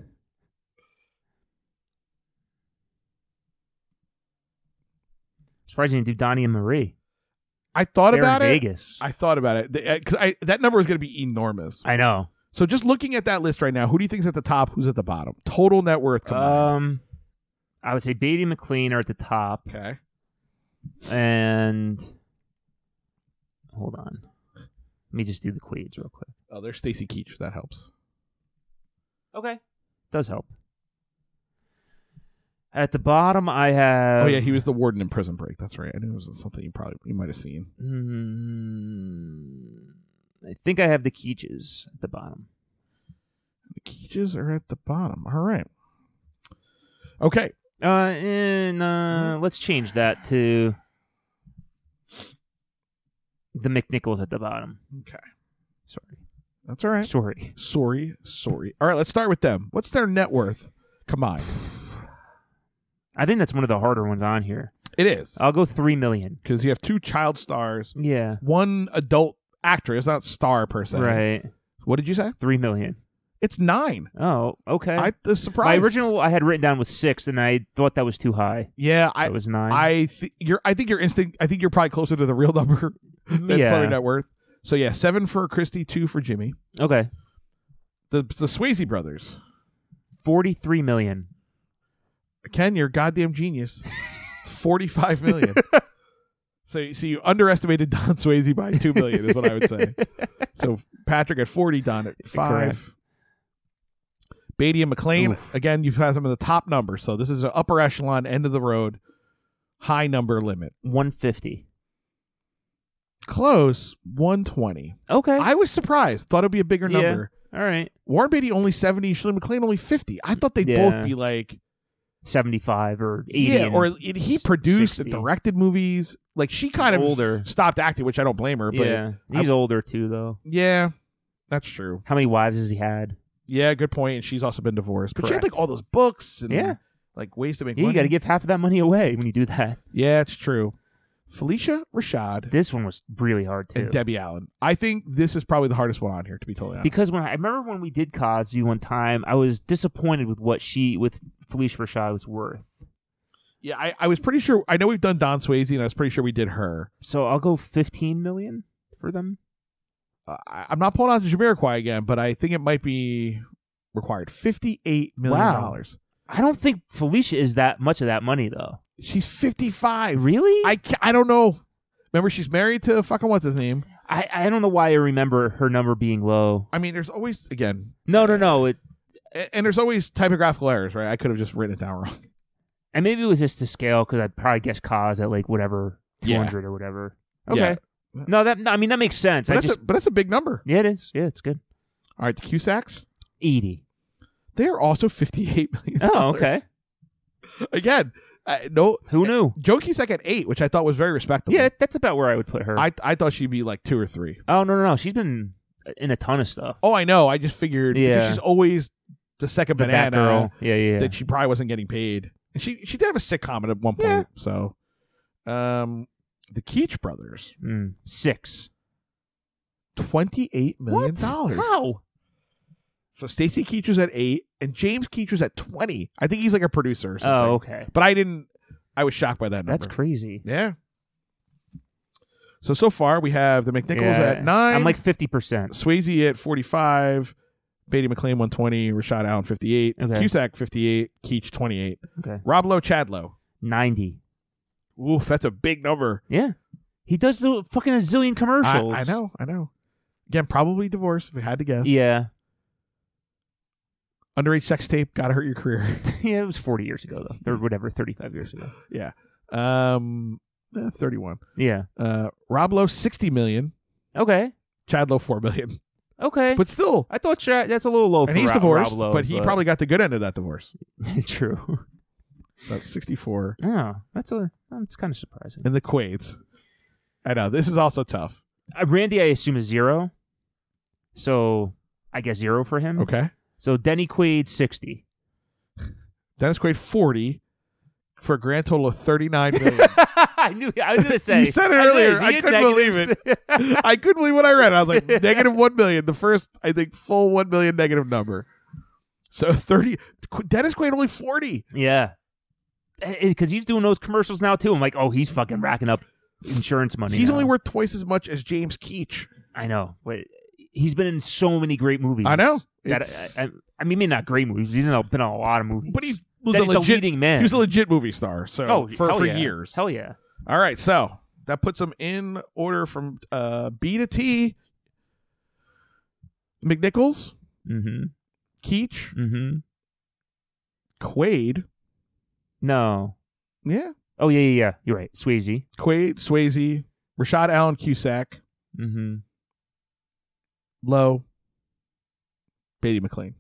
S1: surprised you didn't do Donnie and Marie.
S2: I thought
S1: They're
S2: about
S1: in
S2: it.
S1: Vegas.
S2: I thought about it because I, that number is going to be enormous.
S1: I know.
S2: So just looking at that list right now, who do you think's at the top? Who's at the bottom? Total net worth. combined.
S1: Um, I would say Beatty and McLean are at the top,
S2: okay.
S1: and hold on, let me just do the Quades real quick.
S2: Oh, there's Stacy Keach. That helps.
S1: Okay, does help. At the bottom, I have.
S2: oh yeah, he was the warden in Prison Break. That's right. I knew it was something you probably you might have seen.
S1: Hmm, I think I have the Keaches at the bottom.
S2: The Keaches are at the bottom. All right. Okay.
S1: Uh, and uh, let's change that to the McNichols at the bottom.
S2: Okay.
S1: Sorry,
S2: That's all right.
S1: sorry.
S2: Sorry, sorry. All right, let's start with them. What's their net worth combined?
S1: I think that's one of the harder ones on here.
S2: It is
S1: I'll go three million.
S2: because you have two child stars,
S1: Yeah.
S2: one adult actress, not star per se.
S1: Right.
S2: What did you say?
S1: Three million.
S2: It's nine.
S1: Oh, okay.
S2: I the
S1: My
S2: surprise.
S1: original I had written down was six, and I thought that was too high.
S2: Yeah,
S1: So
S2: I
S1: it was nine.
S2: I th- you're I think your instinct. I think you're probably closer to the real number than
S1: Yeah.
S2: Southern net worth. So yeah, seven for Christy, two for Jimmy.
S1: okay.
S2: The the Swayze brothers.
S1: Forty-three million.
S2: Ken, you're a goddamn genius. Forty five million. so, so you underestimated Don Swayze by two million, is what I would say. so Patrick at forty, Don at five. Beatty and McLean again. You've had them in the top number, so this is an upper echelon, end of the road, high number limit.
S1: One fifty.
S2: Close one twenty.
S1: Okay.
S2: I was surprised. Thought it'd be a bigger
S1: Yeah.
S2: number.
S1: All right.
S2: Warren Beatty only seventy. Shirley McLean only fifty. I thought they'd
S1: Yeah.
S2: both be like
S1: Seventy-five or eighty.
S2: Yeah,
S1: and-
S2: or it, he produced and
S1: 60.
S2: directed movies. Like she kind of
S1: Older.
S2: stopped acting, which I don't blame her. But yeah,
S1: yeah. He's older too, though.
S2: that's true.
S1: How many wives has he had?
S2: Yeah, good point. And she's also been divorced. But she had
S1: Correct.
S2: like all those books and
S1: Yeah.
S2: like ways to make
S1: Yeah, you
S2: money.
S1: got to give half of that money away when you do that.
S2: Yeah, it's true. Felicia Rashad
S1: This one was really hard too.
S2: and Debbie Allen. I think this is probably the hardest one on here. To be totally honest,
S1: Because when I, I remember when we did Cosby one time, I was disappointed with what she with Felicia Rashad was worth.
S2: yeah, I, I was pretty sure. I know we've done Don Swayze, and I was pretty sure we did her.
S1: So I'll go fifteen million for them.
S2: Uh, I, I'm not pulling out the Jamiroquai again, but I think it might be required. Fifty eight million
S1: Wow.
S2: dollars.
S1: I don't think Felicia is that much of that money though.
S2: She's fifty five.
S1: Really?
S2: I ca I don't know. Remember, she's married to fucking what's his name?
S1: I, I don't know why I remember her number being low.
S2: I mean, there's always again,
S1: No, no, no. It
S2: a- and there's always typographical errors, right? I could have just written it down wrong.
S1: and maybe it was just the scale because I'd probably guess cause at like whatever two
S2: Yeah.
S1: hundred or whatever. Okay.
S2: Yeah.
S1: No, that no, I mean that makes sense.
S2: But
S1: I
S2: that's,
S1: just
S2: a, but that's a big number.
S1: yeah, it is. Yeah, it's good.
S2: All right, the Cusacks,
S1: Edie.
S2: they are also fifty-eight million.
S1: Oh, okay.
S2: Again, I, no,
S1: Who knew?
S2: Joe Cusack at eight, which I thought was very respectable.
S1: Yeah, that's about where I would put her.
S2: I I thought she'd be like two or three.
S1: oh no, no, no. She's been in a ton of stuff.
S2: Oh, I know. I just figured because
S1: Yeah.
S2: she's always the second
S1: the
S2: banana
S1: Batgirl. Yeah, yeah. yeah.
S2: that she probably wasn't getting paid. And she she did have a sitcom at one point.
S1: Yeah.
S2: So, um, the Keach brothers,
S1: Mm, six.
S2: twenty eight million dollars.
S1: How?
S2: So Stacy Keach was at eight, and James Keach was at twenty. I think he's like a producer. Or something.
S1: Oh, okay.
S2: but I didn't. I was shocked by that number.
S1: That's crazy.
S2: yeah. So so far we have the McNichols
S1: Yeah.
S2: at nine.
S1: I'm like fifty percent.
S2: Swayze at 45, Beatty McLean 120, Rashad Allen 58,
S1: Okay.
S2: Cusack 58, Keach 28.
S1: Okay.
S2: Rob Lowe, Chad Lowe.
S1: Ninety.
S2: Oof, that's a big number.
S1: Yeah. He does the fucking a zillion
S2: I,
S1: commercials.
S2: I know, I know. Again, probably divorce if we had to guess.
S1: Yeah.
S2: Underage sex tape, gotta hurt your career.
S1: yeah, it was forty years ago though. Or whatever, thirty five years ago.
S2: yeah. Um, eh, 31.
S1: Yeah.
S2: Uh, Rob Lowe, 60 million.
S1: Okay.
S2: Chad Lowe, 4 million.
S1: Okay.
S2: But still,
S1: I thought Sha- that's a little low for
S2: and he's
S1: Rob-
S2: divorced,
S1: Rob Lowe,
S2: but he probably got the good end of that divorce.
S1: true.
S2: So that's 64.
S1: Oh, that's a that's kind of surprising.
S2: And the Quades. I know, this is also tough.
S1: Uh, Randy, I assume is zero, so I guess zero for him.
S2: Okay.
S1: So Denny Quaid sixty.
S2: Dennis Quaid 40 for a grand total of 39 million.
S1: I knew. I was gonna say.
S2: You said it
S1: I knew
S2: earlier.
S1: See,
S2: I
S1: it's
S2: couldn't
S1: negatives.
S2: I couldn't believe what I read. I was like negative 1 million, the first I think full 1 million negative number. So 30 Qu- Dennis Quaid only 40.
S1: yeah, because he's doing those commercials now too. I'm like, oh, he's fucking racking up insurance money.
S2: He's
S1: now.
S2: only worth twice as much as James Keach.
S1: I know. But he's been in so many great movies.
S2: I know.
S1: That,
S2: It's-
S1: I, I, I mean, maybe not great movies. He's in a, been in a lot of movies.
S2: But he was
S1: That
S2: a
S1: is the
S2: legit
S1: leading man.
S2: He was a legit movie star. So
S1: oh,
S2: for,
S1: hell
S2: for
S1: yeah.
S2: years.
S1: Hell yeah.
S2: All right, so that puts them in order from uh, B to T. McNichols,
S1: Mm-hmm.
S2: Keach,
S1: Mm-hmm.
S2: Quaid.
S1: No.
S2: Yeah.
S1: Oh yeah, yeah, yeah. You're right. Swayze.
S2: Quaid, Swayze, Rashad Allen, Cusack,
S1: Mm-hmm.
S2: Lowe, Beatty McLean.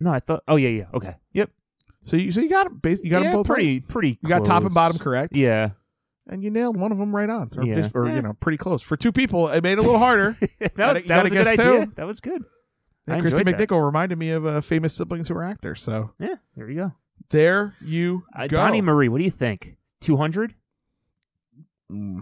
S1: No, I thought. Oh yeah, yeah. Okay. Yep.
S2: So you so you got 'em bas- you got 'em
S1: yeah,
S2: both right.
S1: pretty, pretty.
S2: You got top
S1: close.
S2: and bottom correct,
S1: Yeah.
S2: and you nailed one of them right on, or,
S1: Yeah.
S2: or
S1: Yeah.
S2: you know pretty close for two people. It made it a little harder.
S1: that
S2: Gotta-
S1: was,
S2: you
S1: that
S2: gotta
S1: was a good
S2: guess too.
S1: idea. That was good. I
S2: and Christy
S1: enjoyed that.
S2: McNichol reminded me of uh, famous siblings who were actors. So
S1: Yeah. There you go.
S2: there you
S1: Uh,
S2: go.
S1: Donnie Marie, what do you think? Two hundred?
S2: Mm.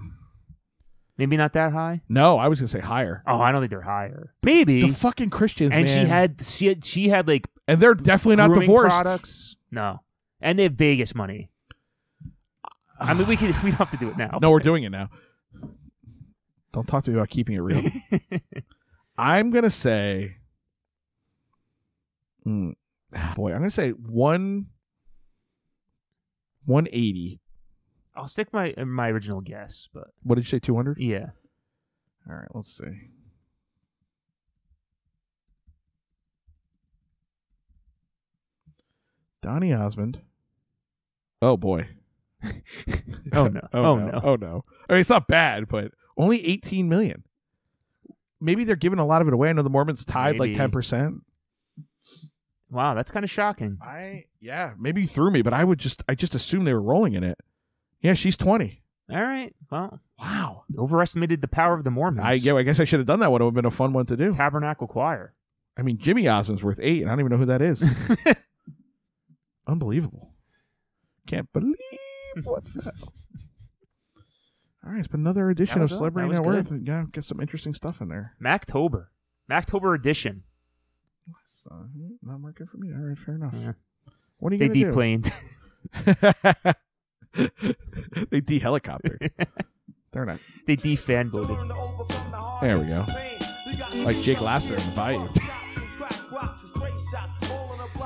S1: Maybe not that high.
S2: No, I was gonna say higher.
S1: Oh, I don't think they're higher. Maybe.
S2: The fucking Christians,
S1: E. and
S2: man.
S1: she had she had, she had like
S2: and they're definitely not
S1: grooming
S2: divorced.
S1: products. No, and they have Vegas money. I mean, we can we don't have to do it now.
S2: No, we're doing it now. Don't talk to me about keeping it real. I'm gonna say, Hmm. boy, I'm gonna say one, one eighty.
S1: I'll stick my uh, my original guess, but
S2: What did you say? Two hundred.
S1: yeah,
S2: All right, let's see. Donny Osmond. Oh boy.
S1: Oh, no.
S2: oh,
S1: Oh,
S2: no.
S1: no.
S2: Oh no. I mean, it's not bad, but only 18 million. Maybe they're giving a lot of it away. I know the Mormons tied
S1: Maybe.
S2: like 10%.
S1: wow, that's kind of shocking.
S2: I yeah, maybe you threw me, but I would just I just assumed they were rolling in it. Yeah, she's 20.
S1: All right, well,
S2: Wow.
S1: overestimated the power of the Mormons.
S2: I yeah, I guess I should have done that one. It would have been a fun one to do.
S1: Tabernacle Choir.
S2: I mean, Jimmy Osmond's worth 8, and I don't even know who that is. Unbelievable. Can't believe what the All right, it's been another edition
S1: That
S2: of
S1: was it.
S2: Celebrity
S1: That
S2: Net
S1: was
S2: Worth. Yeah, get some interesting stuff in there.
S1: Mactober, Mactober edition.
S2: So, not working for me. All right, fair enough.
S1: Yeah.
S2: What are you
S1: They
S2: gonna do?
S1: deplaned.
S2: they de-helicopter. They're not.
S1: they defanboated.
S2: There we go. Like Jake Lasseter in the Bayou.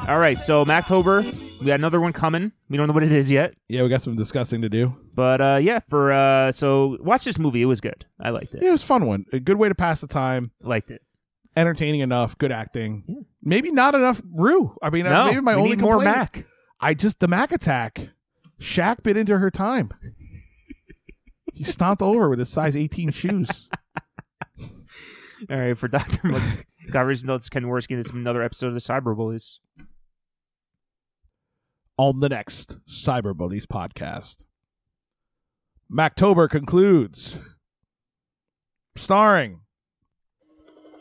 S1: All right, so Mactober, We got another one coming. We don't know what it is yet,
S2: Yeah, we got some discussing to do.
S1: but uh, yeah. For uh, so watch this movie. It was good. I liked it.
S2: Yeah, it was a fun one. A good way to pass the time.
S1: Liked it.
S2: Entertaining enough. Good acting. Maybe not enough Rue. I mean, uh,
S1: no,
S2: maybe my
S1: we
S2: only
S1: need more
S2: complaint-
S1: Mac.
S2: I just the Mac attack. Shaq bit into her time. he stomped over with his size 18 shoes.
S1: All right, for Doctor McGovern's notes, Ken Worski. This is another episode of the Cyber Bullies.
S2: on the next Cyberbullies podcast. Mactober concludes, starring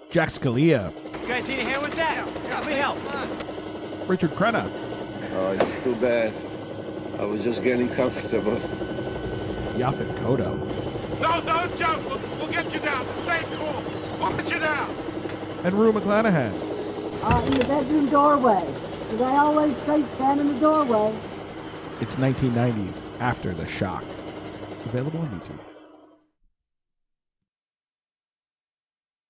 S2: Jack Scalia. You guys need a hand with that? Let me help. Richard Crenna,
S7: Oh, it's too bad. I was just getting comfortable.
S2: Yaphet Kodo,
S5: No, don't jump. We'll, we'll get you down. Stay cool. We'll get you down.
S2: and Rue McClanahan.
S8: uh, in the bedroom doorway. Because I always say stand in the doorway.
S2: It's 1990s After the Shock. Available on YouTube.